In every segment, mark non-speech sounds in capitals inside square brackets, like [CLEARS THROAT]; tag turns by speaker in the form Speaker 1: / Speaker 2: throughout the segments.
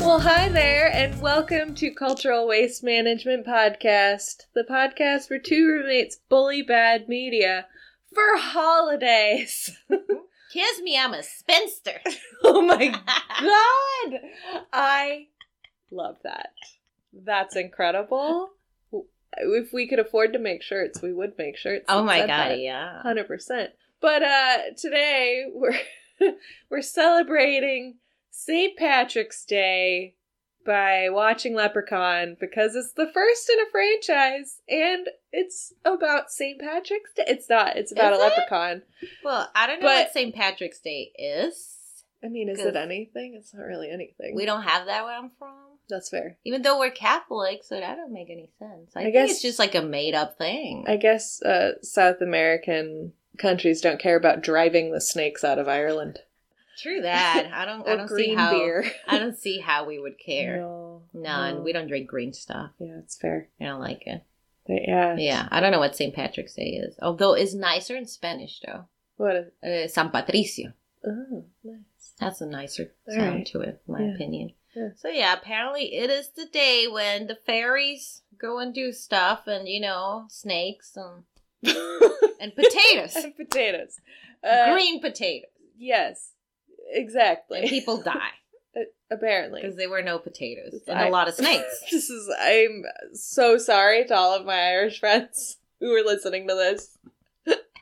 Speaker 1: Well, hi there, and welcome to Cultural Waste Management Podcast, the podcast where two roommates bully bad media for holidays. [LAUGHS]
Speaker 2: Kiss me, I'm a spinster.
Speaker 1: oh
Speaker 2: [LAUGHS]
Speaker 1: my god! I love that. That's incredible. If we could afford to make shirts, we would make shirts.
Speaker 2: oh
Speaker 1: that
Speaker 2: my
Speaker 1: said
Speaker 2: god,
Speaker 1: that.
Speaker 2: yeah.
Speaker 1: Hundred percent. But uh, today we're we're [LAUGHS] celebrating St. Patrick's Day by watching Leprechaun because it's the first in a franchise, and it's about St. Patrick's Day. It's not. It's about
Speaker 2: Is
Speaker 1: a
Speaker 2: it?
Speaker 1: leprechaun.
Speaker 2: Well, I don't know
Speaker 1: But-
Speaker 2: what St. Patrick's Day is.
Speaker 1: I mean, is
Speaker 2: Good.
Speaker 1: it anything? It's not really anything.
Speaker 2: We don't have that where I'm from.
Speaker 1: That's fair.
Speaker 2: Even though we're Catholic, so that don't make any sense. I,
Speaker 1: I
Speaker 2: think
Speaker 1: guess-
Speaker 2: it's just like a made up thing.
Speaker 1: I guess uh, South American countries don't care about driving the snakes out of Ireland
Speaker 2: True
Speaker 1: [LAUGHS]
Speaker 2: that. I don't. I
Speaker 1: or
Speaker 2: don't see
Speaker 1: green
Speaker 2: how.
Speaker 1: beer.
Speaker 2: I don't see how we would care.
Speaker 1: No,
Speaker 2: None. We don't drink green stuff.
Speaker 1: Yeah, it's fair.
Speaker 2: I don't like it.
Speaker 1: But yeah,
Speaker 2: Yeah, I don't know what St. Patrick's Day is. Although it's nicer in Spanish though.
Speaker 1: What? A,
Speaker 2: Uh, San Patricio.
Speaker 1: oh, nice.
Speaker 2: That's a nicer
Speaker 1: All
Speaker 2: sound
Speaker 1: right.
Speaker 2: to it, in my
Speaker 1: Yeah.
Speaker 2: opinion.
Speaker 1: Yeah.
Speaker 2: So yeah, apparently it is the day when the fairies go and do stuff, and you know, snakes and and
Speaker 1: [LAUGHS]
Speaker 2: potatoes,
Speaker 1: and potatoes. [LAUGHS] Uh,
Speaker 2: green potatoes,
Speaker 1: Yes,
Speaker 2: and
Speaker 1: exactly. [LAUGHS]
Speaker 2: people die
Speaker 1: Apparently,
Speaker 2: because there were no potatoes and
Speaker 1: I-
Speaker 2: a lot
Speaker 1: [LAUGHS]
Speaker 2: of snakes.
Speaker 1: this is. I'm so sorry to all of my Irish friends who are listening to this. [LAUGHS]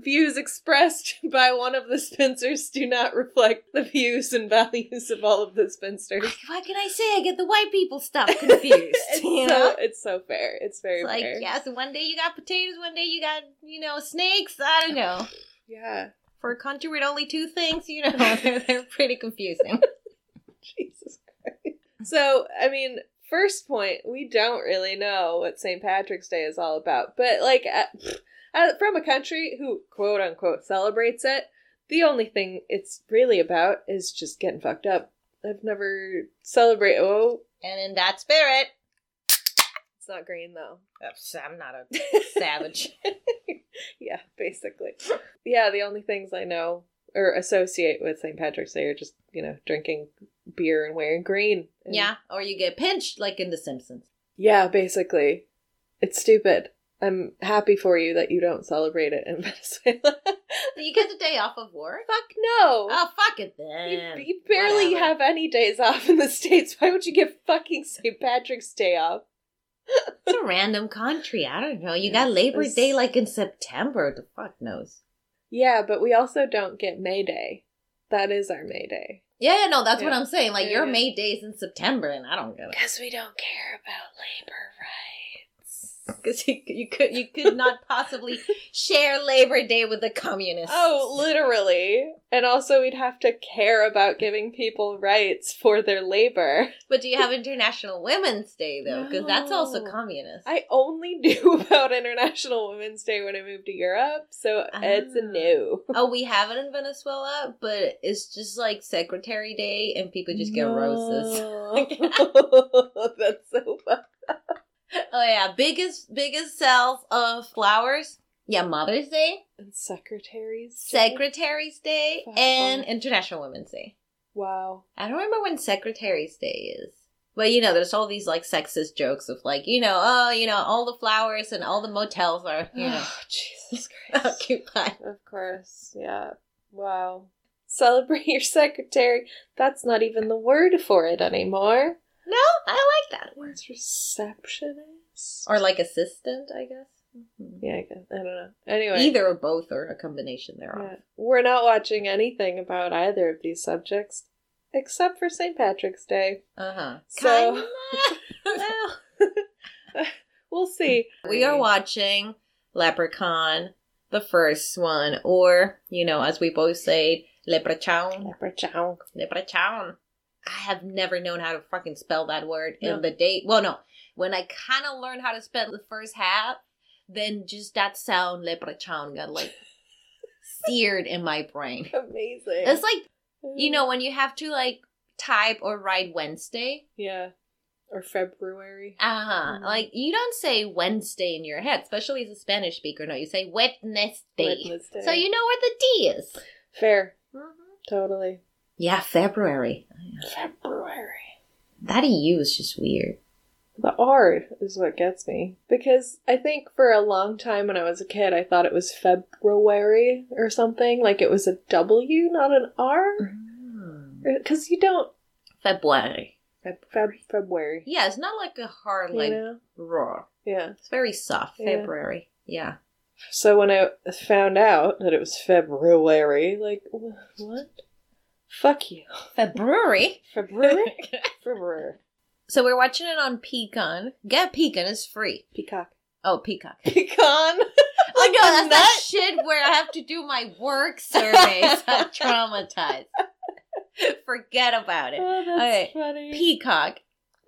Speaker 1: views expressed by one of the Spencers do not reflect the views and values of all of the Spinsters.
Speaker 2: What can I say? I get the white people stuff confused.
Speaker 1: [LAUGHS] It's
Speaker 2: you
Speaker 1: so
Speaker 2: know?
Speaker 1: it's so fair. It's very
Speaker 2: It's like
Speaker 1: fair.
Speaker 2: yes, one day you got potatoes, one day you got you know snakes. I don't know.
Speaker 1: yeah.
Speaker 2: For a country with only two things, you know, [LAUGHS] they're, they're pretty confusing.
Speaker 1: [LAUGHS] Jesus Christ. So, I mean, first point, we don't really know what St. Patrick's Day is all about, but like uh, uh, from a country who quote unquote celebrates it, the only thing it's really about is just getting fucked up. I've never celebrate. Oh,
Speaker 2: and in that spirit,
Speaker 1: it's not green though.
Speaker 2: Oops, I'm not a savage.
Speaker 1: [LAUGHS] yeah, basically. Yeah, the only things I know or associate with St. Patrick's Day are just you know drinking beer and wearing green. and
Speaker 2: yeah, or you get pinched like in The Simpsons.
Speaker 1: Yeah, basically. It's stupid. I'm happy for you that you don't celebrate it in [LAUGHS] Venezuela.
Speaker 2: Do you get the day off of work?
Speaker 1: [LAUGHS] Fuck no!
Speaker 2: Oh, fuck it
Speaker 1: you,
Speaker 2: then.
Speaker 1: you barely
Speaker 2: Whatever.
Speaker 1: have any days off in the [LAUGHS] States. Why would you give fucking St. Patrick's Day off?
Speaker 2: It's a random country. I don't know. You got Labor
Speaker 1: It's-
Speaker 2: Day like in September. The fuck knows.
Speaker 1: Yeah, but we also don't get May Day. That is our May Day.
Speaker 2: Yeah, yeah, no, that's what
Speaker 1: Yeah.
Speaker 2: I'm saying. Like
Speaker 1: Yeah,
Speaker 2: your
Speaker 1: yeah.
Speaker 2: May days in September, and I don't
Speaker 1: [LAUGHS]
Speaker 2: get it
Speaker 1: Because we don't care about labor rights.
Speaker 2: because you, you could you could not possibly [LAUGHS] share Labor Day with the communists.
Speaker 1: Oh, literally. And also, we'd have to care about giving people rights for their labor.
Speaker 2: but do you have International Women's Day though? Because that's also
Speaker 1: No.
Speaker 2: communist.
Speaker 1: I only [LAUGHS] knew about International Women's Day when I moved to Europe, so it's a
Speaker 2: Ah.
Speaker 1: no.
Speaker 2: Oh, we have it in Venezuela, but it's just like Secretary Day, and people just get roses. [LAUGHS]
Speaker 1: No. [LAUGHS] That's so fun.
Speaker 2: Oh yeah, biggest biggest sales of flowers. Yeah, Mother's Day,
Speaker 1: And secretaries. too?
Speaker 2: Secretary's Day,
Speaker 1: Fuck
Speaker 2: and
Speaker 1: off.
Speaker 2: International Women's Day. [SIGHS]
Speaker 1: Wow.
Speaker 2: I don't remember when Secretary's Day is. But you know, there's all these like sexist jokes of like, you know, oh, you know, all the flowers and all the motels are,
Speaker 1: [SIGHS]
Speaker 2: you know, [LAUGHS]
Speaker 1: Oh, Jesus Christ.
Speaker 2: occupied.
Speaker 1: of course. Yeah. Wow. Celebrate [LAUGHS] your secretary. That's not even the word for it anymore.
Speaker 2: No, I like that word.
Speaker 1: It's receptionist.
Speaker 2: Or like assistant, I guess. Mhm.
Speaker 1: yeah, I, guess. I don't know. Anyway.
Speaker 2: Either or both or a combination thereof.
Speaker 1: Yeah. We're not watching anything about either of these subjects except for St. Patrick's Day.
Speaker 2: Uh huh.
Speaker 1: So- [LAUGHS]
Speaker 2: Kinda.
Speaker 1: We'll see.
Speaker 2: we are watching Leprechaun, the first one, or you know, as we both say, Leprechaun.
Speaker 1: Leprechaun.
Speaker 2: Leprechaun. I have never known how to fucking spell that word.
Speaker 1: No.
Speaker 2: And the day, well, no, when I kind of learned how to spell the first half, then just that sound Leprechaun got like seared in my brain.
Speaker 1: Amazing.
Speaker 2: It's like you know when you have to like type or write Wednesday.
Speaker 1: Yeah. or February.
Speaker 2: Uh huh.
Speaker 1: Mhm.
Speaker 2: Like you don't say Wednesday in your head, especially as a Spanish speaker. No, you say Wednesday.
Speaker 1: Wednesday. Mm-hmm.
Speaker 2: So you know where the D is.
Speaker 1: fair, totally
Speaker 2: Yeah, February.
Speaker 1: February.
Speaker 2: That EU is just weird.
Speaker 1: The R is what gets me because I think for a long time when I was a kid, I thought it was February or something like it was a W, not an
Speaker 2: Mm-hmm.
Speaker 1: R, Mm. because you don't
Speaker 2: February.
Speaker 1: Feb, Feb February.
Speaker 2: Yeah, it's not like a hard
Speaker 1: You
Speaker 2: like
Speaker 1: know?
Speaker 2: roar.
Speaker 1: Yeah.
Speaker 2: It's very soft.
Speaker 1: Yeah.
Speaker 2: February. Yeah.
Speaker 1: So when I found out that it was February, like wh- what? Fuck you.
Speaker 2: [LAUGHS] February.
Speaker 1: February. [LAUGHS] February.
Speaker 2: so we're watching it on Pecan. Get Pecan. It's free.
Speaker 1: Peacock.
Speaker 2: Oh, Peacock.
Speaker 1: Pecan.
Speaker 2: Oh no, that's
Speaker 1: a
Speaker 2: that shit where I have to do my [LAUGHS] work surveys. I'm traumatized. Forget about it.
Speaker 1: [LAUGHS] Oh, that's
Speaker 2: Okay.
Speaker 1: funny.
Speaker 2: Peacock,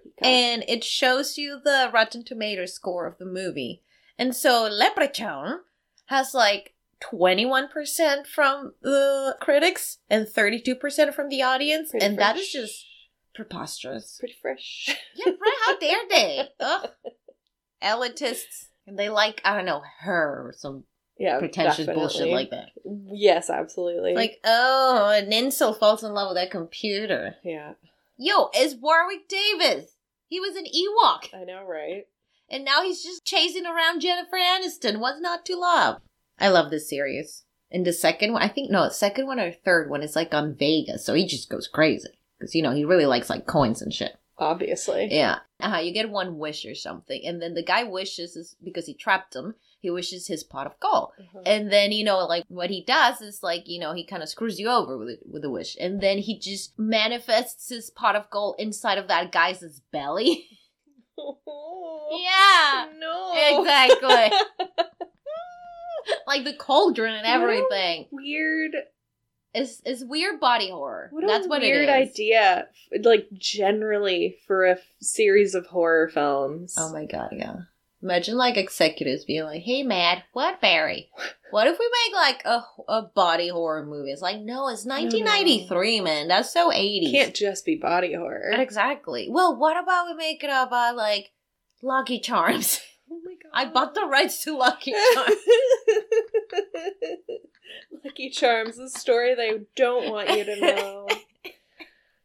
Speaker 1: Peacock.
Speaker 2: and it shows you the Rotten Tomatoes score of the movie. And so Leprechaun has like 21% from the critics and 32% from the audience,
Speaker 1: Pretty
Speaker 2: and that is
Speaker 1: fresh.
Speaker 2: just preposterous.
Speaker 1: pretty fresh.
Speaker 2: [LAUGHS] Yeah, right? How dare they? Ugh. Elitists. And they like, I don't know, her or some
Speaker 1: Yeah,
Speaker 2: pretentious bullshit
Speaker 1: definitely.
Speaker 2: like that.
Speaker 1: Yes, absolutely.
Speaker 2: Like, oh, an insult falls in love with that computer.
Speaker 1: yeah,
Speaker 2: Yo, it's Warwick Davis. He was an Ewok,
Speaker 1: I know, right?
Speaker 2: and now he's just chasing around Jennifer Aniston. What's not to love? I love this series. And the second one, I think, no, the second one or third one is like on Vegas, so he just goes crazy. Because, you know, he really likes like coins and shit.
Speaker 1: Obviously.
Speaker 2: Yeah. Uh-huh, you get one wish or something, and then the guy wishes, is because he trapped him, he wishes his pot of gold.
Speaker 1: [LAUGHS] Uh-huh.
Speaker 2: And then you know, like what he does is like you know he kind of screws you over with with a wish, and then he just manifests his pot of gold inside of that guy's belly. [LAUGHS] yeah,
Speaker 1: Oh, No. [LAUGHS]
Speaker 2: exactly. like the cauldron and everything.
Speaker 1: Weird.
Speaker 2: It's it's weird body horror.
Speaker 1: What a
Speaker 2: That's what
Speaker 1: weird
Speaker 2: it is.
Speaker 1: idea. Like generally for a f- series of horror films.
Speaker 2: Oh my god, yeah. Imagine like executives being like, "Hey, Matt, what Barry? What if we make like a a body horror movie?" It's like, no, it's 1993, man. That's so 80s.
Speaker 1: Can't just be body [LAUGHS] horror.
Speaker 2: Exactly. Well, what about we make it about like Lucky Charms? [LAUGHS]
Speaker 1: oh my god.
Speaker 2: I bought the rights to Lucky Charms.
Speaker 1: [LAUGHS] Lucky Charms, the story they don't want you to
Speaker 2: [LAUGHS]
Speaker 1: know.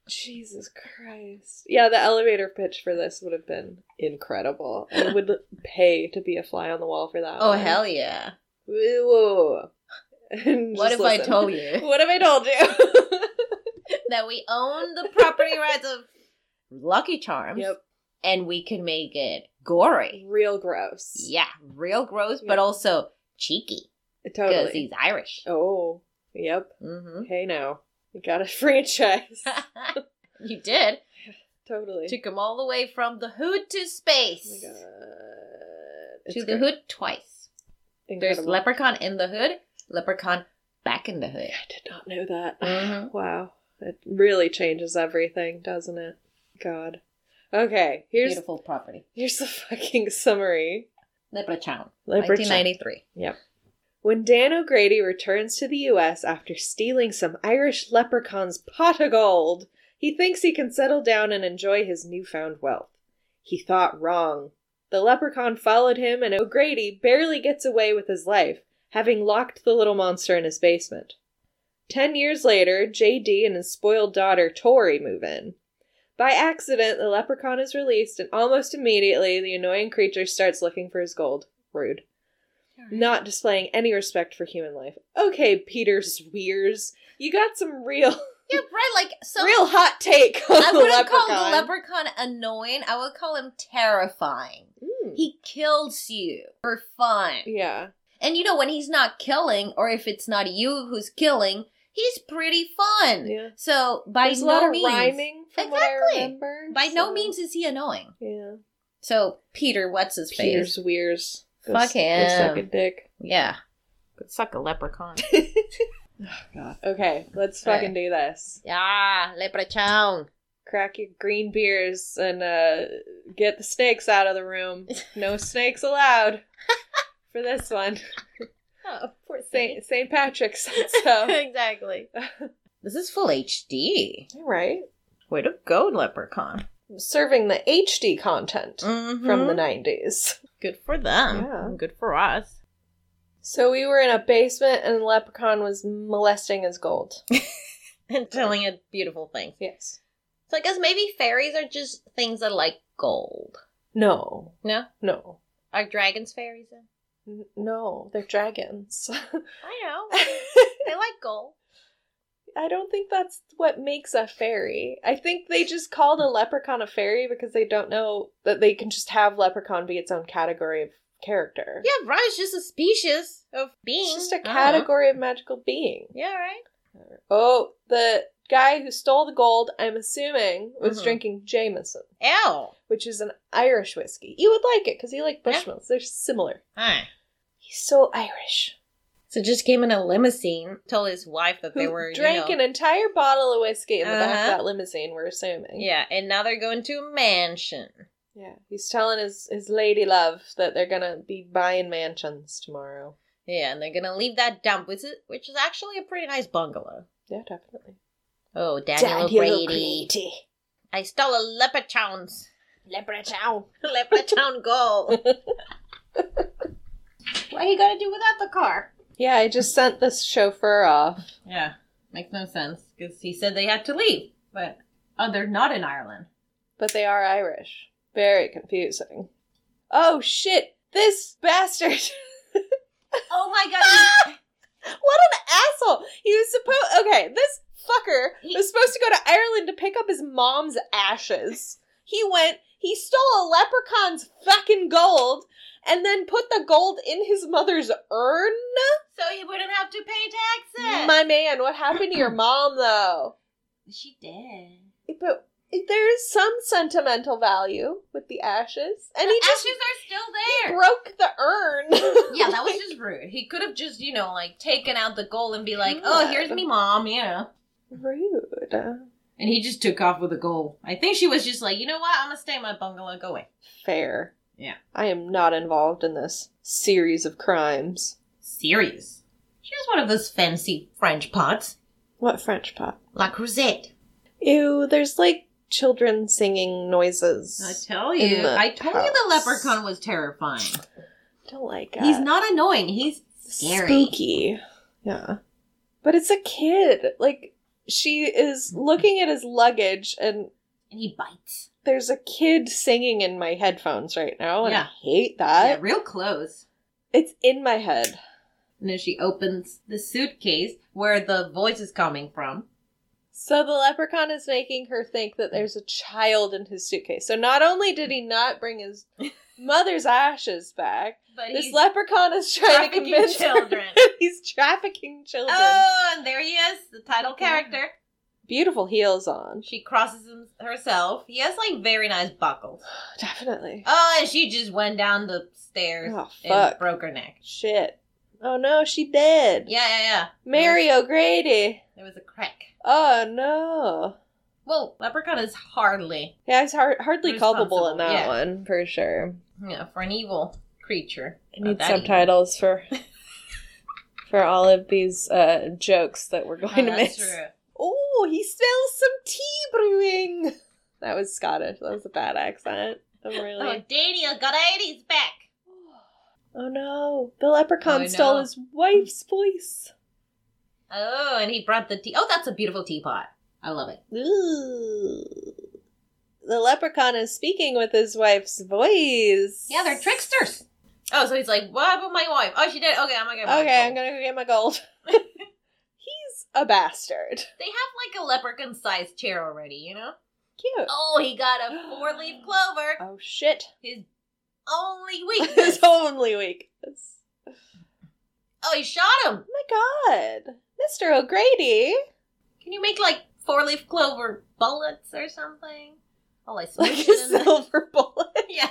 Speaker 1: Jesus Christ. Yeah, the elevator pitch for this would have been incredible. I would pay to be a fly on the wall for that.
Speaker 2: oh
Speaker 1: one.
Speaker 2: hell yeah!
Speaker 1: Whoa, whoa, [LAUGHS] whoa. And
Speaker 2: What if
Speaker 1: just
Speaker 2: I
Speaker 1: listen.
Speaker 2: told you
Speaker 1: [LAUGHS] What if I told you?
Speaker 2: [LAUGHS] that we own the property rights of Lucky Charms
Speaker 1: yep.
Speaker 2: and we can make it gory?
Speaker 1: Real gross.
Speaker 2: Yeah, real gross, but
Speaker 1: Yeah.
Speaker 2: also cheeky because
Speaker 1: Totally.
Speaker 2: he's Irish.
Speaker 1: Oh, yep. [LAUGHS]
Speaker 2: hmm
Speaker 1: Hey, now. You got a [LAUGHS] franchise.
Speaker 2: [LAUGHS] you did
Speaker 1: totally.
Speaker 2: took him all the way from the hood to
Speaker 1: oh my
Speaker 2: space
Speaker 1: god.
Speaker 2: to
Speaker 1: It's
Speaker 2: the
Speaker 1: great.
Speaker 2: hood twice. There's
Speaker 1: Incredible.
Speaker 2: leprechaun in the hood, leprechaun back in the hood.
Speaker 1: I did not know that. [SIGHS]
Speaker 2: Mhm.
Speaker 1: Wow. It really changes everything, doesn't it? God. Okay, here's
Speaker 2: Beautiful property.
Speaker 1: here's the [LAUGHS] fucking summary.
Speaker 2: Leprechaun.
Speaker 1: Leprechaun.
Speaker 2: 1993.
Speaker 1: When Dan O'Grady returns to the US after stealing some Irish leprechaun's pot of gold, he thinks he can settle down and enjoy his newfound wealth. He thought wrong. The leprechaun followed him, and O'Grady barely gets away with his life, having locked the little monster in his basement. Ten years later, JD and his spoiled daughter Tori move in. By accident, the leprechaun is released, and almost immediately, the annoying creature starts looking for his gold. Rude not displaying any respect for human life. Okay, Peter Swears, you got some real,
Speaker 2: Yeah, right. Like [LAUGHS] so.
Speaker 1: real hot take on
Speaker 2: I
Speaker 1: the
Speaker 2: wouldn't
Speaker 1: leprechaun.
Speaker 2: call the leprechaun annoying. I would call him terrifying.
Speaker 1: Mm.
Speaker 2: He kills you for fun.
Speaker 1: Yeah,
Speaker 2: And you know when he's not killing, or if it's not you who's killing, he's pretty fun.
Speaker 1: yeah.
Speaker 2: So by
Speaker 1: There's a
Speaker 2: no
Speaker 1: lot of
Speaker 2: means,
Speaker 1: rhyming from what I
Speaker 2: Exactly.
Speaker 1: remember.
Speaker 2: by no
Speaker 1: so-
Speaker 2: means is he annoying.
Speaker 1: Yeah,
Speaker 2: So Peter, what's his
Speaker 1: Peter
Speaker 2: face?
Speaker 1: Swears. Go s-
Speaker 2: Fuck
Speaker 1: go suck a
Speaker 2: him.
Speaker 1: dick.
Speaker 2: Yeah, could suck a leprechaun.
Speaker 1: God. Okay, let's
Speaker 2: All
Speaker 1: fucking do this.
Speaker 2: [LAUGHS] yeah, leprechaun.
Speaker 1: Crack your green beers and uh, get the snakes out of the room.
Speaker 2: [LAUGHS]
Speaker 1: No snakes allowed for this one.
Speaker 2: Oh, poor
Speaker 1: Saint Saint Patrick's. [LAUGHS] said
Speaker 2: [LAUGHS]
Speaker 1: So
Speaker 2: exactly. this is full HD.
Speaker 1: right.
Speaker 2: Way to go, Leprechaun.
Speaker 1: serving the HD content from the
Speaker 2: Mhm.
Speaker 1: 90s.
Speaker 2: Good for them.
Speaker 1: Mm-hmm. Yeah.
Speaker 2: Good for us. [LAUGHS]
Speaker 1: So we were in a basement and Leprechaun was molesting his gold.
Speaker 2: And telling it beautiful things.
Speaker 1: Yes.
Speaker 2: So I guess maybe fairies are just things that like gold.
Speaker 1: No.
Speaker 2: No?
Speaker 1: No.
Speaker 2: Are dragons fairies then?
Speaker 1: N- No, they're dragons. [LAUGHS]
Speaker 2: I know.
Speaker 1: I
Speaker 2: they like gold.
Speaker 1: don't think that's what makes a fairy. I think they just called a leprechaun a fairy because they don't know that they can just have leprechaun be its own category of character.
Speaker 2: Yeah, right. It's just a species of being.
Speaker 1: It's just a
Speaker 2: I don't know.
Speaker 1: category of magical being.
Speaker 2: Yeah, right.
Speaker 1: Oh, the guy who stole the gold, I'm assuming, was
Speaker 2: Mhm.
Speaker 1: drinking Jameson,
Speaker 2: Ew.
Speaker 1: which is an Irish whiskey. You would like it because you like
Speaker 2: Yeah.
Speaker 1: Bushmills. They're similar.
Speaker 2: Hi.
Speaker 1: He's so Irish.
Speaker 2: So just came in a limousine, told his wife that
Speaker 1: Who
Speaker 2: they were
Speaker 1: drank
Speaker 2: you
Speaker 1: an
Speaker 2: know,
Speaker 1: entire bottle of whiskey in the back
Speaker 2: Uh-huh.
Speaker 1: of that limousine, we're assuming.
Speaker 2: Yeah, and now they're going to a mansion.
Speaker 1: Yeah. He's telling his, his lady love that they're going to be buying mansions tomorrow.
Speaker 2: Yeah, and they're gonna leave that dump, which is which is actually a pretty nice bungalow.
Speaker 1: Yeah, definitely.
Speaker 2: Oh, Daniel O'Grady. I stole a leprechaun's [LAUGHS]
Speaker 1: Leprechaun.
Speaker 2: leprechaun goal. what are you gonna do without the car?
Speaker 1: Yeah, I just sent this chauffeur off.
Speaker 2: Yeah, makes no sense because he said they had to leave, but oh, they're not in Ireland.
Speaker 1: but they are Irish. Very confusing. Oh shit! This bastard! [LAUGHS]
Speaker 2: Oh my god!
Speaker 1: what an asshole! He was supposed. Okay, this fucker
Speaker 2: He-
Speaker 1: was supposed to go to Ireland to pick up his mom's ashes. He went. He stole a leprechaun's fucking gold and then put the gold in his mother's urn.
Speaker 2: [LAUGHS] so he wouldn't have to pay taxes.
Speaker 1: My man, what happened
Speaker 2: [CLEARS THROAT]
Speaker 1: to your mom though?
Speaker 2: she did.
Speaker 1: But there is some sentimental value with the ashes, and he
Speaker 2: the
Speaker 1: just
Speaker 2: ashes are still there.
Speaker 1: broke the urn. [LAUGHS]
Speaker 2: yeah, that was just rude. He could have just, you know, like taken out the goal and be like, "Oh, here's me, mom," you know.
Speaker 1: Rude.
Speaker 2: And he just took off with the goal. I think she was just like, "You know what? I'm gonna stay in my bungalow. Go away."
Speaker 1: Fair.
Speaker 2: Yeah.
Speaker 1: I am not involved in this series of crimes.
Speaker 2: Serious. She was one of those fancy French pots,
Speaker 1: What French pot?
Speaker 2: La Crusette.
Speaker 1: Ew, there's like children singing noises.
Speaker 2: I tell
Speaker 1: In
Speaker 2: you,
Speaker 1: the
Speaker 2: I told you the
Speaker 1: house.
Speaker 2: leprechaun was terrifying.
Speaker 1: don't like it.
Speaker 2: He's not annoying. He's scary.
Speaker 1: spooky. Yeah. But it's a kid. Like she is looking at his luggage and
Speaker 2: and he bites.
Speaker 1: there's a kid singing in my headphones right now and
Speaker 2: Yeah.
Speaker 1: I hate
Speaker 2: yeah,
Speaker 1: that.
Speaker 2: real close.
Speaker 1: It's in my head.
Speaker 2: And then she opens the suitcase where the voice is coming from.
Speaker 1: So the leprechaun is making her think that there's a child in his suitcase. So not only did he not bring
Speaker 2: [LAUGHS]
Speaker 1: his mother's ashes back,
Speaker 2: But
Speaker 1: this
Speaker 2: he's
Speaker 1: leprechaun is trying to
Speaker 2: trafficking
Speaker 1: convince children.
Speaker 2: children.
Speaker 1: [LAUGHS] he's trafficking children.
Speaker 2: oh, and there he is, the title character.
Speaker 1: Beautiful heels on.
Speaker 2: She crosses him herself. He has like very nice buckles.
Speaker 1: Definitely.
Speaker 2: Oh, and she just went down the stairs
Speaker 1: Oh, fuck.
Speaker 2: and broke her neck.
Speaker 1: Shit. Oh no, she did.
Speaker 2: Yeah, yeah, yeah.
Speaker 1: Mary O'Grady.
Speaker 2: There was a crack.
Speaker 1: Oh no.
Speaker 2: Well, Leprechaun is hardly
Speaker 1: Yeah, he's har- hardly culpable in that
Speaker 2: Responsible, yeah.
Speaker 1: one, for sure.
Speaker 2: you know, for an evil creature.
Speaker 1: I
Speaker 2: Not
Speaker 1: need
Speaker 2: that evil.
Speaker 1: subtitles for
Speaker 2: [LAUGHS]
Speaker 1: for all of these uh, jokes that we're
Speaker 2: Oh,
Speaker 1: going to miss.
Speaker 2: that's true.
Speaker 1: Oh, he smells some tea brewing. [LAUGHS] That was Scottish. That was a bad accent. I'm
Speaker 2: Oh,
Speaker 1: really.
Speaker 2: Daniel got 80s back.
Speaker 1: Oh no! The leprechaun
Speaker 2: Oh, no.
Speaker 1: stole his wife's voice.
Speaker 2: Oh, and he brought the tea. Oh, that's a beautiful teapot. I love it.
Speaker 1: Ooh. The leprechaun is speaking with his wife's voice.
Speaker 2: Yeah, they're tricksters. Oh, so he's like, what happened to my wife? Oh, she did. Okay, I'm gonna. Get my
Speaker 1: Okay, I'm
Speaker 2: gold."
Speaker 1: gonna go get my gold.
Speaker 2: [LAUGHS]
Speaker 1: He's a bastard.
Speaker 2: They have like a leprechaun-sized chair already, you know.
Speaker 1: Cute.
Speaker 2: Oh, he got a four-leaf
Speaker 1: [GASPS]
Speaker 2: clover.
Speaker 1: Oh shit!
Speaker 2: His only
Speaker 1: His [LAUGHS]
Speaker 2: weakness.
Speaker 1: only week. That's-
Speaker 2: oh, he shot him.
Speaker 1: Oh my god, Mr. O'Grady.
Speaker 2: Can you make like four-leaf clover bullets or something? Oh, I
Speaker 1: [LAUGHS] like a
Speaker 2: [LAUGHS] smushed it in the-
Speaker 1: silver bullet.
Speaker 2: Yeah.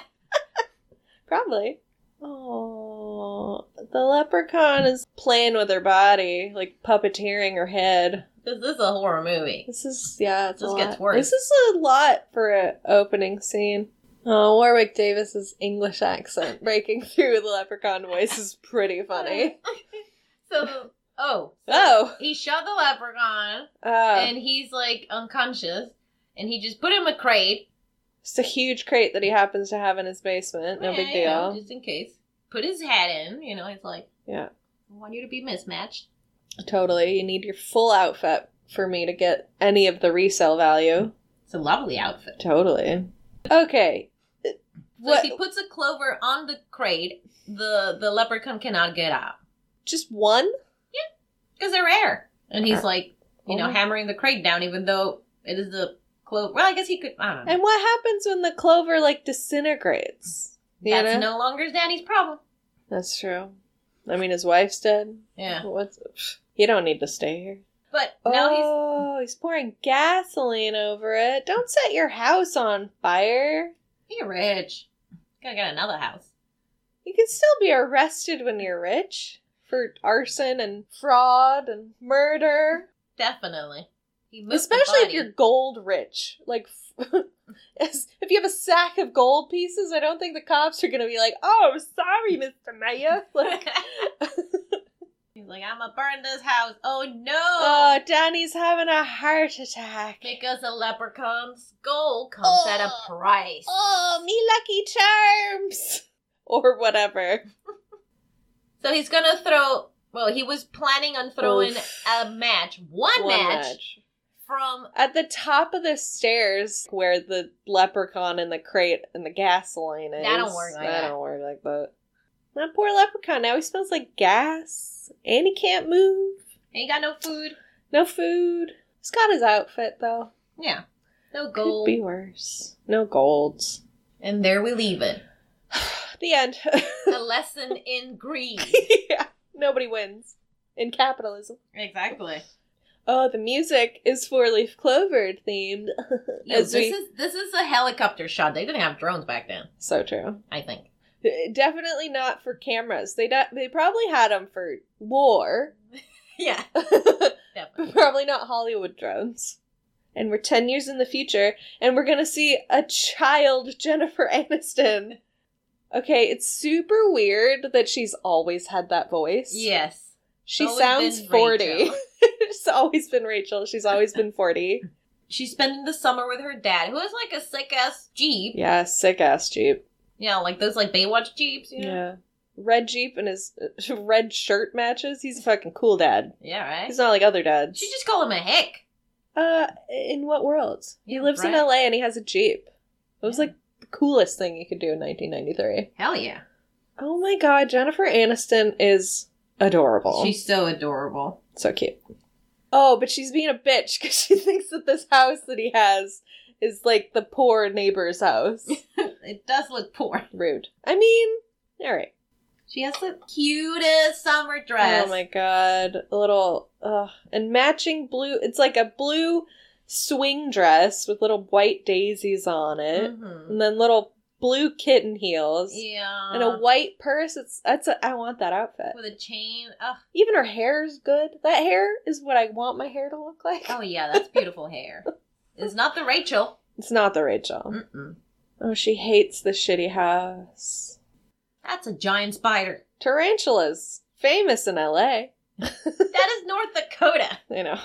Speaker 1: [LAUGHS] Probably. Oh, the leprechaun is playing with her body, like puppeteering her head.
Speaker 2: This is a horror movie.
Speaker 1: This is yeah, it's a
Speaker 2: This
Speaker 1: lot.
Speaker 2: gets worse.
Speaker 1: This is a lot for an opening scene. Oh, Warwick Davis's English accent [LAUGHS] breaking through the leprechaun voice is pretty
Speaker 2: [LAUGHS]
Speaker 1: funny.
Speaker 2: so, oh, so
Speaker 1: Oh,
Speaker 2: he shot the leprechaun.
Speaker 1: oh,
Speaker 2: and he's like unconscious and he just put him in a crate
Speaker 1: Just a huge crate that he happens to have in his basement. No
Speaker 2: Oh, Yeah,
Speaker 1: big
Speaker 2: you know,
Speaker 1: deal.
Speaker 2: just in case. Put his hat in, you know, it's like,
Speaker 1: Yeah.
Speaker 2: I want you to be mismatched.
Speaker 1: Totally. You need your full outfit for me to get any of the resale value.
Speaker 2: It's a lovely outfit.
Speaker 1: Totally. Okay.
Speaker 2: So
Speaker 1: What?
Speaker 2: if he puts a clover on the crate, the the leprechaun cannot get out
Speaker 1: Just one?
Speaker 2: because they're rare. And he's like, you know,
Speaker 1: Oh.
Speaker 2: hammering the crate down, even though it is the clover. Well, I guess he could. I don't know.
Speaker 1: Oh And what happens when the clover like disintegrates? You
Speaker 2: That's
Speaker 1: know?
Speaker 2: no longer Danny's problem.
Speaker 1: That's true. I mean, his wife's dead.
Speaker 2: Yeah,
Speaker 1: What's? pff, You don't need to stay here.
Speaker 2: but now
Speaker 1: oh, he's pouring gasoline over it. Don't set your house on fire.
Speaker 2: he's he's rich. Gotta get another house.
Speaker 1: You can still be arrested when you're rich for arson and fraud and murder,
Speaker 2: Definitely. He moved the
Speaker 1: especially if
Speaker 2: body.
Speaker 1: you're [LAUGHS] gold rich. Like, [LAUGHS] as- if you have a sack of gold pieces, I don't think the cops are gonna be like, "Oh, sorry, Mr. Mayor." [LAUGHS] Like,
Speaker 2: [LAUGHS] He's like, I'm gonna burn this house. Oh [LAUGHS] no!
Speaker 1: oh, Danny's having a heart attack.
Speaker 2: because a leprechaun's goal comes at a
Speaker 1: Oh.
Speaker 2: price.
Speaker 1: Oh, me lucky charms. [LAUGHS] Or whatever.
Speaker 2: So he's gonna throw. Well, he was planning on throwing
Speaker 1: Oof.
Speaker 2: a match, one,
Speaker 1: One
Speaker 2: match, from
Speaker 1: At the top of the stairs where the leprechaun and the crate and the gasoline is.
Speaker 2: That don't work like
Speaker 1: That
Speaker 2: that.
Speaker 1: don't work like that. That poor leprechaun, now he smells like gas. And he can't move.
Speaker 2: ain't got no food.
Speaker 1: No food. He's got his outfit though.
Speaker 2: Yeah, no
Speaker 1: Could
Speaker 2: gold.
Speaker 1: be worse. No golds.
Speaker 2: And there we leave it.
Speaker 1: The end. [LAUGHS]
Speaker 2: A lesson in greed.
Speaker 1: yeah. Nobody wins. In capitalism.
Speaker 2: exactly.
Speaker 1: Oh, the music is four leaf clovered themed.
Speaker 2: Yo,
Speaker 1: As
Speaker 2: this
Speaker 1: we-
Speaker 2: is this is a helicopter shot. They didn't have drones back then.
Speaker 1: So true.
Speaker 2: I think.
Speaker 1: Definitely not for cameras. They de- they probably had them for war.
Speaker 2: Yeah. [LAUGHS]
Speaker 1: [LAUGHS]
Speaker 2: Definitely.
Speaker 1: probably not Hollywood drones. And we're ten years in the future, and we're gonna see a child [LAUGHS] Jennifer Aniston. Okay, it's super weird that she's always had that voice.
Speaker 2: Yes.
Speaker 1: she
Speaker 2: Always
Speaker 1: sounds
Speaker 2: been
Speaker 1: forty. [LAUGHS]
Speaker 2: Rachel.
Speaker 1: it's always been Rachel. She's always been forty.
Speaker 2: She's spending the summer with her dad, who is like a sick ass jeep.
Speaker 1: yeah, sick ass jeep.
Speaker 2: Yeah, like those like Baywatch jeeps. You know?
Speaker 1: Yeah. Red Jeep and his [LAUGHS] uh, red shirt matches. He's a fucking cool dad.
Speaker 2: Yeah. Right.
Speaker 1: He's not like other dads.
Speaker 2: She just called him a hick.
Speaker 1: uh, in what world? He
Speaker 2: Yeah,
Speaker 1: lives in
Speaker 2: right.
Speaker 1: LA and he has a Jeep. It was
Speaker 2: Yeah.
Speaker 1: like the coolest thing you could do in 1993.
Speaker 2: Hell yeah.
Speaker 1: Oh my god, Jennifer Aniston is adorable. She's
Speaker 2: She's so adorable. [LAUGHS]
Speaker 1: so cute. Oh, but she's being a bitch because [LAUGHS] she thinks that this house that he has is like the poor neighbor's
Speaker 2: [LAUGHS]
Speaker 1: house.
Speaker 2: it does look poor.
Speaker 1: Rude. I mean, alright.
Speaker 2: She has the cutest summer dress.
Speaker 1: Oh my god. A little uh and matching blue it's like a blue swing dress with little white daisies on it.
Speaker 2: Mhm.
Speaker 1: And then little blue kitten heels.
Speaker 2: Yeah.
Speaker 1: And a white purse. It's that's a, I want that outfit.
Speaker 2: with a chain. Ugh.
Speaker 1: Even her hair's good. That hair is what I want my hair to look like.
Speaker 2: Oh yeah, that's beautiful hair. It's not the Rachel.
Speaker 1: It's not the Rachel.
Speaker 2: Mm-mm.
Speaker 1: Oh, she hates the shitty house.
Speaker 2: That's a giant spider.
Speaker 1: Tarantulas. Famous in LA.
Speaker 2: That is North Dakota
Speaker 1: You know.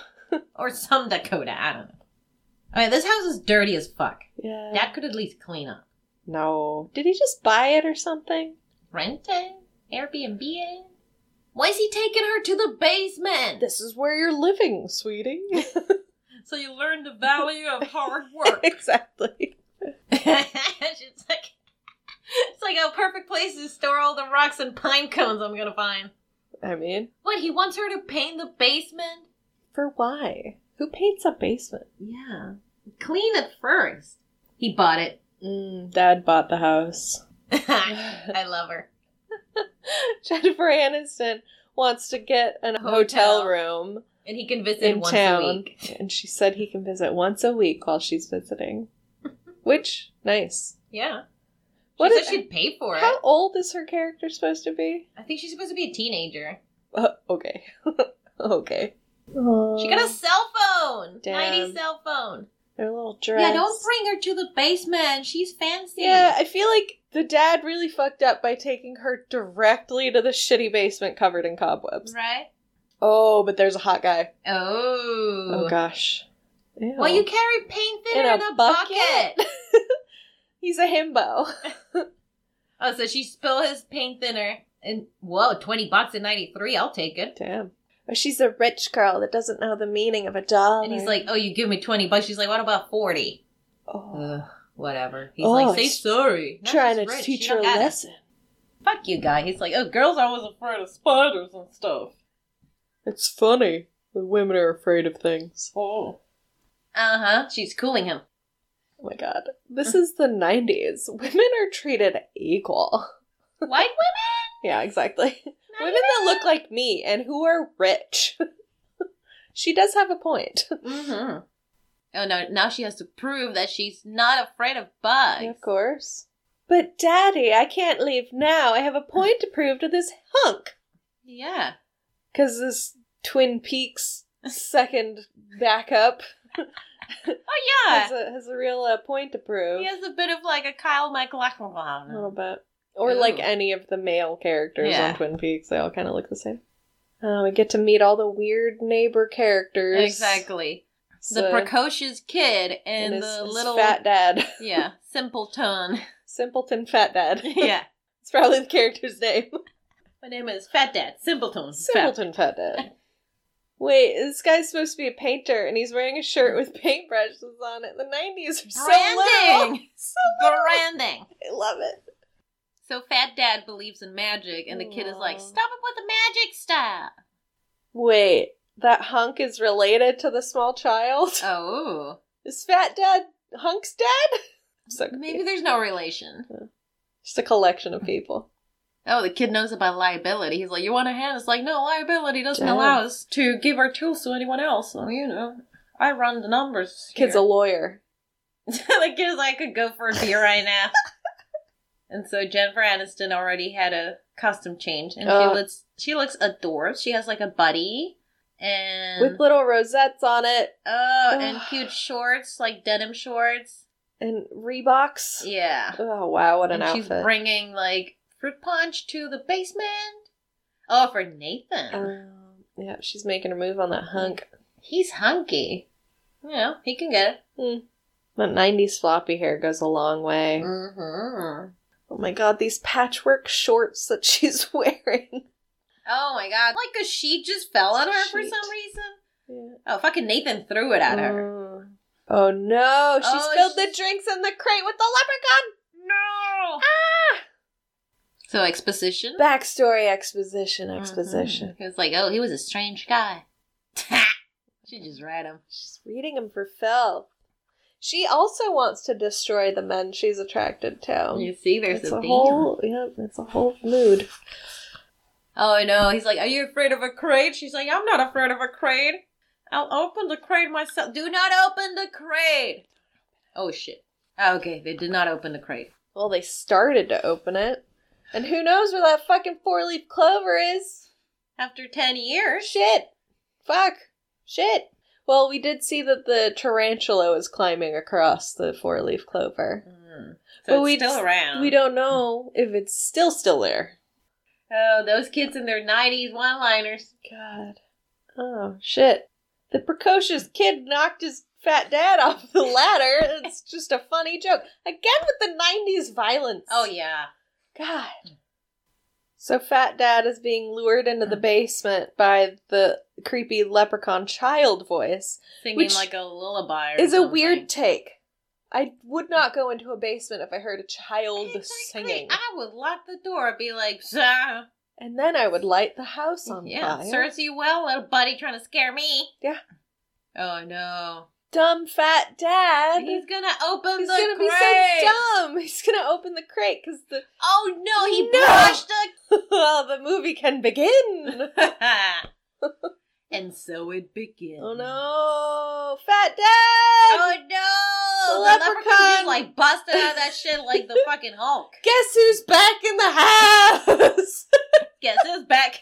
Speaker 2: or some Dakota. I don't know. I mean, this house is dirty as fuck.
Speaker 1: Yeah.
Speaker 2: Dad could at least clean up.
Speaker 1: no. Did he just buy it or something?
Speaker 2: Rent it, Airbnb it. Why is he taking her to the basement?
Speaker 1: This is where you're living, sweetie. [LAUGHS]
Speaker 2: So you learn the value of hard [LAUGHS] work.
Speaker 1: exactly.
Speaker 2: it's like it's like a perfect place to store all the rocks and pine cones I'm gonna find.
Speaker 1: I mean,
Speaker 2: What he wants her to paint the basement?
Speaker 1: for why? Who paints a basement?
Speaker 2: Yeah, clean it first. He bought it.
Speaker 1: Mm, Dad bought the house.
Speaker 2: [LAUGHS] I love her.
Speaker 1: [LAUGHS] Jennifer Aniston wants to get an
Speaker 2: Hotel.
Speaker 1: hotel, room
Speaker 2: And he can visit
Speaker 1: in
Speaker 2: once a
Speaker 1: town,
Speaker 2: week.
Speaker 1: and she said he can visit once a week while she's visiting.
Speaker 2: [LAUGHS]
Speaker 1: Which nice.
Speaker 2: Yeah.
Speaker 1: What
Speaker 2: What she
Speaker 1: is-
Speaker 2: said she'd pay for it.
Speaker 1: How old is her character supposed to be?
Speaker 2: I think she's supposed to be a teenager.
Speaker 1: Uh, okay, [LAUGHS] okay.
Speaker 2: She got a cell phone.
Speaker 1: Oh. Damn.
Speaker 2: Tiny cell phone.
Speaker 1: their little dress.
Speaker 2: Yeah, don't bring her to the basement. She's fancy.
Speaker 1: Yeah, I feel like the dad really fucked up by taking her directly to the shitty basement covered in cobwebs.
Speaker 2: Right?
Speaker 1: Oh, but there's a hot guy.
Speaker 2: Oh.
Speaker 1: Oh gosh. Ew.
Speaker 2: Well, you carry paint thinner in,
Speaker 1: In a
Speaker 2: a, bucket.
Speaker 1: [LAUGHS] He's a
Speaker 2: [LAUGHS]
Speaker 1: himbo.
Speaker 2: Oh, so she spilled his paint thinner. And whoa, 20 bucks in 93. I'll take it.
Speaker 1: Damn. Or she's a rich girl that doesn't know the meaning of a dollar.
Speaker 2: And he's like, oh, you give me 20 bucks. She's like, what about 40?
Speaker 1: oh,
Speaker 2: Ugh, whatever. He's
Speaker 1: Oh,
Speaker 2: like, say
Speaker 1: it's
Speaker 2: sorry. No,
Speaker 1: trying
Speaker 2: she's
Speaker 1: to
Speaker 2: rich.
Speaker 1: teach
Speaker 2: She
Speaker 1: her
Speaker 2: don't
Speaker 1: a
Speaker 2: got it.
Speaker 1: lesson.
Speaker 2: Fuck you, guy. He's like, oh, girls are always afraid of spiders and stuff.
Speaker 1: It's funny. The women are afraid of things.
Speaker 2: Oh. Uh
Speaker 1: Uh-huh.
Speaker 2: huh. She's cooling him.
Speaker 1: Oh my god.
Speaker 2: [LAUGHS]
Speaker 1: This is the 90s. Women are treated equal. [LAUGHS]
Speaker 2: White women?
Speaker 1: Yeah, exactly. [LAUGHS] Women that look like me and who are rich. [LAUGHS] she does have a point.
Speaker 2: Mm-hmm. Oh no! Now she has to prove that she's not afraid of bugs.
Speaker 1: Of course. But daddy, I can't leave now. I have a point to prove to this hunk.
Speaker 2: Yeah.
Speaker 1: Because this Twin Peaks second backup
Speaker 2: Oh
Speaker 1: has
Speaker 2: [LAUGHS] yeah.
Speaker 1: a, has a real uh, point to prove.
Speaker 2: He has a bit of like a Kyle
Speaker 1: A little
Speaker 2: MacLachlan.
Speaker 1: bit. Or like
Speaker 2: Ooh.
Speaker 1: any of the male characters
Speaker 2: Yeah.
Speaker 1: on Twin Peaks, they all kind of look the same. Uh, we get to meet all the weird neighbor characters.
Speaker 2: Exactly. The
Speaker 1: So-
Speaker 2: precocious kid and,
Speaker 1: his-
Speaker 2: the
Speaker 1: his
Speaker 2: little
Speaker 1: fat dad,
Speaker 2: [LAUGHS]
Speaker 1: [LAUGHS]
Speaker 2: yeah simpleton. [LAUGHS]
Speaker 1: simpleton fat dad.
Speaker 2: yeah.
Speaker 1: it's probably the character's name. [LAUGHS]
Speaker 2: My name is Fat Dad Simpleton.
Speaker 1: Simpleton fat dad. Wait, this guy's supposed to be a painter, and he's wearing a shirt with paintbrushes on it. The '90s are so literal.
Speaker 2: Branding.
Speaker 1: So
Speaker 2: Branding.
Speaker 1: [LAUGHS] I love it.
Speaker 2: So Fat Dad believes in magic, and the kid is like,
Speaker 1: Aw.
Speaker 2: "Stop it with the magic stuff."
Speaker 1: Wait, that hunk is related to the small child. [LAUGHS]
Speaker 2: Oh,
Speaker 1: Is Fat Dad Hunk's dad? [LAUGHS] I'm so
Speaker 2: maybe
Speaker 1: Maybe
Speaker 2: there's no relation.
Speaker 1: just a collection of people.
Speaker 2: Oh, the kid knows about liability. He's like, "You want a hand?" It's like, "No, liability doesn't
Speaker 1: Damn.
Speaker 2: allow us to give our tools to anyone else." So you know, I run the numbers.
Speaker 1: Kid's a
Speaker 2: here."
Speaker 1: lawyer.
Speaker 2: [LAUGHS] the kid's like, "I could go for a beer
Speaker 1: [LAUGHS]
Speaker 2: right now." and so Jennifer Aniston already had a costume change, and
Speaker 1: Oh.
Speaker 2: she looks she looks adorable. She has like a buddy and
Speaker 1: With little rosettes on it
Speaker 2: oh, and cute shorts like denim shorts.
Speaker 1: and Reeboks.
Speaker 2: Yeah.
Speaker 1: Oh wow, what an
Speaker 2: and she's
Speaker 1: outfit.
Speaker 2: bringing like fruit punch to the basement. Oh, for Nathan,
Speaker 1: um, yeah, she's making a move on that hunk.
Speaker 2: he's hunky. You know, he can get
Speaker 1: That 90s floppy hair goes a long
Speaker 2: it.
Speaker 1: way.
Speaker 2: Mm-hmm.
Speaker 1: Oh my god, these patchwork shorts that [LAUGHS] she's wearing.
Speaker 2: Oh my god! Like a sheet just fell on her for
Speaker 1: Sheet.
Speaker 2: some reason.
Speaker 1: Yeah.
Speaker 2: Oh, fucking Nathan threw it at her.
Speaker 1: Mm. Oh no, she
Speaker 2: Oh,
Speaker 1: spilled
Speaker 2: she-
Speaker 1: the drinks in the crate with the leprechaun!
Speaker 2: No.
Speaker 1: Ah!
Speaker 2: So exposition.
Speaker 1: Backstory exposition, exposition.
Speaker 2: Mhm. He was like, "Oh, he was a strange guy." [LAUGHS] she just read him.
Speaker 1: She's reading him for filth. She also wants to destroy the men she's attracted to.
Speaker 2: You see, there's
Speaker 1: Oh. it's
Speaker 2: a,
Speaker 1: a
Speaker 2: theme.
Speaker 1: whole, yeah, it's a whole mood.
Speaker 2: Oh no, he's like, Are you afraid of a crate? She's like, I'm not afraid of a crate. I'll open the crate myself. Do not open the crate. Oh shit. Okay, they did not open the crate.
Speaker 1: Well, they started to open it, and who knows where that fucking four-leaf clover is?
Speaker 2: After 10 years.
Speaker 1: Shit, fuck, shit. Well, we did see that the tarantula was climbing across the four-leaf clover.
Speaker 2: Mm.
Speaker 1: But
Speaker 2: So it's
Speaker 1: we
Speaker 2: still
Speaker 1: just-
Speaker 2: around.
Speaker 1: We don't know if it's still still there.
Speaker 2: Oh, those kids in their 90s one liners.
Speaker 1: God. Oh, shit. The precocious kid knocked his fat dad off
Speaker 2: [LAUGHS]
Speaker 1: the ladder. It's just a funny joke. Again with the 90s violence.
Speaker 2: Oh, yeah.
Speaker 1: God. So fat dad is being lured into the basement by the creepy leprechaun child voice.
Speaker 2: Singing
Speaker 1: Which
Speaker 2: like a lullaby. Or
Speaker 1: Is a
Speaker 2: something.
Speaker 1: weird take. I would not go into a basement if I heard a child
Speaker 2: Exactly.
Speaker 1: singing.
Speaker 2: I would lock the door and be like, Sir.
Speaker 1: And then I would light the house on
Speaker 2: Yeah,
Speaker 1: fire.
Speaker 2: serves you well, little buddy trying to scare me.
Speaker 1: Yeah.
Speaker 2: Oh, no.
Speaker 1: Dumb fat dad.
Speaker 2: He's gonna open
Speaker 1: He's
Speaker 2: the
Speaker 1: gonna
Speaker 2: crate.
Speaker 1: be so dumb. [LAUGHS] He's gonna open the crate because the [LAUGHS]
Speaker 2: Oh no, he
Speaker 1: No.
Speaker 2: brushed the.
Speaker 1: well, the movie can
Speaker 2: [LAUGHS]
Speaker 1: begin. [LAUGHS]
Speaker 2: and so it begins.
Speaker 1: oh no, fat dad!
Speaker 2: Oh no!
Speaker 1: The
Speaker 2: The
Speaker 1: leprechaun.
Speaker 2: leprechaun, just, like busted out of that shit like the fucking Hulk.
Speaker 1: Guess who's back in the
Speaker 2: [LAUGHS]
Speaker 1: house? [LAUGHS]
Speaker 2: Guess who's back?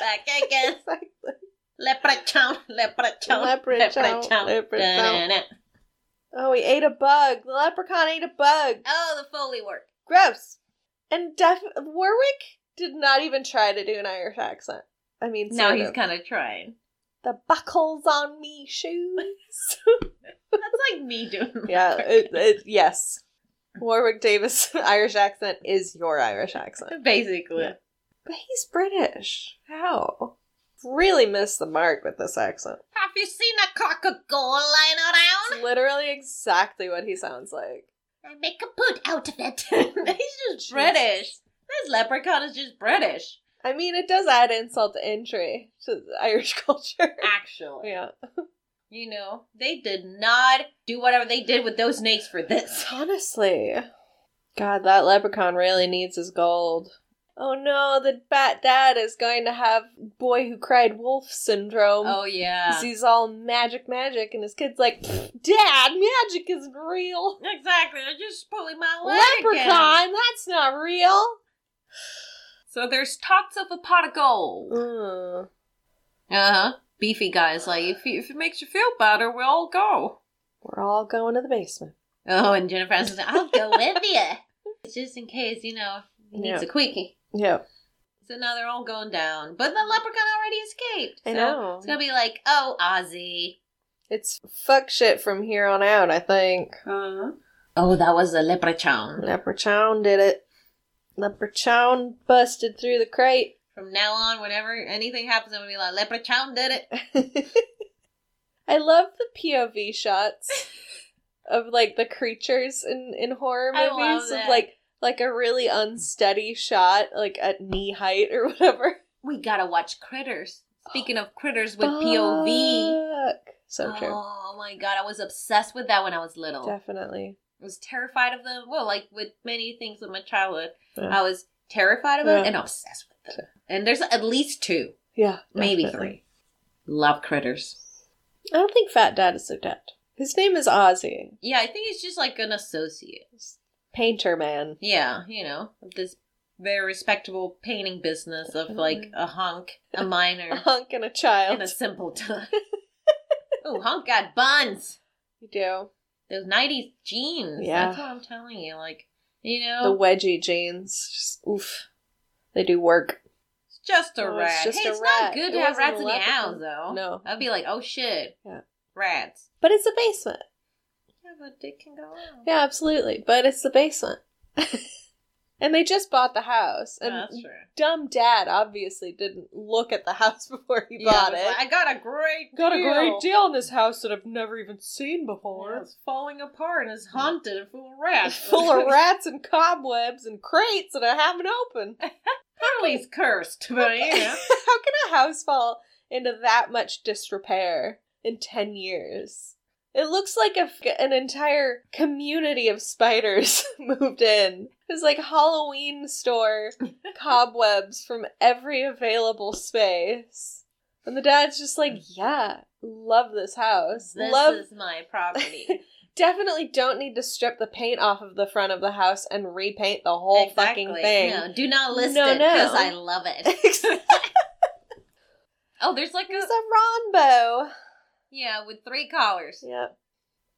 Speaker 2: Back again.
Speaker 1: Exactly.
Speaker 2: Leprechaun, leprechaun,
Speaker 1: Leprechaun, leprechaun.
Speaker 2: Da-da-da.
Speaker 1: Oh, he ate a bug. The leprechaun ate a bug.
Speaker 2: Oh, the foley work.
Speaker 1: Gross. And def- Warwick did not even try to do an Irish accent. I mean,
Speaker 2: Now
Speaker 1: sort
Speaker 2: he's
Speaker 1: of.
Speaker 2: kind of trying.
Speaker 1: the buckles on me shoes. [LAUGHS]
Speaker 2: That's like me doing.
Speaker 1: yeah, it, it, yes. Warwick Davis' [LAUGHS] Irish accent is your Irish accent.
Speaker 2: Basically.
Speaker 1: Yeah. But he's British. How? Really missed the mark with this accent.
Speaker 2: Have you seen a cock-a-goal lying around?
Speaker 1: It's literally exactly what he sounds like.
Speaker 2: I make a put out of it. [LAUGHS] He's just British. This leprechaun is just British.
Speaker 1: I mean, it does add insult to injury to the Irish [LAUGHS] culture.
Speaker 2: Actually.
Speaker 1: yeah.
Speaker 2: You know, they did not do whatever they did with those snakes for this.
Speaker 1: Honestly. God, that leprechaun really needs his gold. Oh no, the bat dad is going to have boy who cried wolf syndrome.
Speaker 2: [LAUGHS] Oh, yeah.
Speaker 1: 'Cause He's all magic, magic, and his kid's like, Dad, magic isn't real.
Speaker 2: Exactly. They're just pulling my leg again.
Speaker 1: Leprechaun, that's not real.
Speaker 2: So there's talks of a pot of gold.
Speaker 1: Mm.
Speaker 2: Uh huh. Beefy guy's like, if, you, if it makes you feel better, we'll all go.
Speaker 1: We're all going to the basement.
Speaker 2: Oh, and Jennifer Aniston's like, I'll go with [LAUGHS] you. It's just in case, you know, he needs a quickie.
Speaker 1: Yeah.
Speaker 2: So now they're all going down. But the leprechaun already escaped.
Speaker 1: I
Speaker 2: so
Speaker 1: know.
Speaker 2: It's going to be like, oh, Ozzy.
Speaker 1: It's fuck shit from here on out, I think.
Speaker 2: Uh-huh. Oh, that was the leprechaun.
Speaker 1: Leprechaun did it. Leprechaun busted through the crate.
Speaker 2: From now on, whenever anything happens, I'm going to be like, leprechaun did it. [LAUGHS]
Speaker 1: [LAUGHS] I love the POV shots of like the creatures in in horror
Speaker 2: I love
Speaker 1: movies of
Speaker 2: that.
Speaker 1: like like a really unsteady shot like at knee height or [LAUGHS] whatever.
Speaker 2: We got to watch Critters. Speaking of Critters with POV.
Speaker 1: Fuck. So true.
Speaker 2: Oh my god, I was obsessed with that when I was little.
Speaker 1: Definitely.
Speaker 2: I was terrified of them. Well, like with many things in my childhood,
Speaker 1: Yeah.
Speaker 2: I was terrified of them
Speaker 1: Yeah.
Speaker 2: and obsessed with them. And there's at least two,
Speaker 1: Yeah.
Speaker 2: maybe
Speaker 1: definitely.
Speaker 2: three. Love critters.
Speaker 1: I don't think Fat Dad is so dead. His name is Ozzy.
Speaker 2: Yeah, I think he's just like an associate.
Speaker 1: Painter man.
Speaker 2: Yeah, you know, of this very respectable painting business of like a hunk, a
Speaker 1: Mm-hmm. [LAUGHS] A
Speaker 2: miner,
Speaker 1: hunk and a child.
Speaker 2: and a simpleton.
Speaker 1: [LAUGHS]
Speaker 2: oh, hunk got buns.
Speaker 1: you do.
Speaker 2: Those '90s jeans.
Speaker 1: Yeah.
Speaker 2: that's what I'm telling you. Like, you
Speaker 1: The
Speaker 2: know,
Speaker 1: wedgie jeans. Just oof. They do work.
Speaker 2: it's just a
Speaker 1: No, it's
Speaker 2: rat.
Speaker 1: just
Speaker 2: hey,
Speaker 1: a
Speaker 2: it's
Speaker 1: rat.
Speaker 2: not good
Speaker 1: It
Speaker 2: to have
Speaker 1: wasn't a
Speaker 2: rats in the
Speaker 1: leprechaun.
Speaker 2: house, though.
Speaker 1: No.
Speaker 2: I'd be like, oh shit,
Speaker 1: Yeah.
Speaker 2: rats.
Speaker 1: But it's a basement.
Speaker 2: Yeah, but they can go out.
Speaker 1: Yeah, absolutely. But it's the basement. [LAUGHS] and they just bought the house. And
Speaker 2: Oh, that's true.
Speaker 1: dumb dad obviously didn't look at the house [LAUGHS] before he bought
Speaker 2: Yeah,
Speaker 1: it.
Speaker 2: I got a great
Speaker 1: Got a
Speaker 2: deal.
Speaker 1: great deal on this house that I've never even seen
Speaker 2: Yeah,
Speaker 1: before.
Speaker 2: It's falling apart and it's haunted and [LAUGHS] full of rats.
Speaker 1: Full of rats and cobwebs and crates that I haven't opened.
Speaker 2: Apparently it's cursed, [LAUGHS] but you know.
Speaker 1: How can a house fall into that much disrepair in 10 years? It looks like a, an entire community of spiders [LAUGHS] moved in. It's like Halloween
Speaker 2: [LAUGHS]
Speaker 1: store cobwebs from every available space. And the dad's just like, yeah, love this house.
Speaker 2: Mm. This
Speaker 1: love
Speaker 2: is my [LAUGHS] property.
Speaker 1: definitely don't need to strip the paint off of the front of the house and repaint the whole fucking
Speaker 2: Exactly.
Speaker 1: thing.
Speaker 2: No, do not list
Speaker 1: No,
Speaker 2: it because
Speaker 1: no.
Speaker 2: I love
Speaker 1: [LAUGHS]
Speaker 2: [LAUGHS] it.
Speaker 1: It's a
Speaker 2: Oh, there's like a
Speaker 1: Ronbo.
Speaker 2: yeah with three collars.
Speaker 1: Yep.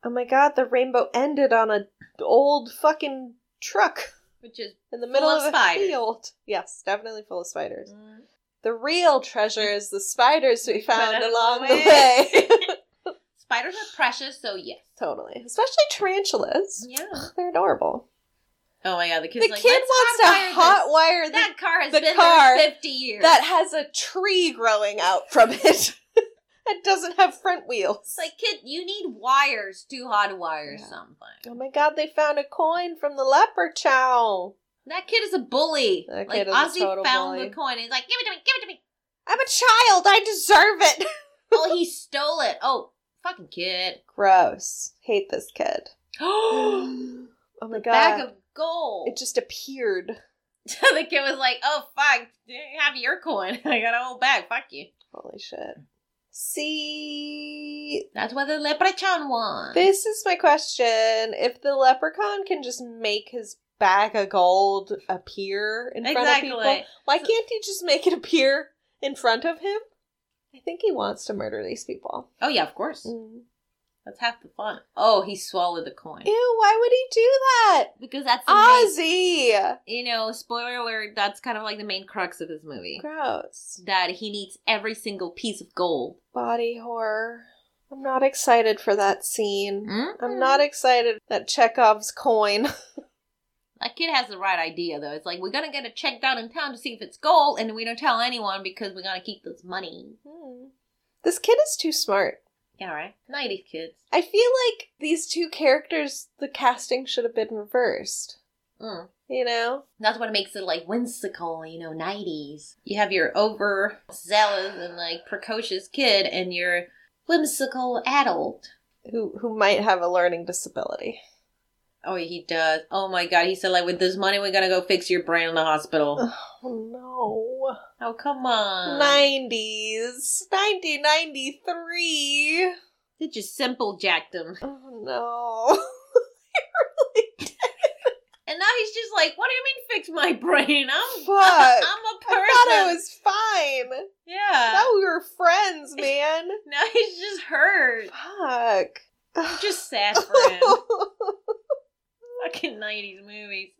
Speaker 1: Oh my god, the rainbow ended on a old fucking truck
Speaker 2: Which is
Speaker 1: in the middle
Speaker 2: of
Speaker 1: of, a
Speaker 2: spiders.
Speaker 1: field. Yes, definitely full of spiders.
Speaker 2: mm,
Speaker 1: The real treasure is the spiders we found
Speaker 2: found
Speaker 1: along the
Speaker 2: along the
Speaker 1: way.
Speaker 2: [LAUGHS]
Speaker 1: [LAUGHS]
Speaker 2: spiders are precious, so yes.
Speaker 1: totally. Especially tarantulas.
Speaker 2: Yeah.
Speaker 1: They're adorable.
Speaker 2: Oh my god, the
Speaker 1: The
Speaker 2: kid's like,
Speaker 1: kid
Speaker 2: "Let's
Speaker 1: wants to
Speaker 2: hotwire
Speaker 1: hot wire
Speaker 2: this. that car has
Speaker 1: the
Speaker 2: been
Speaker 1: car
Speaker 2: there fifty years.
Speaker 1: [LAUGHS] that has a tree growing out from it. [LAUGHS] that doesn't have front wheels.
Speaker 2: it's like kid, you need wires to hotwire
Speaker 1: Yeah.
Speaker 2: something.
Speaker 1: oh my god, they found a coin from the leper chow.
Speaker 2: That kid is a bully.
Speaker 1: That
Speaker 2: like
Speaker 1: kid is a
Speaker 2: Ozzy
Speaker 1: total
Speaker 2: found
Speaker 1: bully.
Speaker 2: the coin. And he's like, give it to me, give it to me.
Speaker 1: I'm a child, I deserve it. [LAUGHS]
Speaker 2: oh, he stole it. Oh, fucking kid. [GASPS]
Speaker 1: Gross. Hate this kid.
Speaker 2: oh
Speaker 1: [GASPS] Oh my
Speaker 2: Bag
Speaker 1: god.
Speaker 2: of gold.
Speaker 1: it just appeared.
Speaker 2: [LAUGHS] the kid was like, oh, fuck. Have your coin. [LAUGHS] I got a whole bag. Fuck you.
Speaker 1: Holy shit. See,
Speaker 2: That's what the leprechaun won.
Speaker 1: this is my question. If the leprechaun can just make his bag of gold appear in
Speaker 2: exactly.
Speaker 1: front of people, why can't he just make it appear in front of him? I think he wants to murder these people.
Speaker 2: Oh, yeah, of course.
Speaker 1: Mm.
Speaker 2: That's half the fun. Oh, he swallowed the coin.
Speaker 1: Ew, why would he do that?
Speaker 2: Because that's the main-
Speaker 1: Ozzy!
Speaker 2: you know, spoiler alert, that's kind of like the main crux of his movie.
Speaker 1: Gross.
Speaker 2: That he needs every single piece of gold.
Speaker 1: Body horror. I'm not excited for that scene.
Speaker 2: Mm?
Speaker 1: I'm not excited that Chekhov's coin [LAUGHS]
Speaker 2: That kid has the right idea, though. It's like, we're going to get it checked out in town to see if it's gold, and we don't tell anyone because we're going to keep this money.
Speaker 1: Hmm. This kid is too smart.
Speaker 2: Yeah, right? 90s kids.
Speaker 1: I feel like these two characters, the casting should have been reversed.
Speaker 2: Mm.
Speaker 1: You know?
Speaker 2: That's what makes it like whimsical, you know, 90s. You have your overzealous and like precocious kid and your whimsical adult.
Speaker 1: Who who might have a learning disability.
Speaker 2: Oh, he does. Oh my god, he said like with this money we're gonna go fix your brain in the hospital.
Speaker 1: Oh
Speaker 2: oh come
Speaker 1: no.
Speaker 2: on.
Speaker 1: Nineties. Nineteen ninety three.
Speaker 2: They just simple jacked him.
Speaker 1: Oh no.
Speaker 2: And now he's just like, What do you mean fix my brain? I'm
Speaker 1: Fuck.
Speaker 2: I'm a
Speaker 1: [LAUGHS] I
Speaker 2: person.
Speaker 1: thought I was fine.
Speaker 2: Yeah.
Speaker 1: Now we were [LAUGHS] friends, man.
Speaker 2: [LAUGHS] Now he's just hurt.
Speaker 1: Fuck.
Speaker 2: Just sad
Speaker 1: [LAUGHS]
Speaker 2: for him. Fucking nineties movies.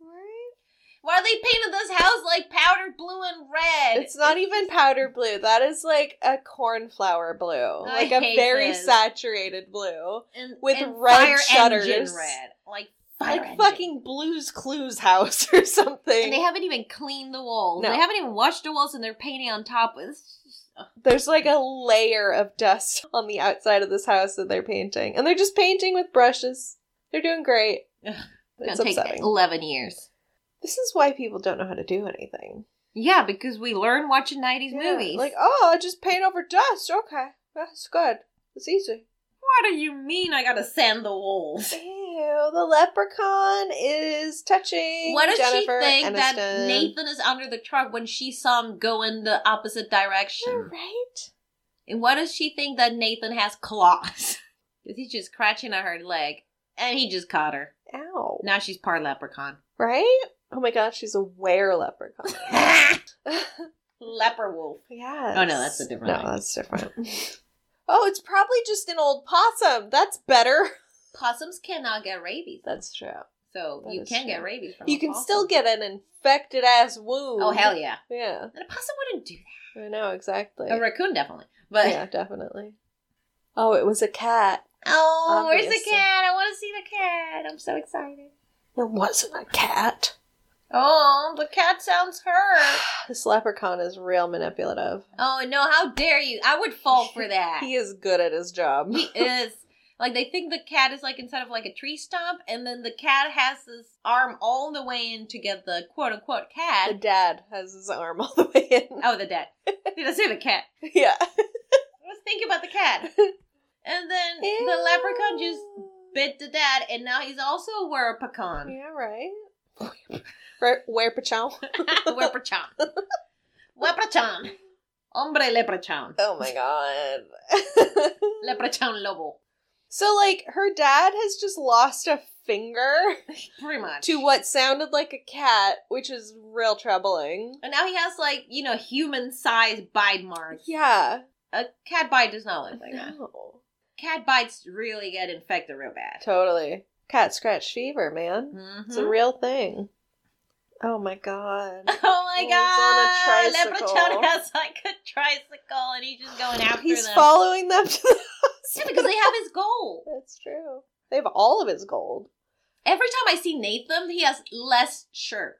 Speaker 2: Why they painted this house like powder blue and red?
Speaker 1: It's not even powder blue. That is like a cornflower blue,
Speaker 2: I
Speaker 1: like a
Speaker 2: hate
Speaker 1: very
Speaker 2: this.
Speaker 1: saturated blue.
Speaker 2: and,
Speaker 1: with
Speaker 2: and
Speaker 1: red
Speaker 2: fire
Speaker 1: shutters.
Speaker 2: Engine red. Like fire
Speaker 1: like
Speaker 2: engine.
Speaker 1: fucking Blue's Clues house [LAUGHS] or something.
Speaker 2: And they haven't even cleaned the walls.
Speaker 1: No.
Speaker 2: They haven't even washed the walls, and they're painting on top. It's just, uh, ugh.
Speaker 1: There's like a layer of dust on the outside of this house that they're painting, and they're just painting with brushes. They're doing great.
Speaker 2: Ugh.
Speaker 1: It's
Speaker 2: gonna
Speaker 1: upsetting.
Speaker 2: take eleven years.
Speaker 1: This is why people don't know how to do anything.
Speaker 2: Yeah, because we learn watching nineties
Speaker 1: Yeah,
Speaker 2: movies.
Speaker 1: Like, oh, I just paint over dust. Okay, that's good. It's easy.
Speaker 2: what do you mean? I gotta sand the walls.
Speaker 1: Ew, the leprechaun is touching.
Speaker 2: What does
Speaker 1: Jennifer
Speaker 2: she think that
Speaker 1: Aniston.
Speaker 2: Nathan is under the truck when she saw him go in the opposite
Speaker 1: You're
Speaker 2: direction?
Speaker 1: right.
Speaker 2: And what does she think that Nathan has claws? [LAUGHS] Because he's just scratching at her leg, and he just caught her.
Speaker 1: Ow.
Speaker 2: Now she's part leprechaun. [LAUGHS]
Speaker 1: Right? Oh my gosh, she's a were leprechaun. [LAUGHS]
Speaker 2: Leper wolf.
Speaker 1: yes.
Speaker 2: Oh, no, that's a different
Speaker 1: No,
Speaker 2: one.
Speaker 1: that's different. [LAUGHS] oh, it's probably just an old possum. That's
Speaker 2: [LAUGHS]
Speaker 1: better.
Speaker 2: Possums cannot get rabies,
Speaker 1: That's true.
Speaker 2: so
Speaker 1: That
Speaker 2: you
Speaker 1: is
Speaker 2: can get
Speaker 1: true.
Speaker 2: rabies from.
Speaker 1: You
Speaker 2: a
Speaker 1: can
Speaker 2: possum.
Speaker 1: still get an infected ass wound.
Speaker 2: Oh hell yeah!
Speaker 1: yeah.
Speaker 2: And a possum wouldn't do that.
Speaker 1: I know, exactly.
Speaker 2: A raccoon definitely, but
Speaker 1: yeah, definitely. Oh, it was a cat.
Speaker 2: oh, where's the
Speaker 1: Obviously.
Speaker 2: cat? I want to see the cat. I'm so excited.
Speaker 1: It wasn't a cat. [SIGHS]
Speaker 2: Oh, the cat sounds hurt.
Speaker 1: This leprechaun is real manipulative.
Speaker 2: Oh no! How dare you? I
Speaker 1: [LAUGHS]
Speaker 2: would fall for that.
Speaker 1: He is good at his job.
Speaker 2: He is. Like they think the cat is like inside of like a tree stump, and then the cat has his arm all the way in to get the quote unquote
Speaker 1: The
Speaker 2: cat.
Speaker 1: dad has his arm [LAUGHS] all the way in.
Speaker 2: Oh,
Speaker 1: [LAUGHS]
Speaker 2: the dad. Did I say the cat?
Speaker 1: Yeah.
Speaker 2: I was thinking about
Speaker 1: [LAUGHS]
Speaker 2: the cat. And then the
Speaker 1: Ew.
Speaker 2: leprechaun just bit the dad, and now he's also a werpechaun.
Speaker 1: Yeah, right.
Speaker 2: [LAUGHS]
Speaker 1: right where Pachow? [LAUGHS]
Speaker 2: Werpechaun. Werpechaun. Hombre leprechaun.
Speaker 1: Oh my
Speaker 2: [LAUGHS]
Speaker 1: god.
Speaker 2: Leprechaun lobo.
Speaker 1: so like her dad has just lost a finger
Speaker 2: Pretty much.
Speaker 1: to what sounded like a cat, which is real troubling.
Speaker 2: And now he has like, you know, human sized bite marks.
Speaker 1: Yeah.
Speaker 2: A cat bite does not look
Speaker 1: [LAUGHS]
Speaker 2: like that.
Speaker 1: No.
Speaker 2: cat bites really get infected real bad.
Speaker 1: Totally. Cat scratch fever, man.
Speaker 2: Mhm.
Speaker 1: It's a real thing. Oh my god.
Speaker 2: [LAUGHS] oh my
Speaker 1: He's
Speaker 2: god!
Speaker 1: on a tricycle.
Speaker 2: Leprechaun has like a tricycle, and he's just going [LAUGHS] after
Speaker 1: He's
Speaker 2: them.
Speaker 1: following them to the house.
Speaker 2: yeah, because they have his goal.
Speaker 1: That's true. They have all of his gold.
Speaker 2: Every time I see Nathan, he has less shirt.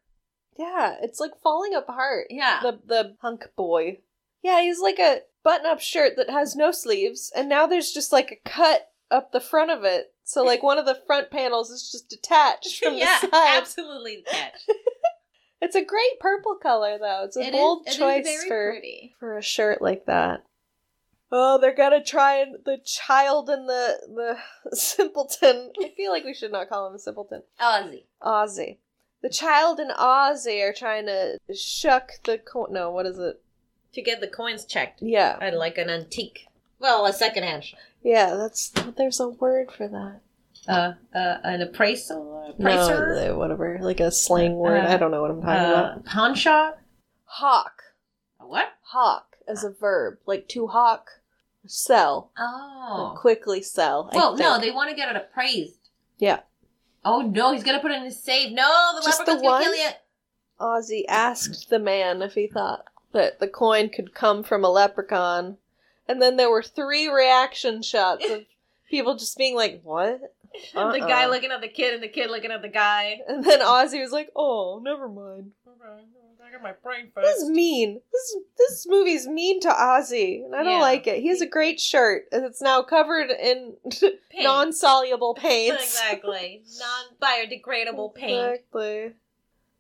Speaker 1: Yeah, it's like falling apart.
Speaker 2: Yeah,
Speaker 1: the the hunk boy. Yeah, he's like a button-up shirt that has no sleeves, and now there's just like a cut up the front of it. So like one of the front panels is just
Speaker 2: [LAUGHS]
Speaker 1: detached from
Speaker 2: yeah,
Speaker 1: the side.
Speaker 2: absolutely
Speaker 1: [LAUGHS]
Speaker 2: attached.
Speaker 1: It's a great purple color though. It's a
Speaker 2: It is-
Speaker 1: bold
Speaker 2: it is
Speaker 1: choice
Speaker 2: very
Speaker 1: for
Speaker 2: pretty.
Speaker 1: for a shirt like that. Oh, they're gonna try and the child and the the [LAUGHS] simpleton. I feel like we should not call him a simpleton.
Speaker 2: Ozzy.
Speaker 1: Ozzy. The child and Ozzy are trying to shuck the coin. No, what is it?
Speaker 2: to get the coins checked
Speaker 1: Yeah,
Speaker 2: at like an antique, well, a secondhand, sh-
Speaker 1: Yeah, that's there's a word for that.
Speaker 2: uh, uh, an appraisal, appraiser,
Speaker 1: No, uh, whatever, like a slang word.
Speaker 2: Uh,
Speaker 1: I don't know what I'm talking about.
Speaker 2: uh, pawn shop.
Speaker 1: Hawk,
Speaker 2: What?
Speaker 1: hawk as a verb, like to hawk, sell,
Speaker 2: Oh,
Speaker 1: like quickly sell. I
Speaker 2: Well, no,
Speaker 1: think.
Speaker 2: they want to get it appraised.
Speaker 1: Yeah.
Speaker 2: Oh no, he's gonna put it in his safe. No, the
Speaker 1: Just the
Speaker 2: leprechaun's gonna
Speaker 1: one?
Speaker 2: kill you.
Speaker 1: Ozzy asked the man if he thought that the coin could come from a
Speaker 2: [LAUGHS]
Speaker 1: leprechaun, and then there were three reaction shots of people just being like, "What?
Speaker 3: Uh-uh.
Speaker 2: The guy looking at the kid and the kid looking at the guy.
Speaker 1: And then Ozzy was like, "Oh, never mind.
Speaker 2: Okay, I got my brain
Speaker 1: This is mean. This this movie's mean to Ozzy, and I don't
Speaker 2: Yeah.
Speaker 1: like it. He has a great shirt, and it's now covered in [LAUGHS]
Speaker 2: Paint.
Speaker 1: non-soluble paints.
Speaker 2: [LAUGHS] exactly. Non biodegradable paint.
Speaker 1: Exactly.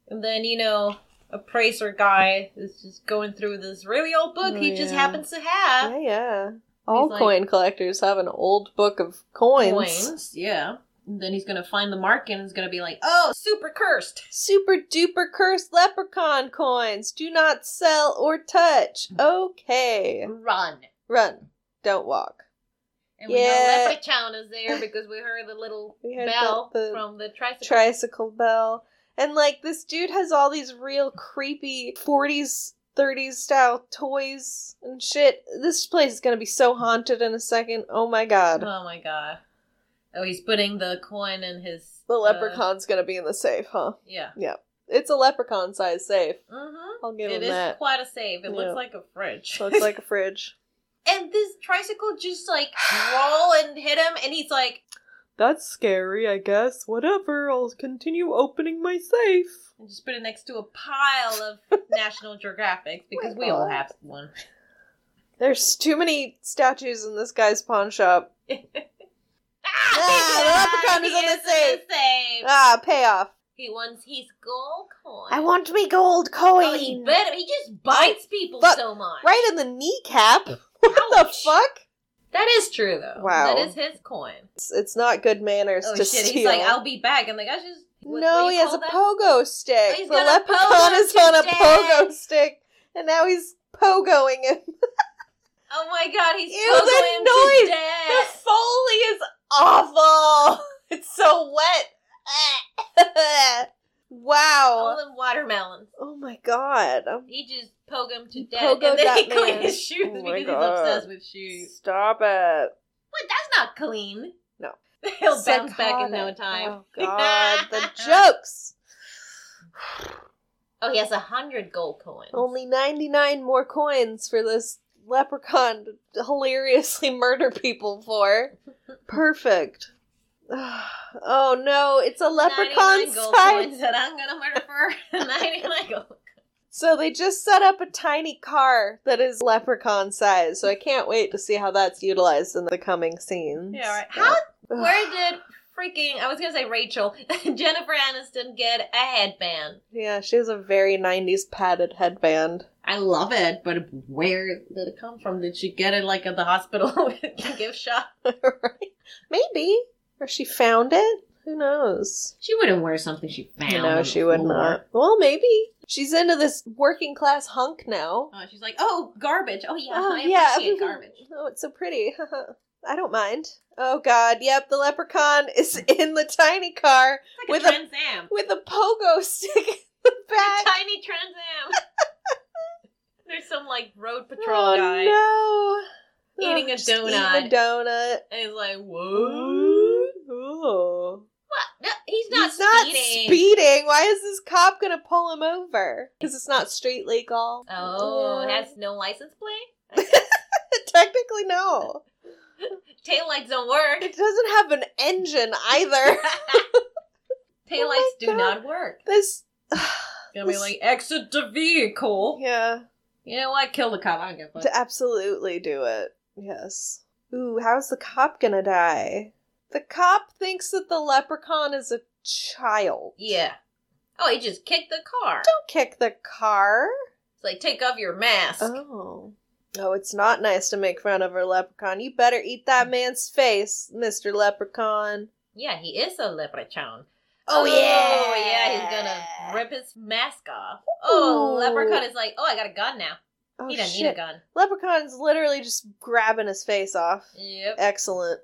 Speaker 2: And then, you know, a Pracer guy is just going through this really old book
Speaker 1: Oh,
Speaker 2: he just
Speaker 1: yeah.
Speaker 2: happens to have.
Speaker 1: Yeah, yeah. All
Speaker 2: like-
Speaker 1: coin collectors have an old book of coins.
Speaker 2: Coins, yeah. And then he's gonna find the mark and is gonna be like, oh, super cursed.
Speaker 1: Super duper cursed leprechaun coins. Do not sell or touch.
Speaker 2: Mm.
Speaker 1: Okay.
Speaker 2: Run.
Speaker 1: Run. Don't walk.
Speaker 2: And we
Speaker 1: Yeah.
Speaker 2: know Leprechaun is there because we heard the little
Speaker 1: [LAUGHS] We heard
Speaker 2: bell
Speaker 1: the- the
Speaker 2: from the tricycle.
Speaker 1: Tricycle bell. And like this dude has all these real creepy 40s, 30s style toys and shit. This place is gonna be so haunted in a second. Oh my god.
Speaker 2: oh my god. Oh, he's putting the coin in his.
Speaker 1: The
Speaker 2: uh,
Speaker 1: leprechaun's gonna be in the safe, huh?
Speaker 2: yeah.
Speaker 1: It's a leprechaun size safe.
Speaker 2: Mm-hmm.
Speaker 1: I'll give
Speaker 2: It
Speaker 1: him
Speaker 2: is
Speaker 1: that.
Speaker 2: quite a save. It
Speaker 1: Yeah.
Speaker 2: looks like a fridge.
Speaker 1: Looks like a fridge.
Speaker 2: [LAUGHS] and this tricycle just like roll and hit him, and he's like,
Speaker 1: That's scary, I guess. Whatever, I'll continue opening my safe.
Speaker 2: and just put it next to
Speaker 1: [LAUGHS]
Speaker 2: a pile of National Geographics because we all
Speaker 1: God.
Speaker 2: have one.
Speaker 1: There's too many statues in this guy's pawn shop.
Speaker 2: Ah,
Speaker 1: [LAUGHS] Ah, the leprechaun
Speaker 2: [LAUGHS] he
Speaker 1: is on the
Speaker 2: in
Speaker 1: safe.
Speaker 2: safe.
Speaker 1: Ah, payoff.
Speaker 2: He wants his gold coin.
Speaker 1: want me gold coin.
Speaker 2: Oh, he better. He just bites people
Speaker 1: But-
Speaker 2: so much.
Speaker 1: right in the kneecap. [LAUGHS] What the
Speaker 2: Ouch.
Speaker 1: fuck?
Speaker 2: That is true though.
Speaker 1: Wow.
Speaker 2: That is his coin.
Speaker 1: It's, it's not good manners
Speaker 2: Oh
Speaker 1: to
Speaker 2: shit!
Speaker 1: steal.
Speaker 2: He's like, I'll be back, and the guy's just what-
Speaker 1: no,
Speaker 2: what do
Speaker 1: he
Speaker 2: you
Speaker 1: has a
Speaker 2: call that?
Speaker 1: pogo stick.
Speaker 2: He's
Speaker 1: the
Speaker 2: got a
Speaker 1: leprechaun
Speaker 2: pogo
Speaker 1: is on a
Speaker 2: stick.
Speaker 1: pogo stick, and now he's pogoing him. [LAUGHS]
Speaker 2: Oh my god, he's
Speaker 1: Ew, that
Speaker 2: pogoing him
Speaker 1: noise! The
Speaker 2: to
Speaker 1: Foley
Speaker 2: death.
Speaker 1: is awful. It's
Speaker 2: [LAUGHS]
Speaker 1: so wet. [LAUGHS]
Speaker 2: All
Speaker 1: wow.
Speaker 2: them watermelons.
Speaker 1: Oh my god. Um,
Speaker 2: He just poke him to
Speaker 1: He
Speaker 2: death,
Speaker 1: pogoed
Speaker 2: and then he
Speaker 1: that man.
Speaker 2: cleaned his shoes
Speaker 1: Oh my
Speaker 2: because
Speaker 1: God.
Speaker 2: he's obsessed with shoes.
Speaker 1: Stop it.
Speaker 2: What? That's not clean.
Speaker 1: No.
Speaker 2: [LAUGHS] he'll bounce back in no
Speaker 1: Psychotic.
Speaker 2: time.
Speaker 1: Oh god,
Speaker 2: [LAUGHS]
Speaker 1: the jokes.
Speaker 2: Oh, he has a hundred gold coins.
Speaker 1: Only 99 more coins for this leprechaun to hilariously [LAUGHS] murder people
Speaker 2: [LAUGHS]
Speaker 1: for. Perfect. [SIGHS] Oh no, it's a
Speaker 2: 99
Speaker 1: leprechaun
Speaker 2: gold
Speaker 1: size.
Speaker 2: coins that I'm gonna murder for [LAUGHS] ninety-nine gold.
Speaker 1: So they just set up a tiny car that is leprechaun size. So I can't wait to see how that's utilized in the coming scenes.
Speaker 2: Yeah, right.
Speaker 1: [SIGHS]
Speaker 2: How
Speaker 1: Ugh.
Speaker 2: Where did freaking I was gonna say Rachel [LAUGHS] Jennifer Aniston get a headband?
Speaker 1: Yeah, she has a very 90s padded headband. [LAUGHS]
Speaker 2: I love it, but where did it come from? Did she get it like at the hospital [LAUGHS] gift shop?
Speaker 1: right? Maybe. Or she found it? Who knows?
Speaker 3: She wouldn't wear something she found.
Speaker 1: No,
Speaker 3: on the
Speaker 1: she would
Speaker 3: floor.
Speaker 1: not. Well, maybe. She's into this working class hunk now.
Speaker 2: Oh, she's like, oh, garbage. Oh yeah,
Speaker 1: Oh,
Speaker 2: I
Speaker 1: yeah.
Speaker 2: appreciate garbage.
Speaker 1: Oh, it's so pretty. [LAUGHS] I don't mind. Oh, God. Yep, the leprechaun [LAUGHS] is in the tiny car
Speaker 2: It's
Speaker 1: With
Speaker 2: like With
Speaker 1: a-
Speaker 2: a Trans
Speaker 1: [LAUGHS]
Speaker 2: Am,
Speaker 1: with a pogo stick in the back.
Speaker 2: tiny Trans
Speaker 1: [LAUGHS]
Speaker 2: Am. There's some like road patrol
Speaker 1: oh,
Speaker 2: guy,
Speaker 1: No.
Speaker 2: Eating a
Speaker 1: just eating
Speaker 2: donut.
Speaker 1: a donut.
Speaker 2: and he's like, whoa.
Speaker 1: Ooh.
Speaker 2: What? No, he's not
Speaker 1: He's
Speaker 2: speeding.
Speaker 1: speeding. Why is this cop gonna pull him over? Because it's not street legal.
Speaker 2: Oh,
Speaker 1: Yeah.
Speaker 2: that's no license plate.
Speaker 1: [LAUGHS] technically no.
Speaker 2: Taillights don't work. [LAUGHS]
Speaker 1: It doesn't have an engine either.
Speaker 2: Taillights
Speaker 1: Oh my
Speaker 2: do
Speaker 1: God.
Speaker 2: not work.
Speaker 1: this.
Speaker 2: Gonna be
Speaker 1: This-
Speaker 2: like, exit the vehicle.
Speaker 1: yeah,
Speaker 2: You know what? Kill the cop. I don't give a fuck.
Speaker 1: to absolutely do it. Yes. Ooh, how's the cop gonna die? The cop thinks that the leprechaun is a child.
Speaker 2: Yeah. Oh, he just kicked the car.
Speaker 1: Don't kick the car.
Speaker 2: It's like, take off your mask.
Speaker 1: Oh. Oh, it's not nice to make fun of a leprechaun. You better eat that
Speaker 2: Mm.
Speaker 1: man's face, Mr. Leprechaun.
Speaker 2: Yeah, he is a leprechaun.
Speaker 1: Oh,
Speaker 2: Oh, yeah, he's gonna rip his mask off. Oh,
Speaker 1: Ooh.
Speaker 2: leprechaun is like, oh, I got a gun now.
Speaker 1: Oh,
Speaker 2: he doesn't
Speaker 1: shit.
Speaker 2: need a gun.
Speaker 1: Leprechaun's literally just grabbing his face off.
Speaker 2: Yep.
Speaker 1: Excellent.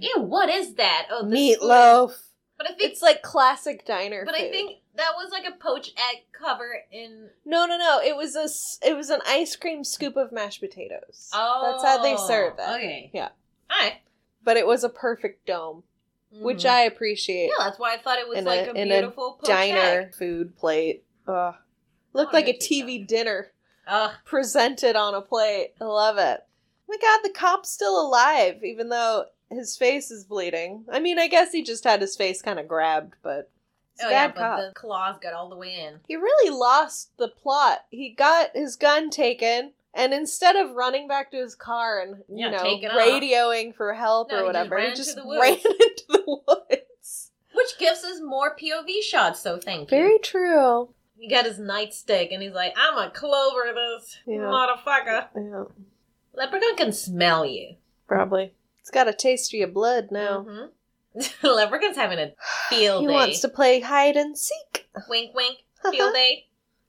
Speaker 2: Ew, what is that? Mm. Oh, this food.
Speaker 1: Meatloaf.
Speaker 2: But I think,
Speaker 1: It's like classic diner
Speaker 2: but I
Speaker 1: food.
Speaker 2: think that was like a poached egg cover in.
Speaker 1: No, no, no. It was a s- it was an ice cream scoop of mashed potatoes. That's how they serve
Speaker 4: Oh,
Speaker 1: it.
Speaker 2: Oh, Okay.
Speaker 1: Yeah.
Speaker 2: All right.
Speaker 1: But it was a perfect dome, which
Speaker 4: Mm-hmm.
Speaker 2: Mhm.
Speaker 1: I appreciate.
Speaker 2: Yeah, that's why I thought it was
Speaker 1: In a-
Speaker 2: like a,
Speaker 1: in a
Speaker 2: beautiful poached
Speaker 1: diner
Speaker 2: egg.
Speaker 1: food plate. Ugh. Looked
Speaker 2: wanna
Speaker 1: like a
Speaker 2: go take
Speaker 1: TV dinner. [LAUGHS]
Speaker 2: Ugh.
Speaker 1: presented on a plate. I love it. Oh my god, the cop's still alive, even though His face is bleeding. I mean, I guess he just had his face kind of grabbed, but it's
Speaker 4: Oh
Speaker 1: a
Speaker 4: yeah,
Speaker 1: bad
Speaker 4: but
Speaker 1: cop.
Speaker 4: the claws got all the way in.
Speaker 1: He really lost the plot. He got his gun taken, and instead of running back to his car and you
Speaker 4: Yeah,
Speaker 1: know
Speaker 4: take it off.
Speaker 1: radioing for help
Speaker 4: No,
Speaker 1: or
Speaker 4: he just
Speaker 1: whatever,
Speaker 4: ran
Speaker 1: he
Speaker 4: to
Speaker 1: just
Speaker 4: the woods.
Speaker 1: ran [LAUGHS] into the woods.
Speaker 4: Which gives us more POV shots, so thank you.
Speaker 1: Very true.
Speaker 4: He got his nightstick and he's like, I'm a clover this
Speaker 1: Yeah.
Speaker 4: motherfucker.
Speaker 1: Yeah,
Speaker 4: Leprechaun can smell you.
Speaker 1: probably. It's got a taste of your blood
Speaker 4: Mm-hmm.
Speaker 1: now.
Speaker 4: hmm [LAUGHS] Leprechaun's having
Speaker 1: [SIGHS]
Speaker 4: a field
Speaker 1: He
Speaker 4: day.
Speaker 1: wants to play hide and seek.
Speaker 4: [LAUGHS] Wink, wink. Field
Speaker 1: [LAUGHS]
Speaker 4: day.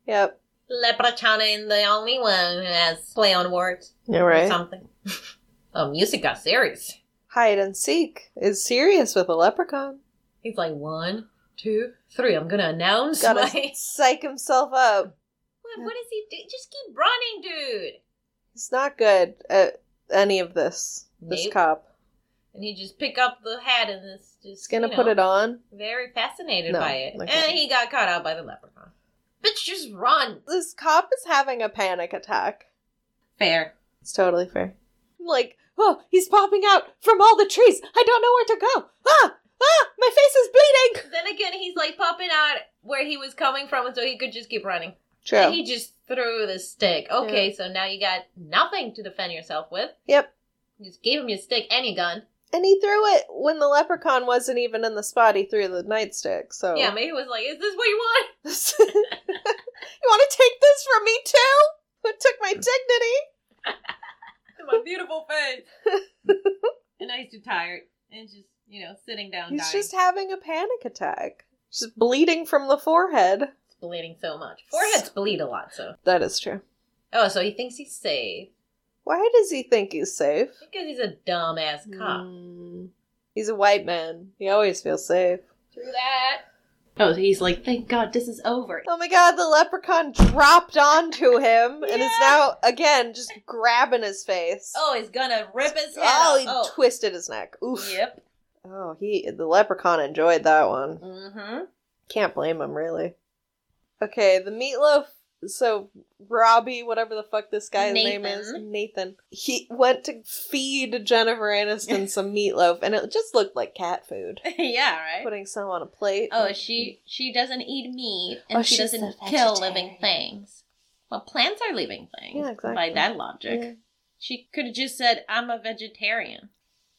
Speaker 1: Yep.
Speaker 4: Leprechaun ain't the only one who has play on words
Speaker 1: All
Speaker 4: or
Speaker 1: right.
Speaker 4: something. [LAUGHS] oh, music got serious.
Speaker 1: Hide and seek is serious with a leprechaun.
Speaker 4: He's like, one, two, three. I'm gonna announce [LAUGHS]
Speaker 1: Got
Speaker 4: my.
Speaker 1: to [LAUGHS] psych himself up.
Speaker 4: What, what does he do? Just keep running, dude.
Speaker 1: He's not good at any of this. This
Speaker 4: Nope.
Speaker 1: cop.
Speaker 4: And he just pick up the hat and it's just
Speaker 1: He's gonna put it on.
Speaker 4: Very fascinated
Speaker 1: No,
Speaker 4: by it,
Speaker 1: like that.
Speaker 4: and he got caught out by the leprechaun. Bitch, just run.
Speaker 1: This cop is having a panic attack.
Speaker 4: Fair.
Speaker 1: It's totally fair. I'm like, oh, he's popping out from all the trees. I don't know where to go. Ah, ah, my face is bleeding.
Speaker 4: Then again, he's like popping out where he was coming from, so he could just keep running. And
Speaker 1: True.
Speaker 4: he just threw the stick. Okay, so now you got nothing to defend yourself with.
Speaker 1: Yep.
Speaker 4: You just gave him your stick and your gun.
Speaker 1: And he threw it when the leprechaun wasn't even in the spot. He threw the nightstick. So
Speaker 4: Yeah, maybe he was like, "Is this what you want?"
Speaker 1: [LAUGHS] you want to take this from me too? It took my dignity.
Speaker 4: My beautiful face. [LAUGHS] and now he's too tired and just you know sitting down.
Speaker 1: He's
Speaker 4: dying.
Speaker 1: just having a panic attack. Just bleeding from the forehead.
Speaker 4: It's bleeding so much. Foreheads bleed a lot, so
Speaker 1: That is true.
Speaker 4: oh, so he thinks he's safe
Speaker 1: Why does he think he's safe?
Speaker 4: because he's a dumbass cop.
Speaker 1: Mm. He's a white man. He always feels safe.
Speaker 4: Through that. Oh, he's like, thank God this is over.
Speaker 1: Oh my god, the leprechaun dropped [LAUGHS] onto him and is
Speaker 4: Yeah.
Speaker 1: now, again, just grabbing his face.
Speaker 4: Oh, he's gonna rip his head.
Speaker 1: Oh, he
Speaker 4: off.
Speaker 1: twisted his neck.
Speaker 4: Oh,
Speaker 1: Oof.
Speaker 4: yep.
Speaker 1: Oh, he the leprechaun enjoyed that one.
Speaker 4: Mm-hmm. [LAUGHS]
Speaker 1: Can't blame him, really. Okay, the meatloaf. So Robbie, whatever the fuck this guy's name is,
Speaker 4: Nathan.
Speaker 1: Nathan. He went to feed Jennifer [LAUGHS] Aniston some meatloaf, and it just looked like cat food.
Speaker 4: yeah, right.
Speaker 1: Putting some on a plate.
Speaker 2: Oh, she she doesn't eat meat
Speaker 1: Oh,
Speaker 2: and she
Speaker 1: she's a
Speaker 2: doesn't kill
Speaker 1: vegetarian.
Speaker 2: living things. Well, plants are living things.
Speaker 1: Yeah, exactly.
Speaker 2: By that logic,
Speaker 1: Yeah.
Speaker 2: she could have just said, "I'm a vegetarian."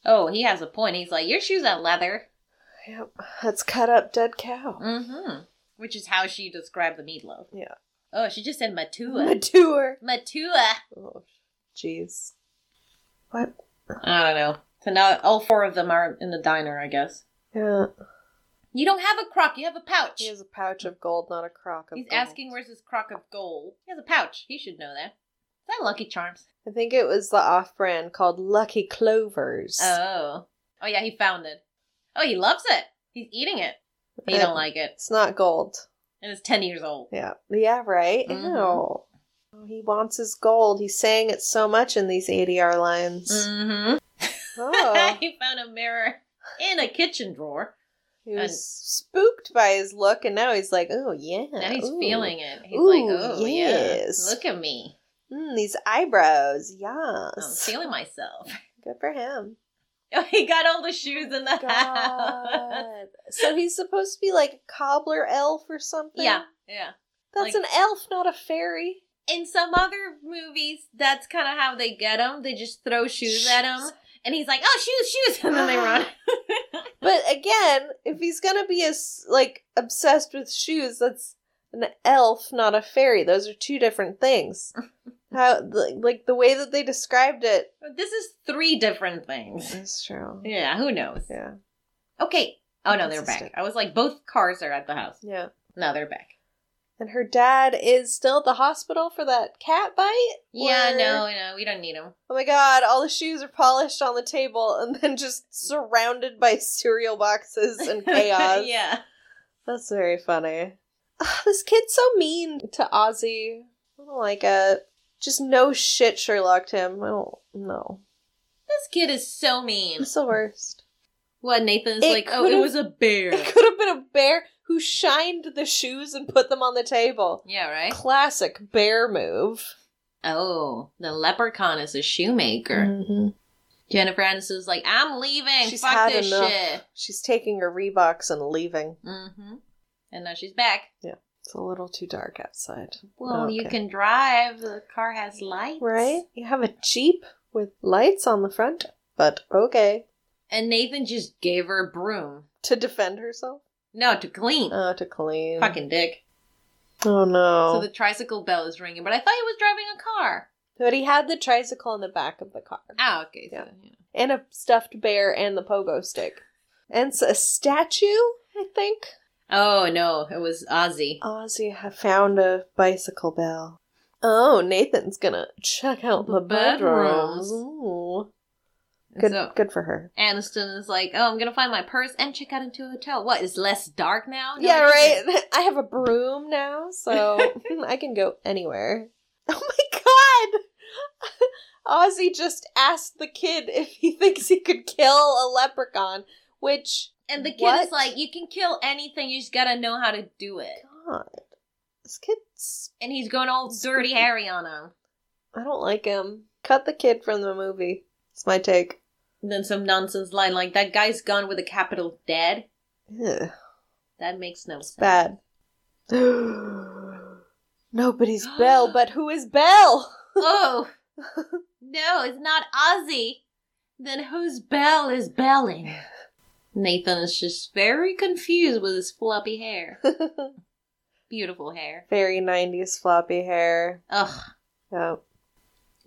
Speaker 2: Oh, he has a point. He's like, "Your shoes are leather."
Speaker 1: Yep. Let's cut up dead cow.
Speaker 2: Mm-hmm. Which is how she described the meatloaf.
Speaker 1: Yeah.
Speaker 2: Oh, she just said matua.
Speaker 1: Mature.
Speaker 2: matua.
Speaker 1: Oh, jeez.
Speaker 2: I don't know. So now all four of them are in the diner, I guess.
Speaker 1: Yeah.
Speaker 2: You don't have a crock. You have a pouch.
Speaker 1: He has a pouch of gold, not a crock of
Speaker 2: He's
Speaker 1: gold.
Speaker 2: asking where's his crock of gold. He has a pouch. He should know that. Is that Lucky Charms?
Speaker 1: I think it was the off brand called Lucky Clovers.
Speaker 2: Oh. Oh yeah, he found it. Oh, he loves it. He's eating it. He don't
Speaker 1: Uh,
Speaker 2: like it.
Speaker 1: It's not gold.
Speaker 2: And it's ten years old.
Speaker 1: Yeah. Yeah, right?
Speaker 2: Mhm.
Speaker 1: Ew. Oh, he wants his gold. He's saying it so much in these ADR lines.
Speaker 2: Mm-hmm. [LAUGHS]
Speaker 1: Oh.
Speaker 2: he found a mirror in a kitchen drawer.
Speaker 1: He was spooked by his look, and now he's like, oh, yeah.
Speaker 2: Now he's
Speaker 1: ooh.
Speaker 2: feeling it. He's
Speaker 1: Ooh,
Speaker 2: like, oh
Speaker 1: yes.
Speaker 2: yeah, look at me.
Speaker 1: Mm, these eyebrows.
Speaker 2: I'm
Speaker 1: Yes.
Speaker 2: feeling myself. [LAUGHS]
Speaker 1: Good for him.
Speaker 2: Oh, he got all the shoes in the house. [LAUGHS]
Speaker 1: God. so he's supposed to be like a cobbler elf or something?
Speaker 2: Yeah, yeah.
Speaker 1: That's
Speaker 2: Like-
Speaker 1: an elf, not a fairy.
Speaker 2: In some other movies, that's kind of how they get him. They just throw shoes at him, and he's like, "Oh, shoes, [LAUGHS] shoes!"
Speaker 1: [GASPS]
Speaker 2: And then they run.
Speaker 1: But again, if he's gonna be as like obsessed with shoes, that's an elf, not a fairy. Those are two different
Speaker 2: [LAUGHS]
Speaker 1: things. How like, like the way that they described it.
Speaker 2: This is three different things.
Speaker 1: That's true.
Speaker 2: Yeah, who knows?
Speaker 1: Yeah.
Speaker 2: Okay. Oh no, they're
Speaker 1: Inconsistent.
Speaker 2: back. I was like, both cars are at the house.
Speaker 1: Yeah.
Speaker 2: No, they're back.
Speaker 1: And her dad is still at the hospital for that cat bite.
Speaker 2: Yeah,
Speaker 1: Or-
Speaker 2: no, no, we don't need them.
Speaker 1: Oh my god, all the shoes are polished on the table and then just surrounded by cereal boxes and chaos.
Speaker 2: [LAUGHS] yeah.
Speaker 1: That's very funny. Ugh, this kid's so mean to Ozzy. I don't like it. Just no shit Sherlocked him. I don't know.
Speaker 2: This kid is so mean.
Speaker 1: It's the worst. [LAUGHS]
Speaker 2: What Nathan's
Speaker 1: It
Speaker 2: like? Oh, it
Speaker 1: could've-
Speaker 2: was a bear.
Speaker 1: It could have been a bear who shined the shoes and put them on the table.
Speaker 2: yeah, right.
Speaker 1: Classic bear move.
Speaker 2: Oh, the leprechaun is a shoemaker.
Speaker 1: Mm-hmm.
Speaker 2: Jennifer Aniston's like, I'm leaving.
Speaker 1: She's
Speaker 2: Fuck
Speaker 1: had
Speaker 2: this
Speaker 1: enough.
Speaker 2: shit.
Speaker 1: She's taking her Reeboks and leaving.
Speaker 2: Mm-hmm. And now she's back.
Speaker 1: It's a little too dark outside.
Speaker 2: Well, you
Speaker 1: Okay.
Speaker 2: can drive. The car has lights.
Speaker 1: Right? You have a Jeep with lights on the front, but okay.
Speaker 2: And Nathan just gave her a broom.
Speaker 1: To defend herself?
Speaker 2: No, to clean.
Speaker 1: Oh, to clean.
Speaker 2: Fucking dick.
Speaker 1: Oh no.
Speaker 2: So the tricycle bell is ringing, but I thought he was driving a car.
Speaker 1: But he had the tricycle in the back of the car,
Speaker 2: Ah, okay. So,
Speaker 1: Yeah.
Speaker 2: yeah.
Speaker 1: and a stuffed bear, and the pogo stick, and s- a statue. I think
Speaker 2: Oh, no. It was
Speaker 1: Uh,
Speaker 2: Ozzy.
Speaker 1: Ozzy ha- found a bicycle bell. Oh, Nathan's gonna check out the,
Speaker 2: The
Speaker 1: bedrooms.
Speaker 2: bedrooms.
Speaker 1: Ooh.
Speaker 2: And
Speaker 1: Good,
Speaker 2: So
Speaker 1: good for her.
Speaker 2: Aniston is like, oh, I'm going to find my purse and check out into a hotel. What, is less dark now? Oh, No,
Speaker 1: yeah,
Speaker 2: it
Speaker 1: right. [LAUGHS]
Speaker 2: isn't.
Speaker 1: I have a broom now,
Speaker 2: [LAUGHS]
Speaker 1: so [LAUGHS] I can go anywhere. Oh my god! [LAUGHS] Ozzy just asked the kid if he [LAUGHS] thinks he could kill a leprechaun, which
Speaker 2: And the kid
Speaker 1: What?
Speaker 2: is like, you can kill anything. You just got to know how to do it.
Speaker 1: God. This kid's.
Speaker 2: And he's going all dirty
Speaker 1: Spooky.
Speaker 2: Harry on him.
Speaker 1: I don't like him. Cut the kid from the movie. It's my take.
Speaker 2: And then some nonsense line like, that guy's gone with a capital dead.
Speaker 1: Ugh,
Speaker 2: That makes no sense.
Speaker 1: bad. [GASPS] Nobody's
Speaker 2: [GASPS]
Speaker 1: Belle, but who is Belle? [LAUGHS]
Speaker 2: oh no, it's not Ozzy. Then whose bell is belling? Nathan is just very confused with his floppy hair. Beautiful hair.
Speaker 1: Very 90s floppy hair.
Speaker 2: Ugh.
Speaker 1: Yep.